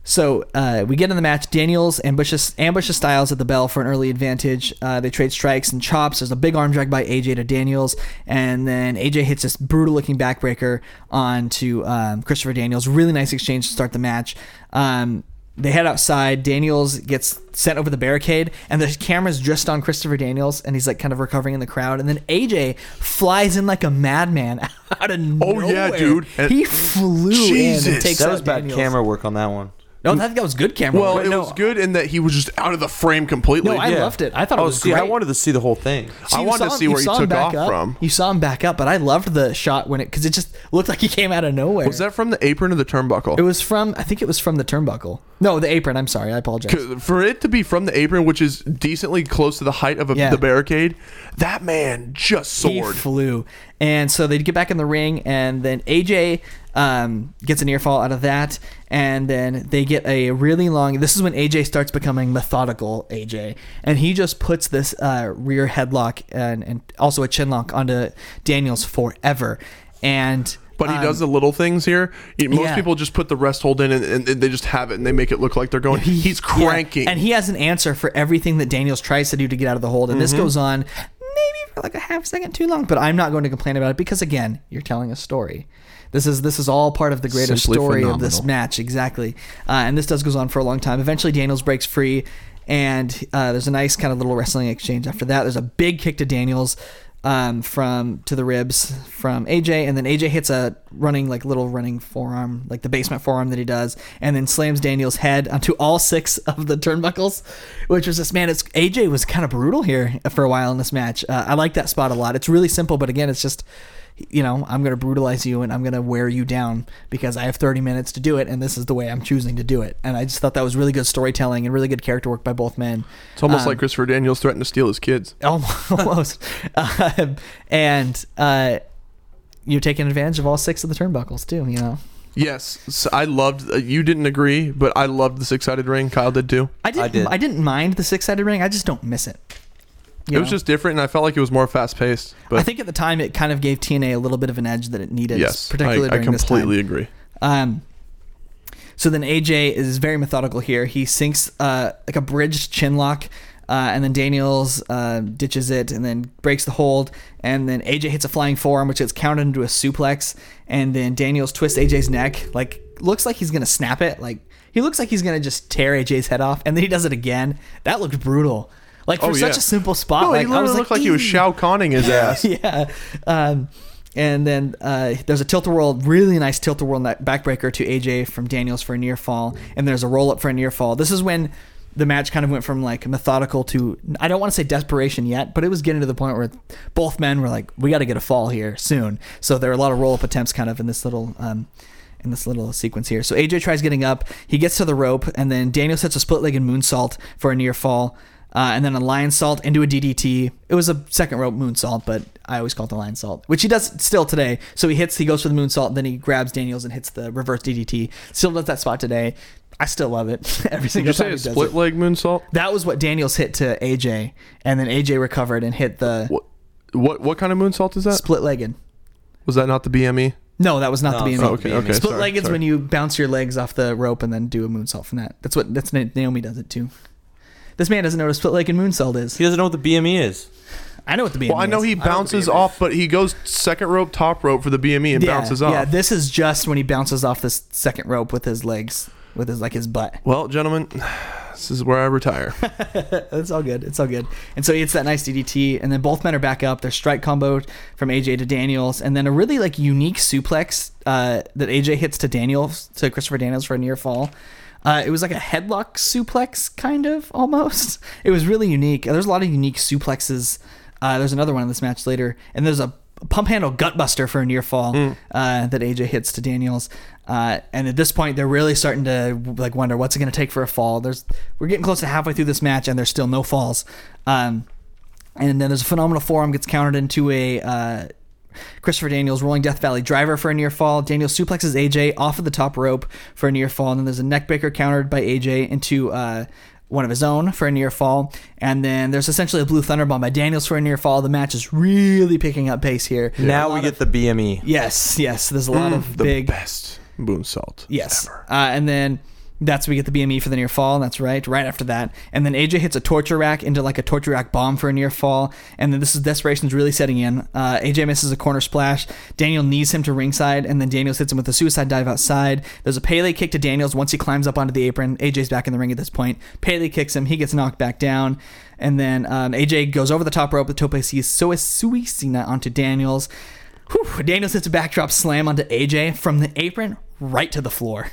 [SPEAKER 1] so uh, we get in the match. Daniels ambushes, ambushes Styles at the bell for an early advantage. Uh, they trade strikes and chops. There's a big arm drag by AJ to Daniels, and then AJ hits this brutal looking backbreaker onto um, Christopher Daniels. Really nice exchange to start the match. Um, they head outside. Daniels gets sent over the barricade, and the camera's just on Christopher Daniels, and he's like kind of recovering in the crowd. And then AJ flies in like a madman (laughs) out of nowhere.
[SPEAKER 4] Oh, yeah, dude. And-
[SPEAKER 1] he flew in and
[SPEAKER 4] Jesus.
[SPEAKER 1] takes
[SPEAKER 2] That
[SPEAKER 1] out
[SPEAKER 2] was bad
[SPEAKER 1] Daniels.
[SPEAKER 2] camera work on that one.
[SPEAKER 1] No, I think that was good camera.
[SPEAKER 4] Well,
[SPEAKER 1] work.
[SPEAKER 4] it
[SPEAKER 2] no.
[SPEAKER 4] was good in that he was just out of the frame completely.
[SPEAKER 1] No, I
[SPEAKER 2] Yeah.
[SPEAKER 1] loved it. I thought it
[SPEAKER 2] Oh,
[SPEAKER 1] was
[SPEAKER 2] see,
[SPEAKER 1] great.
[SPEAKER 2] I wanted to see the whole thing.
[SPEAKER 1] So
[SPEAKER 4] I
[SPEAKER 1] you
[SPEAKER 4] wanted to
[SPEAKER 1] saw him-
[SPEAKER 4] see
[SPEAKER 1] you
[SPEAKER 4] where he
[SPEAKER 1] saw him
[SPEAKER 4] took
[SPEAKER 1] back
[SPEAKER 4] off
[SPEAKER 1] up.
[SPEAKER 4] from.
[SPEAKER 1] You saw him back up, but I loved the shot when it because it just looked like he came out of nowhere.
[SPEAKER 4] was that from the apron or the turnbuckle?
[SPEAKER 1] It was from I think it was from the turnbuckle. No, the apron. I'm sorry, I apologize.
[SPEAKER 4] for it to be from the apron, which is decently close to the height of a,
[SPEAKER 1] Yeah.
[SPEAKER 4] the barricade, that man just
[SPEAKER 1] He
[SPEAKER 4] soared.
[SPEAKER 1] flew, and so they get back in the ring, and then AJ um, gets an ear fall out of that, and then they get a really long. This is when AJ starts becoming methodical AJ, and he just puts this uh, rear headlock and, and also a chin lock onto Daniels forever, and.
[SPEAKER 4] but he
[SPEAKER 1] um,
[SPEAKER 4] does the little things here. He- Most
[SPEAKER 1] yeah.
[SPEAKER 4] people just put the rest hold in and, and they just have it and they make it look like they're going. He's cranking.
[SPEAKER 1] Yeah, And he has an answer for everything that Daniels tries to do to get out of the hold. And this
[SPEAKER 4] Mm-hmm.
[SPEAKER 1] goes on maybe for like a half second too long, but I'm not going to complain about it because again, you're telling a story. This is this is all part of the greater
[SPEAKER 4] Simply
[SPEAKER 1] story of this
[SPEAKER 4] phenomenal.
[SPEAKER 1] match, exactly. Uh, and this does goes on for a long time. Eventually, Daniels breaks free, and uh, there's a nice kind of little wrestling exchange after that. There's a big kick to Daniels um, from to the ribs from AJ, and then AJ hits a running like little running forearm, like the basement forearm that he does, and then slams Daniels' head onto all six (laughs) of the turnbuckles, which was just man. It's AJ was kind of brutal here for a while in this match. Uh, I like that spot a lot. It's really simple, but again, it's just you know I'm gonna brutalize you and I'm gonna wear you down because I have 30 minutes to do it, and this is the way I'm choosing to do it. And I just thought that was really good storytelling and really good character work by both men. (laughs)
[SPEAKER 4] it's almost
[SPEAKER 1] um,
[SPEAKER 4] like Christopher Daniels threatened to steal his kids.
[SPEAKER 1] Almost. almost. (laughs) um, and uh, you're taking advantage of all six of the turnbuckles too. You know,
[SPEAKER 4] Yes, so I loved. Uh, you didn't agree, but I loved the six-sided ring. Kyle did too.
[SPEAKER 1] I didn't. I,
[SPEAKER 2] did.
[SPEAKER 1] didn't mind the six sided ring. I just don't miss it. You
[SPEAKER 4] It was
[SPEAKER 1] know?
[SPEAKER 4] just different, and I felt like it was more fast-paced. But
[SPEAKER 1] I think at the time it kind of gave TNA a little bit of an edge that it needed,
[SPEAKER 4] yes, I,
[SPEAKER 1] particularly
[SPEAKER 4] I
[SPEAKER 1] during this time.
[SPEAKER 4] completely agree.
[SPEAKER 1] Um, So then AJ is very methodical here. He sinks uh, like a bridged chin lock. Uh, and then Daniels uh, ditches it and then breaks the hold. And then AJ hits a flying forearm, which gets counted into a suplex. And then Daniels twists AJ's neck. Like, looks like he's going to snap it. Like, he looks like he's going to just tear AJ's head off. And then he does it again. That looked brutal. Like, for
[SPEAKER 4] Oh,
[SPEAKER 1] such
[SPEAKER 4] yeah.
[SPEAKER 1] a simple spot.
[SPEAKER 4] No,
[SPEAKER 1] like,
[SPEAKER 4] he literally
[SPEAKER 1] I was
[SPEAKER 4] looked like he was
[SPEAKER 1] "Ee."
[SPEAKER 4] Shao Conning
[SPEAKER 1] (laughs)
[SPEAKER 4] his ass.
[SPEAKER 1] yeah. Um, and then uh, there's a tilt a whirl, really nice tilt a whirl backbreaker to AJ from Daniels for a near fall, and there's a roll up for a near fall. This is when the match kind of went from like methodical to I don't want to say desperation yet, but it was getting to the point where both men were like, we got to get a fall here soon. So there are a lot of roll up attempts kind of in this little. Um, in this little sequence here. So AJ tries getting up. He gets to the rope, and then Daniel sets a split legged moonsault for a near fall, uh, and then a lion salt into a DDT. It was a second rope moonsault, but I always call it the lion salt, which he does still today. So he hits, he goes for the moonsault, then he grabs Daniels and hits the reverse DDT. Still does that spot today. I still love it (laughs) every
[SPEAKER 4] Did
[SPEAKER 1] single
[SPEAKER 4] you
[SPEAKER 1] time
[SPEAKER 4] say
[SPEAKER 1] he
[SPEAKER 4] a
[SPEAKER 1] does
[SPEAKER 4] split
[SPEAKER 1] it.
[SPEAKER 4] leg moonsault?
[SPEAKER 1] That was what Daniels hit to AJ, and then AJ recovered and hit the
[SPEAKER 4] What what what kind of moonsault is that?
[SPEAKER 1] split legged.
[SPEAKER 4] Was that not the E? BME?
[SPEAKER 1] No, that was not the BME.
[SPEAKER 4] not the Okay, BME. okay,
[SPEAKER 1] Split
[SPEAKER 4] sorry,
[SPEAKER 1] leg is
[SPEAKER 4] sorry.
[SPEAKER 1] when you bounce your legs off the rope and then do a moonsault from that. That's what that's Na- Naomi does it too. This man doesn't know what a split leg and moonsault is.
[SPEAKER 5] He doesn't know what the
[SPEAKER 2] E
[SPEAKER 5] BME is.
[SPEAKER 1] I know what the BME
[SPEAKER 4] Well, I know
[SPEAKER 1] is.
[SPEAKER 4] he bounces off, but he goes second rope, top rope for the BME and
[SPEAKER 1] yeah,
[SPEAKER 4] bounces off.
[SPEAKER 1] Yeah, this is just when he bounces off this second rope with his legs, with his like his butt.
[SPEAKER 4] well, gentlemen, (sighs) this is where
[SPEAKER 1] (laughs)
[SPEAKER 4] I retire.
[SPEAKER 1] It's all good. It's all good. And so he hits that nice DDT, and then both men are back up. Their strike combo from AJ to Daniels, and then a really like unique suplex uh, that AJ hits to Daniels to Christopher Daniels for a near fall. Uh, it was like a headlock suplex, kind of almost. (laughs) It was really unique. There's a lot of unique suplexes. Uh, there's another one in this match later, and there's a pump handle gutbuster for a near fall uh, that AJ hits to Daniels. Uh, and at this point, they're really starting to like wonder what's it going to take for a fall. There's we're getting close to halfway through this match, and there's still no falls. Um, and then there's a phenomenal forearm gets countered into a uh, Christopher Daniels rolling Death Valley driver for a near fall. Daniels suplexes AJ off of the top rope for a near fall. And then there's a neckbreaker countered by AJ into uh, one of his own for a near fall. And then there's essentially a blue thunderbomb by Daniels for a near fall. The match is really picking up pace here.
[SPEAKER 5] Now we get the
[SPEAKER 2] E.
[SPEAKER 5] BME.
[SPEAKER 1] Yes, yes. There's a lot of
[SPEAKER 4] the
[SPEAKER 1] big.
[SPEAKER 4] best moonsault.
[SPEAKER 1] Yes.
[SPEAKER 4] ever.
[SPEAKER 1] Uh, and then that's we get the BME for the near fall. That's right. Right after that, and then AJ hits a torture rack into like a torture rack bomb for a near fall. And then this is desperation's really setting in. Uh, AJ misses a corner splash. Daniel knees him to ringside, and then Daniels hits him with a suicide dive outside. There's a Pele kick to Daniels once he climbs up onto the apron. AJ's back in the ring at this point. Pele kicks him. He gets knocked back down. And then um, AJ goes over the top rope with Tope sees Suicina onto Daniels. Whew, Daniels hits a backdrop slam onto AJ from the apron right to the floor.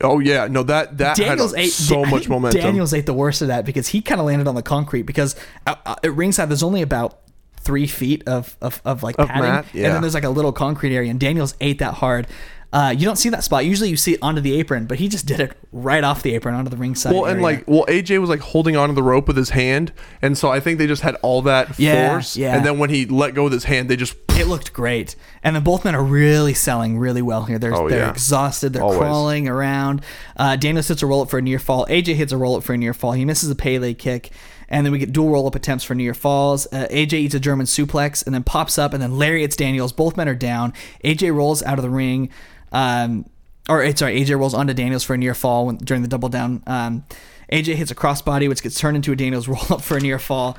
[SPEAKER 4] Oh yeah, no that that
[SPEAKER 1] Daniels
[SPEAKER 4] had
[SPEAKER 1] ate
[SPEAKER 4] so
[SPEAKER 1] I
[SPEAKER 4] much
[SPEAKER 1] think
[SPEAKER 4] momentum.
[SPEAKER 1] Daniels ate the worst of that because he kind of landed on the concrete because uh, uh, at ringside there's only about three feet of of, of like padding,
[SPEAKER 4] mat,
[SPEAKER 1] and
[SPEAKER 4] yeah.
[SPEAKER 1] then there's like a little concrete area, and Daniels ate that hard. Uh, you don't see that spot. Usually you see it onto the apron, but he just did it right off the apron onto the ringside.
[SPEAKER 4] well, and
[SPEAKER 1] area.
[SPEAKER 4] like, well, AJ was like holding onto the rope with his hand, and so I think they just had all that
[SPEAKER 1] Yeah,
[SPEAKER 4] force.
[SPEAKER 1] yeah.
[SPEAKER 4] And then when he let go with his hand, they just
[SPEAKER 1] it looked great. And then both men are really selling really well here. They're,
[SPEAKER 4] Oh,
[SPEAKER 1] they're
[SPEAKER 4] yeah.
[SPEAKER 1] exhausted. They're
[SPEAKER 4] Always.
[SPEAKER 1] crawling around. Uh, Daniels hits a roll up for a near fall. AJ hits a roll up for a near fall. He misses a Pele kick. And then we get dual roll up attempts for near falls. Uh, AJ eats a German suplex and then pops up and then lariats Daniels. Both men are down. AJ rolls out of the ring. Um, or eh, sorry, AJ rolls onto Daniels for a near fall when, during the double down. Um, AJ hits a crossbody, which gets turned into a Daniels (laughs) roll up for a near fall.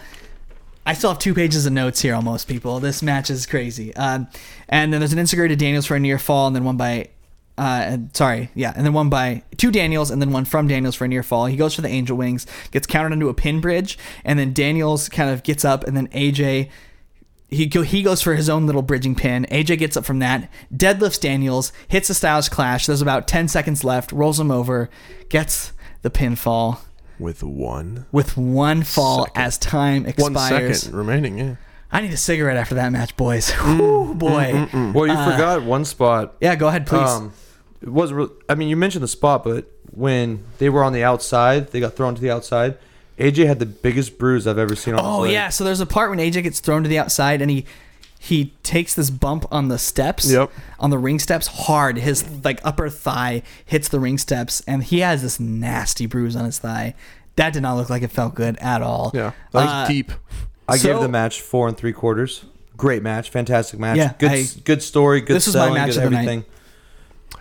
[SPEAKER 1] I still have two pages of notes here, almost people. This match is crazy. Um, and then there's an integrated Daniels for a near fall, and then one by, uh, and- sorry, yeah, and then one by two Daniels, and then one from Daniels for a near fall. He goes for the angel wings, gets countered into a pin bridge, and then Daniels kind of gets up, and then AJ he go, he goes for his own little bridging pin. AJ gets up from that, deadlifts Daniels, hits a Styles Clash. There's about ten seconds left, rolls him over, gets the pinfall
[SPEAKER 4] with one
[SPEAKER 1] with one fall as time expires.
[SPEAKER 4] one second remaining. Yeah,
[SPEAKER 1] I need a cigarette after that match, boys. (laughs)
[SPEAKER 4] Mm,
[SPEAKER 1] Whew, boy.
[SPEAKER 2] Well, you
[SPEAKER 1] Uh,
[SPEAKER 2] forgot one spot.
[SPEAKER 1] Yeah, go ahead, please.
[SPEAKER 2] Um, it was. Re- I mean, you mentioned the spot, but when they were on the outside, they got thrown to the outside. AJ had the biggest bruise I've ever seen on. his
[SPEAKER 1] oh
[SPEAKER 2] leg.
[SPEAKER 1] yeah, so there's a part when AJ gets thrown to the outside and he he takes this bump on the steps,
[SPEAKER 4] Yep.
[SPEAKER 1] on the ring steps hard. His like upper thigh hits the ring steps, and he has this nasty bruise on his thigh. That did not look like it felt good at all.
[SPEAKER 4] yeah, that was
[SPEAKER 1] Uh,
[SPEAKER 4] deep.
[SPEAKER 2] I
[SPEAKER 1] So-
[SPEAKER 2] gave the match four and three quarters. Great match, fantastic match.
[SPEAKER 1] Yeah,
[SPEAKER 2] good,
[SPEAKER 1] I-
[SPEAKER 2] good story, good
[SPEAKER 1] This was my
[SPEAKER 2] selling,
[SPEAKER 1] match
[SPEAKER 2] good
[SPEAKER 1] of the night.
[SPEAKER 2] everything.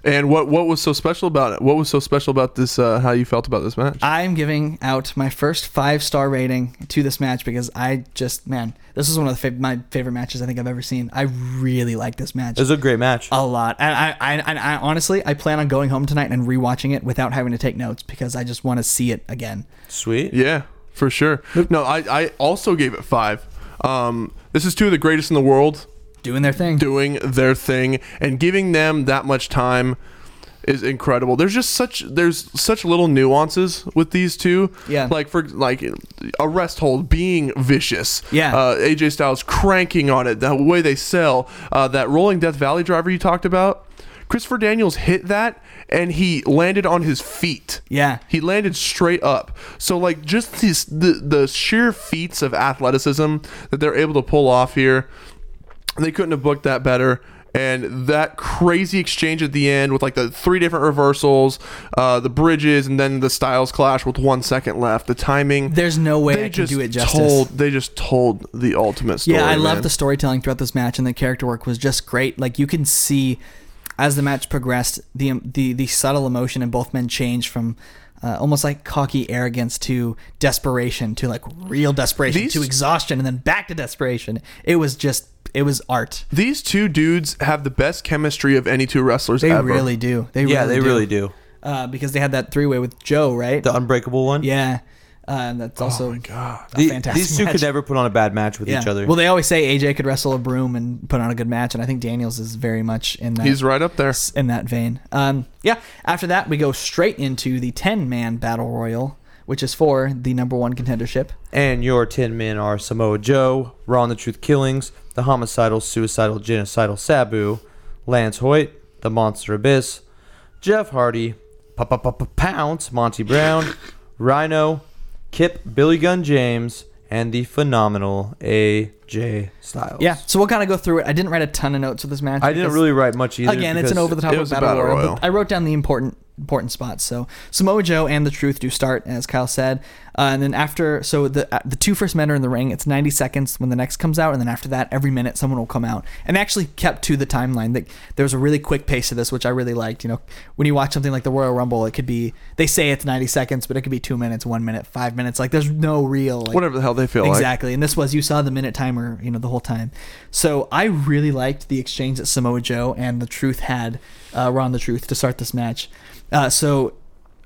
[SPEAKER 4] And what what was so special about it? What was so special about this? Uh, how you felt about this match?
[SPEAKER 1] I'm giving out my first five star rating to this match because I just man, this is one of the fav- my favorite matches I think I've ever seen. I really like this match
[SPEAKER 5] It was a great match.
[SPEAKER 1] a lot, and I, I, and I honestly I plan on going home tonight and rewatching it without having to take notes because I just want to see it again.
[SPEAKER 5] Sweet.
[SPEAKER 4] Yeah, for sure. No, I, I also gave it five. Um, this is two of the greatest in the world
[SPEAKER 1] Doing their thing.
[SPEAKER 4] doing their thing and giving them that much time is incredible. There's just such there's such little nuances with these two.
[SPEAKER 1] Yeah.
[SPEAKER 4] Like for like a rest hold being vicious.
[SPEAKER 1] Yeah.
[SPEAKER 4] Uh, AJ Styles cranking on it. The way they sell uh, that rolling Death Valley driver you talked about. Christopher Daniels hit that and he landed on his feet.
[SPEAKER 1] Yeah.
[SPEAKER 4] He landed straight up. So like just these the the sheer feats of athleticism that they're able to pull off here. They couldn't have booked that better. And that crazy exchange at the end with like the three different reversals, uh, the bridges, and then the Styles clash with one second left. The timing.
[SPEAKER 1] There's no way
[SPEAKER 4] they
[SPEAKER 1] I can
[SPEAKER 4] just
[SPEAKER 1] do it justice.
[SPEAKER 4] Told, they just told the ultimate story.
[SPEAKER 1] yeah, I love
[SPEAKER 4] man.
[SPEAKER 1] the storytelling throughout this match, and the character work was just great. Like you can see as the match progressed, the um, the the subtle emotion in both men changed from. Uh, almost like cocky arrogance to desperation to like real desperation
[SPEAKER 4] These-
[SPEAKER 1] to exhaustion and then back to desperation it was just it was art
[SPEAKER 4] These two dudes have the best chemistry of any two wrestlers
[SPEAKER 1] they
[SPEAKER 4] ever.
[SPEAKER 1] really do they
[SPEAKER 5] Yeah,
[SPEAKER 1] really
[SPEAKER 5] they
[SPEAKER 1] do.
[SPEAKER 5] really do.
[SPEAKER 1] uh, because they had that three way with Joe, right?
[SPEAKER 5] The unbreakable one.
[SPEAKER 1] yeah, uh, that's also God.
[SPEAKER 5] The-
[SPEAKER 1] fantastic.
[SPEAKER 5] these two
[SPEAKER 1] match.
[SPEAKER 5] could never put on a bad match with
[SPEAKER 1] yeah.
[SPEAKER 5] each other.
[SPEAKER 1] Well, they always say AJ could wrestle a broom and put on a good match, and I think Daniels is very much in that
[SPEAKER 4] He's right up there.
[SPEAKER 1] in that vein. Um, yeah. After that, we go straight into the ten man battle royal, which is for the number one contendership.
[SPEAKER 5] and your ten men are Samoa Joe, Raw and the Truth Killings, the Homicidal, Suicidal, Genocidal Sabu, Lance Hoyt, the Monster Abyss, Jeff Hardy, Papa Papa Pounce, Monty Brown,
[SPEAKER 1] (laughs)
[SPEAKER 5] Rhino, Kip, Billy Gunn James, and the phenomenal AJ Styles.
[SPEAKER 1] Yeah. So we'll kind of go through it. I didn't write a ton of notes for this match.
[SPEAKER 5] I didn't
[SPEAKER 1] because-
[SPEAKER 5] really write much either.
[SPEAKER 1] Again, it's an
[SPEAKER 5] because-
[SPEAKER 1] over the top
[SPEAKER 4] it was a
[SPEAKER 1] battle,
[SPEAKER 4] battle
[SPEAKER 1] royal.
[SPEAKER 4] royal.
[SPEAKER 1] but I wrote down the important important spots. So Samoa Joe and the Truth do start, as Kyle said, uh, and then after, so the uh, the two first men are in the ring. It's 90 seconds when the next comes out, and then after that, every minute someone will come out. And they actually kept to the timeline. Like there was a really quick pace to this, which I really liked. You know, when you watch something like the Royal Rumble, it could be they say it's 90 seconds, but it could be two minutes, one minute, five minutes. Like there's no real like,
[SPEAKER 4] Whatever the hell they feel like.
[SPEAKER 1] Exactly. And this was you saw the minute timer, you know, the whole time. So I really liked the exchange that Samoa Joe and the Truth had, uh, Ron the Truth, to start this match. Uh, so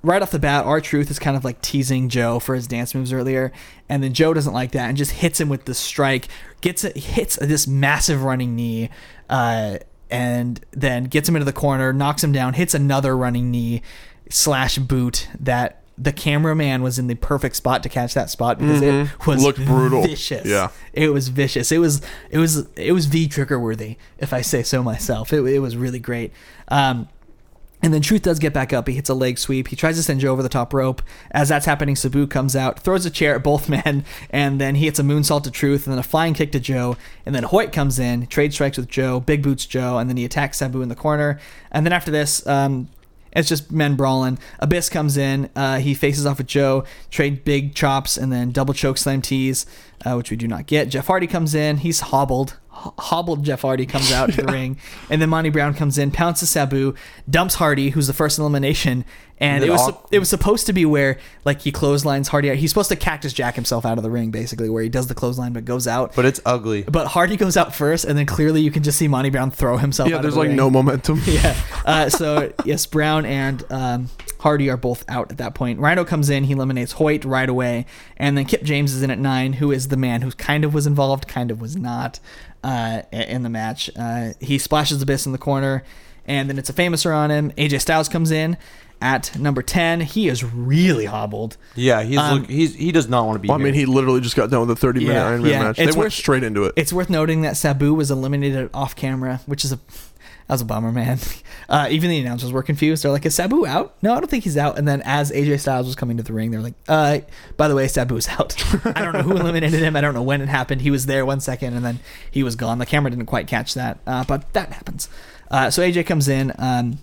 [SPEAKER 1] right off the bat, our Truth is kind of like teasing Joe for his dance moves earlier, and then Joe doesn't like that and just hits him with the strike, gets it, hits this massive running knee. Uh, and then gets him into the corner, knocks him down, hits another running knee slash boot that the cameraman was in the perfect spot to catch that spot because it was
[SPEAKER 4] Looked brutal.
[SPEAKER 1] vicious.
[SPEAKER 4] Yeah.
[SPEAKER 1] it was vicious. It was it was it was v trigger worthy, if I say so myself. It, it was really great. Um, and then Truth does get back up. He hits a leg sweep. He tries to send Joe over the top rope. As that's happening, Sabu comes out, throws a chair at both (laughs) men, and then he hits a moonsault to Truth, and then a flying kick to Joe. And then Hoyt comes in, trade strikes with Joe, big boots Joe, and then he attacks Sabu in the corner. And then after this, um, it's just men brawling. Abyss comes in. Uh, he faces off with Joe, trade big chops, and then double choke slam tees, uh, which we do not get. Jeff Hardy comes in. He's hobbled. Ho- hobbled Jeff Hardy comes out
[SPEAKER 4] (laughs)
[SPEAKER 1] to the ring. And then Monty Brown comes in, pounces Sabu, dumps Hardy, who's the first elimination. And
[SPEAKER 5] then
[SPEAKER 1] it was
[SPEAKER 5] Aw-
[SPEAKER 1] it was supposed to be where like he clotheslines Hardy out. He's supposed to cactus jack himself out of the ring, basically, where he does the clothesline but goes out.
[SPEAKER 5] But it's ugly.
[SPEAKER 1] But Hardy goes out first, and then clearly you can just see Monty Brown throw himself. out
[SPEAKER 4] Yeah,
[SPEAKER 1] of
[SPEAKER 4] there's
[SPEAKER 1] the
[SPEAKER 4] like
[SPEAKER 1] ring.
[SPEAKER 4] no momentum.
[SPEAKER 1] (laughs) Yeah. Uh, so yes, Brown and um, Hardy are both out at that point. Rhino comes in, he eliminates Hoyt right away, and then Kip James is in at nine, who is the man who kind of was involved, kind of was not uh, i- in the match. Uh, he splashes Abyss in the corner, and then it's a famouser on him. AJ Styles comes in at number ten. He is really hobbled.
[SPEAKER 5] yeah, he's
[SPEAKER 1] Um,
[SPEAKER 5] look, he's he does not want to be.
[SPEAKER 4] Well, I mean, he literally just got done with a 30 minute
[SPEAKER 1] Yeah,
[SPEAKER 4] Iron Man
[SPEAKER 1] yeah.
[SPEAKER 4] match. They
[SPEAKER 1] It's
[SPEAKER 4] went
[SPEAKER 1] what-
[SPEAKER 4] straight into it.
[SPEAKER 1] It's worth noting that Sabu was eliminated off camera, which is a that was a bummer, man. (laughs) Uh, even the announcers were confused. They're like, "Is Sabu out?" No, I don't think he's out. And then as AJ Styles was coming to the ring, they're like, "Uh, by the way, Sabu's out. (laughs) I don't know who eliminated him. I don't know when it happened. He was there one second, and then he was gone. The camera didn't quite catch that, uh, but that happens. Uh, so AJ comes in. Um,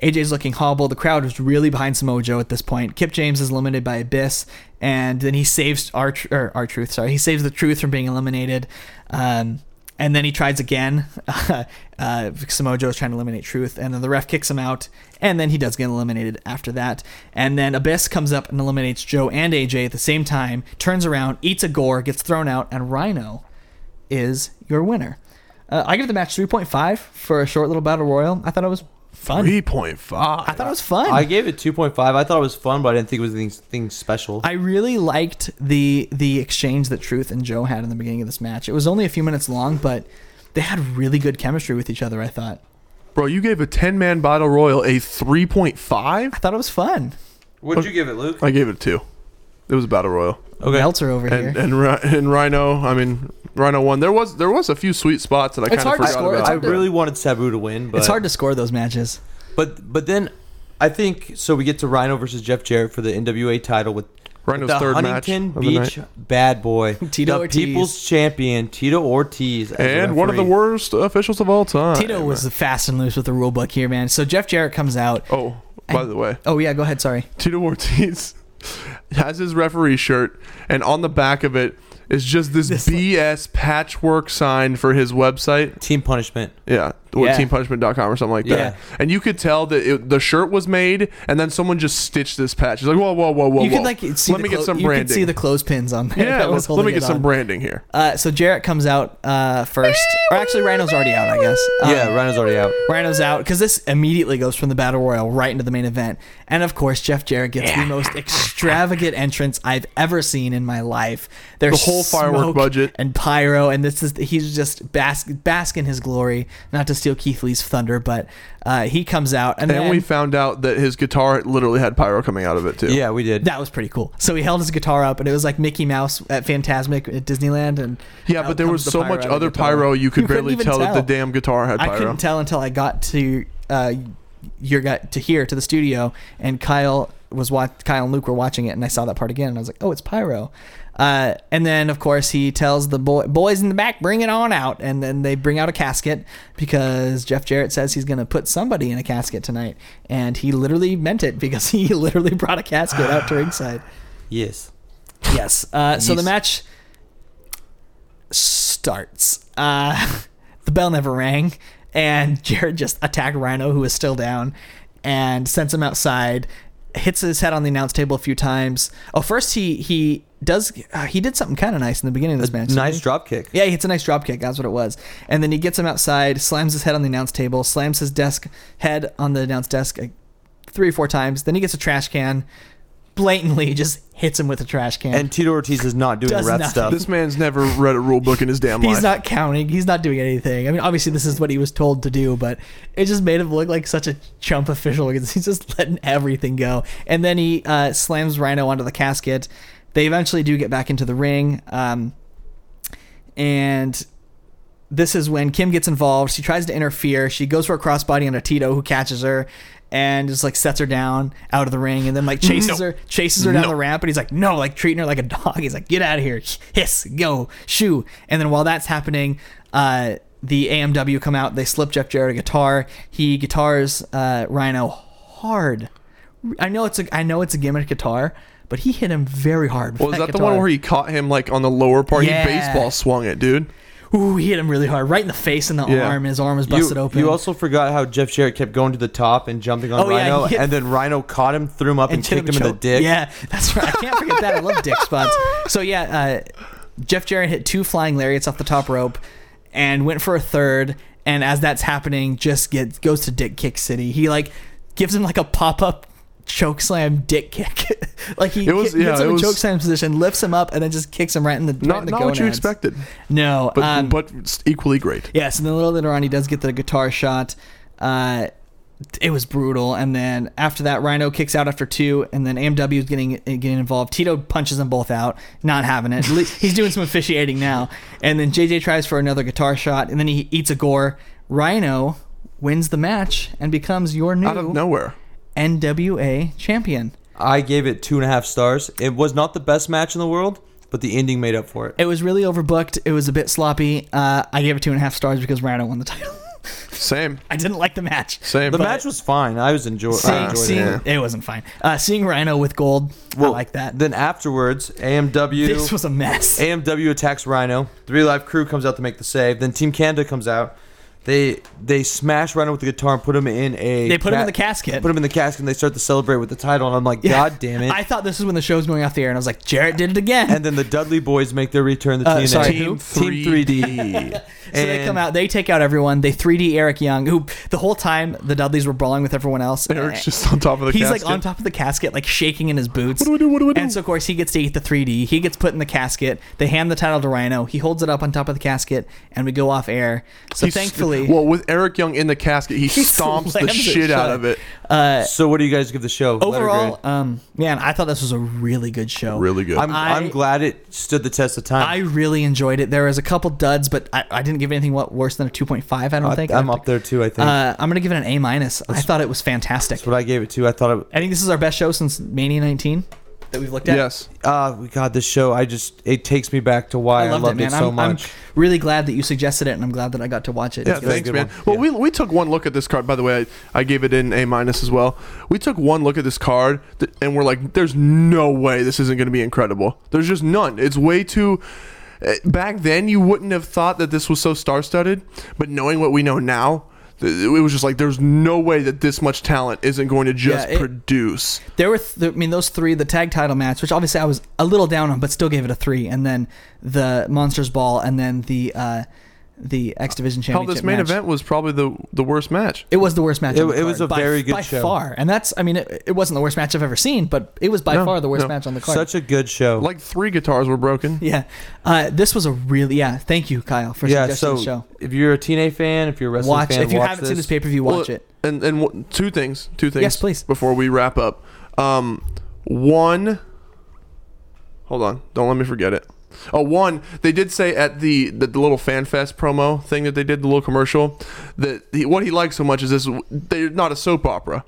[SPEAKER 1] AJ's looking hobbled. The crowd is really behind Samoa Joe at this point. Kip James is limited by Abyss, and then he saves our or our truth. Sorry, he saves the truth from being eliminated. Um, And then he tries again. (laughs) Uh, Samoa Joe's trying to eliminate Truth, and then the ref kicks him out. And then he does get eliminated after that. And then Abyss comes up and eliminates Joe and AJ at the same time. Turns around, eats a gore, gets thrown out, and Rhino is your winner. Uh, I give the match 3.5 for a short little battle royal. I thought it was fun.
[SPEAKER 4] Three point five.
[SPEAKER 1] I thought it was fun.
[SPEAKER 5] I gave it 2.5. I thought it was fun, but I didn't think it was anything, anything special.
[SPEAKER 1] I really liked the the exchange that Truth and Joe had in the beginning of this match. It was only a few minutes long, but they had really good chemistry with each other. I thought.
[SPEAKER 4] Bro, you gave a ten man battle royal a three point five?
[SPEAKER 1] I thought it was fun.
[SPEAKER 5] What'd you give it, Luke?
[SPEAKER 4] I gave it a two. It was a battle royal.
[SPEAKER 5] Okay.
[SPEAKER 1] Meltzer over here.
[SPEAKER 4] And uh, and, Ri- and Rhino, I mean Rhino won. There was there was a few sweet spots that I
[SPEAKER 1] It's
[SPEAKER 4] kind of
[SPEAKER 1] hard to
[SPEAKER 4] forgot
[SPEAKER 1] score. It's
[SPEAKER 4] about.
[SPEAKER 5] I really wanted Sabu to win, but
[SPEAKER 1] it's hard to score those matches.
[SPEAKER 5] But but then I think so. We get to Rhino versus Jeff Jarrett for the NWA title with
[SPEAKER 4] Rhino's
[SPEAKER 5] the
[SPEAKER 4] third match
[SPEAKER 5] Huntington
[SPEAKER 4] of the
[SPEAKER 5] Beach Bad Boy,
[SPEAKER 1] (laughs) Tito
[SPEAKER 5] the
[SPEAKER 1] Ortiz.
[SPEAKER 5] People's Champion Tito Ortiz, as the
[SPEAKER 4] And one of the
[SPEAKER 5] referee.
[SPEAKER 4] worst officials of all time.
[SPEAKER 1] Tito was the fast and loose with the rule book here, man. So Jeff Jarrett comes out. Oh,
[SPEAKER 4] Oh, by the way,
[SPEAKER 1] yeah, go ahead. Sorry.
[SPEAKER 4] Tito Ortiz (laughs) has his referee shirt, and on the back of it is just this, BS patchwork sign for his website.
[SPEAKER 5] Team Punishment.
[SPEAKER 4] Yeah, or
[SPEAKER 1] Yeah.
[SPEAKER 4] teampunishment.com or something like that.
[SPEAKER 5] Yeah.
[SPEAKER 4] And you could tell that it, the shirt was made, and then someone just stitched this patch. It's like, whoa, whoa, whoa, whoa,
[SPEAKER 1] you
[SPEAKER 4] whoa.
[SPEAKER 1] could like see
[SPEAKER 4] oh, let
[SPEAKER 1] the
[SPEAKER 4] me get
[SPEAKER 1] clo-
[SPEAKER 4] some
[SPEAKER 1] you
[SPEAKER 4] branding.
[SPEAKER 1] could see the clothespins on there. (laughs)
[SPEAKER 4] yeah,
[SPEAKER 1] that was
[SPEAKER 4] let, let me
[SPEAKER 1] holding
[SPEAKER 4] get
[SPEAKER 1] it
[SPEAKER 4] some
[SPEAKER 1] on.
[SPEAKER 4] branding here.
[SPEAKER 1] Uh, so Jarrett comes out uh, first, or actually Rhino's already out, I guess. Um,
[SPEAKER 5] yeah, Rhino's already out.
[SPEAKER 1] Rhino's out because this immediately goes from the battle royal right into the main event, and of course Jeff Jarrett gets the most
[SPEAKER 4] (laughs)
[SPEAKER 1] extravagant entrance I've ever seen in my life. There's
[SPEAKER 4] The whole firework
[SPEAKER 1] smoke
[SPEAKER 4] budget.
[SPEAKER 1] and pyro, and this is he's just bask bask in his glory. Not to steal Keith Lee's thunder, but uh, he comes out and,
[SPEAKER 4] And
[SPEAKER 1] then
[SPEAKER 4] we found out that his guitar literally had pyro coming out of it too.
[SPEAKER 5] Yeah, we did.
[SPEAKER 1] that was pretty cool. So he held his guitar up, and it was like Mickey Mouse at Fantasmic at Disneyland, and
[SPEAKER 4] Yeah,
[SPEAKER 1] out
[SPEAKER 4] but there
[SPEAKER 1] comes
[SPEAKER 4] was
[SPEAKER 1] the
[SPEAKER 4] so
[SPEAKER 1] pyro
[SPEAKER 4] much
[SPEAKER 1] out of the
[SPEAKER 4] other
[SPEAKER 1] guitar.
[SPEAKER 4] pyro you could
[SPEAKER 1] You couldn't
[SPEAKER 4] barely
[SPEAKER 1] even
[SPEAKER 4] tell, that the
[SPEAKER 1] tell.
[SPEAKER 4] damn guitar had
[SPEAKER 1] I
[SPEAKER 4] pyro.
[SPEAKER 1] couldn't tell until I got to uh, your got to here to the studio, and Kyle was wat- Kyle and Luke were watching it, and I saw that part again, and I was like, "Oh, it's pyro." Uh, and then, of course, he tells the boy, boys in the back, "Bring it on out!" And then they bring out a casket because Jeff Jarrett says he's going to put somebody in a casket tonight, and he literally meant it because (laughs) he literally brought a casket out to ringside.
[SPEAKER 5] Yes.
[SPEAKER 1] Yes. Uh, so the
[SPEAKER 5] Yes.
[SPEAKER 1] match starts. Uh, (laughs) the bell never rang, and (laughs) Jared just attacked Rhino, who is still down, and sends him outside. Hits his head on the announce table a few times. Oh, first he he does uh, he did something kind of nice in the beginning of this match. didn't
[SPEAKER 5] Nice
[SPEAKER 1] he?
[SPEAKER 5] drop kick.
[SPEAKER 1] Yeah, he hits a nice drop kick. That's what it was. And then he gets him outside, slams his head on the announce table, slams his desk head on the announce desk like, three or four times. Then he gets a trash can, blatantly just hits him with a trash can.
[SPEAKER 5] And Tito Ortiz is not doing
[SPEAKER 1] Does
[SPEAKER 5] ref
[SPEAKER 1] nothing.
[SPEAKER 5] stuff.
[SPEAKER 4] This man's never read a rule book in his damn
[SPEAKER 1] he's
[SPEAKER 4] life.
[SPEAKER 1] not counting. He's not doing anything. I mean, obviously this is what he was told to do, but it just made him look like such a chump official because (laughs) he's just letting everything go. And then he uh, slams Rhino onto the casket. They eventually do get back into the ring, um, and this is when Kim gets involved. She tries to interfere. She goes for a crossbody on a Tito who catches her and just like sets her down out of the ring and then like chases her chases her down the ramp and he's like no like treating her like a dog he's like get out of here hiss go shoo and then while that's happening uh the AMW come out they slip Jeff Jarrett a guitar he guitars uh Rhino hard I know it's a I know it's a gimmick guitar but he hit him very hard with
[SPEAKER 4] well, is that the one
[SPEAKER 1] guitar.
[SPEAKER 4] where he caught him like on the lower part?
[SPEAKER 1] Yeah.
[SPEAKER 4] He baseball swung it, dude.
[SPEAKER 1] Ooh, he hit him really hard, right in the face and the
[SPEAKER 4] Yeah.
[SPEAKER 1] arm. and His arm was
[SPEAKER 5] You,
[SPEAKER 1] busted open.
[SPEAKER 5] you also forgot how Jeff Jarrett kept going to the top and jumping on
[SPEAKER 1] Oh, yeah,
[SPEAKER 5] Rhino,
[SPEAKER 1] he hit-
[SPEAKER 5] and then Rhino caught him, threw him up, and,
[SPEAKER 1] hit
[SPEAKER 5] kicked him in the
[SPEAKER 1] choke.
[SPEAKER 5] dick.
[SPEAKER 1] Yeah, that's right. I can't forget that. I love dick spots. So yeah, uh, Jeff Jarrett hit two flying lariats off the top rope, and went for a third. And as that's happening, just gets goes to Dick Kick City. He like gives him like a pop up choke slam dick kick. (laughs) like he
[SPEAKER 4] It was-
[SPEAKER 1] hit-
[SPEAKER 4] yeah,
[SPEAKER 1] hits him
[SPEAKER 4] it
[SPEAKER 1] in
[SPEAKER 4] was-
[SPEAKER 1] choke slam position, lifts him up, and then just kicks him right in the right in
[SPEAKER 4] Not
[SPEAKER 1] the
[SPEAKER 4] not what you
[SPEAKER 1] gonads.
[SPEAKER 4] expected,
[SPEAKER 1] No,
[SPEAKER 4] but
[SPEAKER 1] um,
[SPEAKER 4] but it's equally great.
[SPEAKER 1] Yes, and then a little later on, he does get the guitar shot. Uh, it was brutal. And then after that, Rhino kicks out after two, and then AMW is getting uh, getting involved. Tito punches them both out, not having it. Le- He's doing some officiating now. And then JJ tries for another guitar shot, and then he eats a gore. Rhino wins the match and becomes your
[SPEAKER 4] Out of
[SPEAKER 1] new
[SPEAKER 4] nowhere,
[SPEAKER 1] NWA champion.
[SPEAKER 5] I gave it two and a half stars. It was not the best match in the world, but the ending made up for it.
[SPEAKER 1] It was really overbooked. It was a bit sloppy. Uh, I gave it two and a half stars because Rhino won the title. (laughs)
[SPEAKER 4] Same.
[SPEAKER 1] I didn't like the match.
[SPEAKER 4] Same.
[SPEAKER 2] The
[SPEAKER 1] But-
[SPEAKER 2] match was fine. I was enjoy-
[SPEAKER 1] Seeing,
[SPEAKER 2] I enjoyed
[SPEAKER 1] seeing
[SPEAKER 2] it.
[SPEAKER 4] yeah.
[SPEAKER 1] it wasn't fine. Uh, seeing Rhino with gold, I like that.
[SPEAKER 2] Then afterwards, AMW
[SPEAKER 1] this was a
[SPEAKER 4] (laughs)
[SPEAKER 1] mess.
[SPEAKER 2] AMW attacks Rhino. The Three Live Crew comes out to make the save. Then Team Canada comes out. They they smash Rhino with the guitar and put him in a.
[SPEAKER 1] They put him in
[SPEAKER 2] ca-
[SPEAKER 1] the casket.
[SPEAKER 2] Put him in the casket and they start to celebrate with the title. And I'm like, God damn
[SPEAKER 1] (laughs)
[SPEAKER 2] it!
[SPEAKER 1] I thought this was when the show was going off the air, and I was like, Jarrett did it again.
[SPEAKER 2] and then the Dudley Boys make their return to
[SPEAKER 1] Uh,
[SPEAKER 2] TNA.
[SPEAKER 1] sorry,
[SPEAKER 2] Team
[SPEAKER 1] who?
[SPEAKER 2] Team 3D.
[SPEAKER 1] (laughs) So they come out, they take out everyone. They 3D Eric Young, who the whole time the Dudleys were brawling with everyone else. Eh.
[SPEAKER 4] Eric's just on top of the
[SPEAKER 1] He's
[SPEAKER 4] casket.
[SPEAKER 1] like on top of the casket, like shaking in his boots.
[SPEAKER 4] What do we do? What do we do?
[SPEAKER 1] And so, of course, he gets to eat the 3D. He gets put in the casket. They hand the title to Rhino. He holds it up on top of the casket, and we go off air. So,
[SPEAKER 4] He's-
[SPEAKER 1] thankfully,
[SPEAKER 4] well, with Eric Young in the casket, he, stomps the
[SPEAKER 1] slams it
[SPEAKER 4] shit out
[SPEAKER 1] shut.
[SPEAKER 4] of it.
[SPEAKER 2] So what do you guys give the show? Letter
[SPEAKER 1] overall,
[SPEAKER 2] grade.
[SPEAKER 1] um, man, I thought this was a really good show.
[SPEAKER 4] Really good.
[SPEAKER 2] I'm,
[SPEAKER 1] I-
[SPEAKER 2] I, am glad it stood the test of time.
[SPEAKER 1] I really enjoyed it. There was a couple duds, but I, I didn't give anything what worse than a 2.5. I don't think.
[SPEAKER 2] am up there too. I think
[SPEAKER 1] Uh, I'm gonna give it an A minus. I thought it was fantastic.
[SPEAKER 2] that's what I gave it to. I thought it.
[SPEAKER 1] I think this is our best show since Mania 19 that we've looked at.
[SPEAKER 4] yes.
[SPEAKER 2] Ah, God, this show. I just it takes me back to why
[SPEAKER 1] I
[SPEAKER 2] I loved,
[SPEAKER 1] loved it, man.
[SPEAKER 2] so
[SPEAKER 1] I'm, I'm
[SPEAKER 2] much.
[SPEAKER 1] really glad that you suggested it, and I'm glad that I got to watch it.
[SPEAKER 4] Yeah,
[SPEAKER 1] It's-
[SPEAKER 4] thanks,
[SPEAKER 2] good
[SPEAKER 4] man.
[SPEAKER 2] one.
[SPEAKER 4] Well, we, we took one look at this card. By the way, I, I gave it an A minus as well. We took one look at this card, th- and we're like, "There's no way this isn't going to be incredible. There's just none. It's way too." eh, Back then, you wouldn't have thought that this was so star-studded, but knowing what we know now, th- it was just like, "There's no way that this much talent isn't going to just
[SPEAKER 1] Yeah, it-
[SPEAKER 4] produce."
[SPEAKER 1] There were, th- I mean, those three, the tag title match, which obviously I was a little down on, but still gave it a three, and then the Monsters Ball, and then the uh, the X Division
[SPEAKER 4] Hell,
[SPEAKER 1] Championship.
[SPEAKER 4] this main
[SPEAKER 1] match.
[SPEAKER 4] event was probably the the worst match.
[SPEAKER 1] It was the worst match.
[SPEAKER 2] It-
[SPEAKER 1] on the
[SPEAKER 2] it was
[SPEAKER 1] card
[SPEAKER 2] a
[SPEAKER 1] by-
[SPEAKER 2] very good
[SPEAKER 1] by
[SPEAKER 2] show.
[SPEAKER 1] far, and that's. I mean, it, it wasn't the worst match I've ever seen, but it was by
[SPEAKER 4] No,
[SPEAKER 1] far the worst
[SPEAKER 4] no.
[SPEAKER 1] match on the card.
[SPEAKER 2] Such a good show.
[SPEAKER 4] Like three guitars were broken.
[SPEAKER 1] (laughs) yeah, uh, this was a really yeah. Thank you, Kyle, for
[SPEAKER 2] yeah.
[SPEAKER 1] suggesting
[SPEAKER 2] So
[SPEAKER 1] the show.
[SPEAKER 2] if you're a TNA fan, if you're a wrestling
[SPEAKER 1] Watch
[SPEAKER 2] fan,
[SPEAKER 1] if you
[SPEAKER 2] watch
[SPEAKER 1] haven't
[SPEAKER 2] this.
[SPEAKER 1] seen this pay per view, watch
[SPEAKER 4] Well,
[SPEAKER 1] it.
[SPEAKER 4] And and w- two things, two things.
[SPEAKER 1] Yes, please.
[SPEAKER 4] Before we wrap up, um, one. Hold on, don't let me forget it. Oh, one. They did say at the the, the little fan fest promo thing that they did, the little commercial, that he, what he liked so much is this. They're not a soap opera.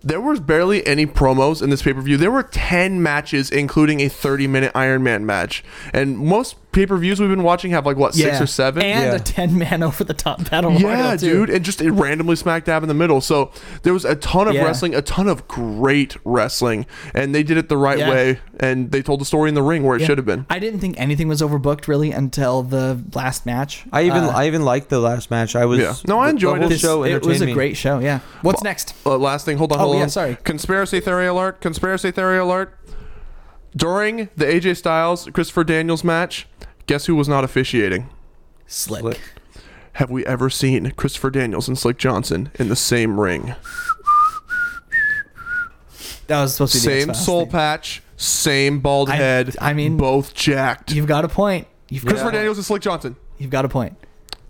[SPEAKER 4] There was barely any promos in this pay per view. There were ten matches, including a thirty minute Iron Man match, and most pay per views we've been watching have like what six
[SPEAKER 1] Yeah.
[SPEAKER 4] or seven.
[SPEAKER 1] and
[SPEAKER 2] Yeah.
[SPEAKER 1] a ten man over the top battle
[SPEAKER 4] Yeah,
[SPEAKER 1] royal, too.
[SPEAKER 4] dude, and just it randomly smack dab in the middle. So there was a ton of
[SPEAKER 1] Yeah.
[SPEAKER 4] wrestling, a ton of great wrestling, and they did it the right
[SPEAKER 1] Yeah.
[SPEAKER 4] way, and they told the story in the ring where it
[SPEAKER 1] Yeah.
[SPEAKER 4] should have been.
[SPEAKER 1] I didn't think anything was overbooked really until the last match.
[SPEAKER 2] I even
[SPEAKER 1] Uh,
[SPEAKER 2] I even liked the last match. I was
[SPEAKER 4] Yeah. No, I
[SPEAKER 2] the-
[SPEAKER 4] enjoyed
[SPEAKER 2] the whole
[SPEAKER 4] it.
[SPEAKER 1] this,
[SPEAKER 2] Show
[SPEAKER 1] it was
[SPEAKER 2] entertained
[SPEAKER 1] a
[SPEAKER 2] me.
[SPEAKER 1] great show. Yeah. What's next?
[SPEAKER 4] Uh, last thing, hold on,
[SPEAKER 1] Oh,
[SPEAKER 4] hold
[SPEAKER 1] yeah,
[SPEAKER 4] on.
[SPEAKER 1] sorry.
[SPEAKER 4] Conspiracy theory alert! Conspiracy theory alert! During the AJ Styles Christopher Daniels match, guess who was not officiating?
[SPEAKER 1] Slick.
[SPEAKER 2] Slick.
[SPEAKER 4] Have we ever seen Christopher Daniels and Slick Johnson in the same ring?
[SPEAKER 1] That was supposed to be the
[SPEAKER 4] Same
[SPEAKER 1] X-Files
[SPEAKER 4] soul
[SPEAKER 1] thing.
[SPEAKER 4] patch, same bald
[SPEAKER 1] I-
[SPEAKER 4] head.
[SPEAKER 1] I mean-
[SPEAKER 4] both jacked.
[SPEAKER 1] You've got a point. You've got,
[SPEAKER 4] Christopher Daniels and Slick Johnson.
[SPEAKER 1] you've got a point.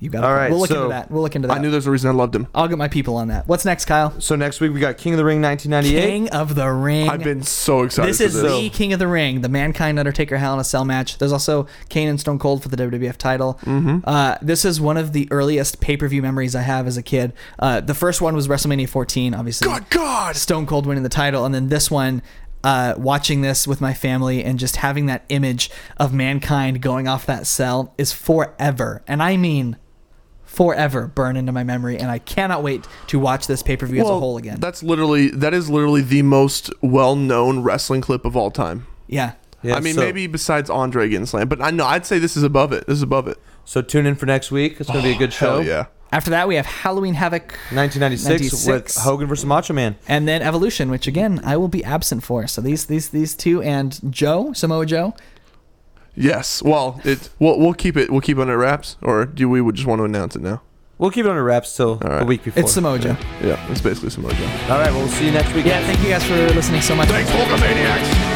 [SPEAKER 1] You've got. A
[SPEAKER 2] All
[SPEAKER 1] point.
[SPEAKER 2] right,
[SPEAKER 1] We'll look
[SPEAKER 2] so-
[SPEAKER 1] into that. We'll look into that.
[SPEAKER 4] I knew there's a reason I loved him.
[SPEAKER 1] I'll get my people on that. What's next, Kyle?
[SPEAKER 2] So next week we got King of the Ring 1998.
[SPEAKER 1] King of the Ring.
[SPEAKER 4] I've been so excited.
[SPEAKER 1] This
[SPEAKER 4] for
[SPEAKER 1] is
[SPEAKER 4] this.
[SPEAKER 1] the King of the Ring, the Mankind Undertaker Hell in a Cell match. There's also Kane and Stone Cold for the WWF title. Uh, this is one of the earliest pay per view memories I have as a kid. Uh, the first one was WrestleMania 14, obviously.
[SPEAKER 4] Good God!
[SPEAKER 1] Stone Cold winning the title, and then this one, uh, watching this with my family and just having that image of mankind going off that cell is forever, and I mean forever, burn into my memory, and I cannot wait to watch this pay per view as a whole again.
[SPEAKER 4] That's literally that is literally the most well-known wrestling clip of all time.
[SPEAKER 1] yeah,
[SPEAKER 2] Yeah,
[SPEAKER 4] I mean,
[SPEAKER 2] so-
[SPEAKER 4] maybe besides Andre getting slammed, but I know I'd say this is above it. This is above it.
[SPEAKER 2] So tune in for next week. It's gonna be a good
[SPEAKER 1] Oh?
[SPEAKER 2] show.
[SPEAKER 4] Hell yeah!
[SPEAKER 1] after that we have Halloween Havoc.
[SPEAKER 2] 1996 with
[SPEAKER 1] 96.
[SPEAKER 2] Hogan versus Macho Man.
[SPEAKER 1] And then Evolution, which again I will be absent for. So these these these two and Joe Samoa Joe.
[SPEAKER 4] Yes. Well, it we'll, we'll keep it we'll keep it under wraps, or do we would just want to announce it now?
[SPEAKER 2] We'll keep it under wraps till the
[SPEAKER 4] right.
[SPEAKER 2] week before.
[SPEAKER 1] It's Samoa Joe.
[SPEAKER 4] Yeah, it's basically some other.
[SPEAKER 2] All right, we'll see you next week.
[SPEAKER 1] Yeah, thank you guys for listening so much.
[SPEAKER 6] Thanks, Vulcamaniacs!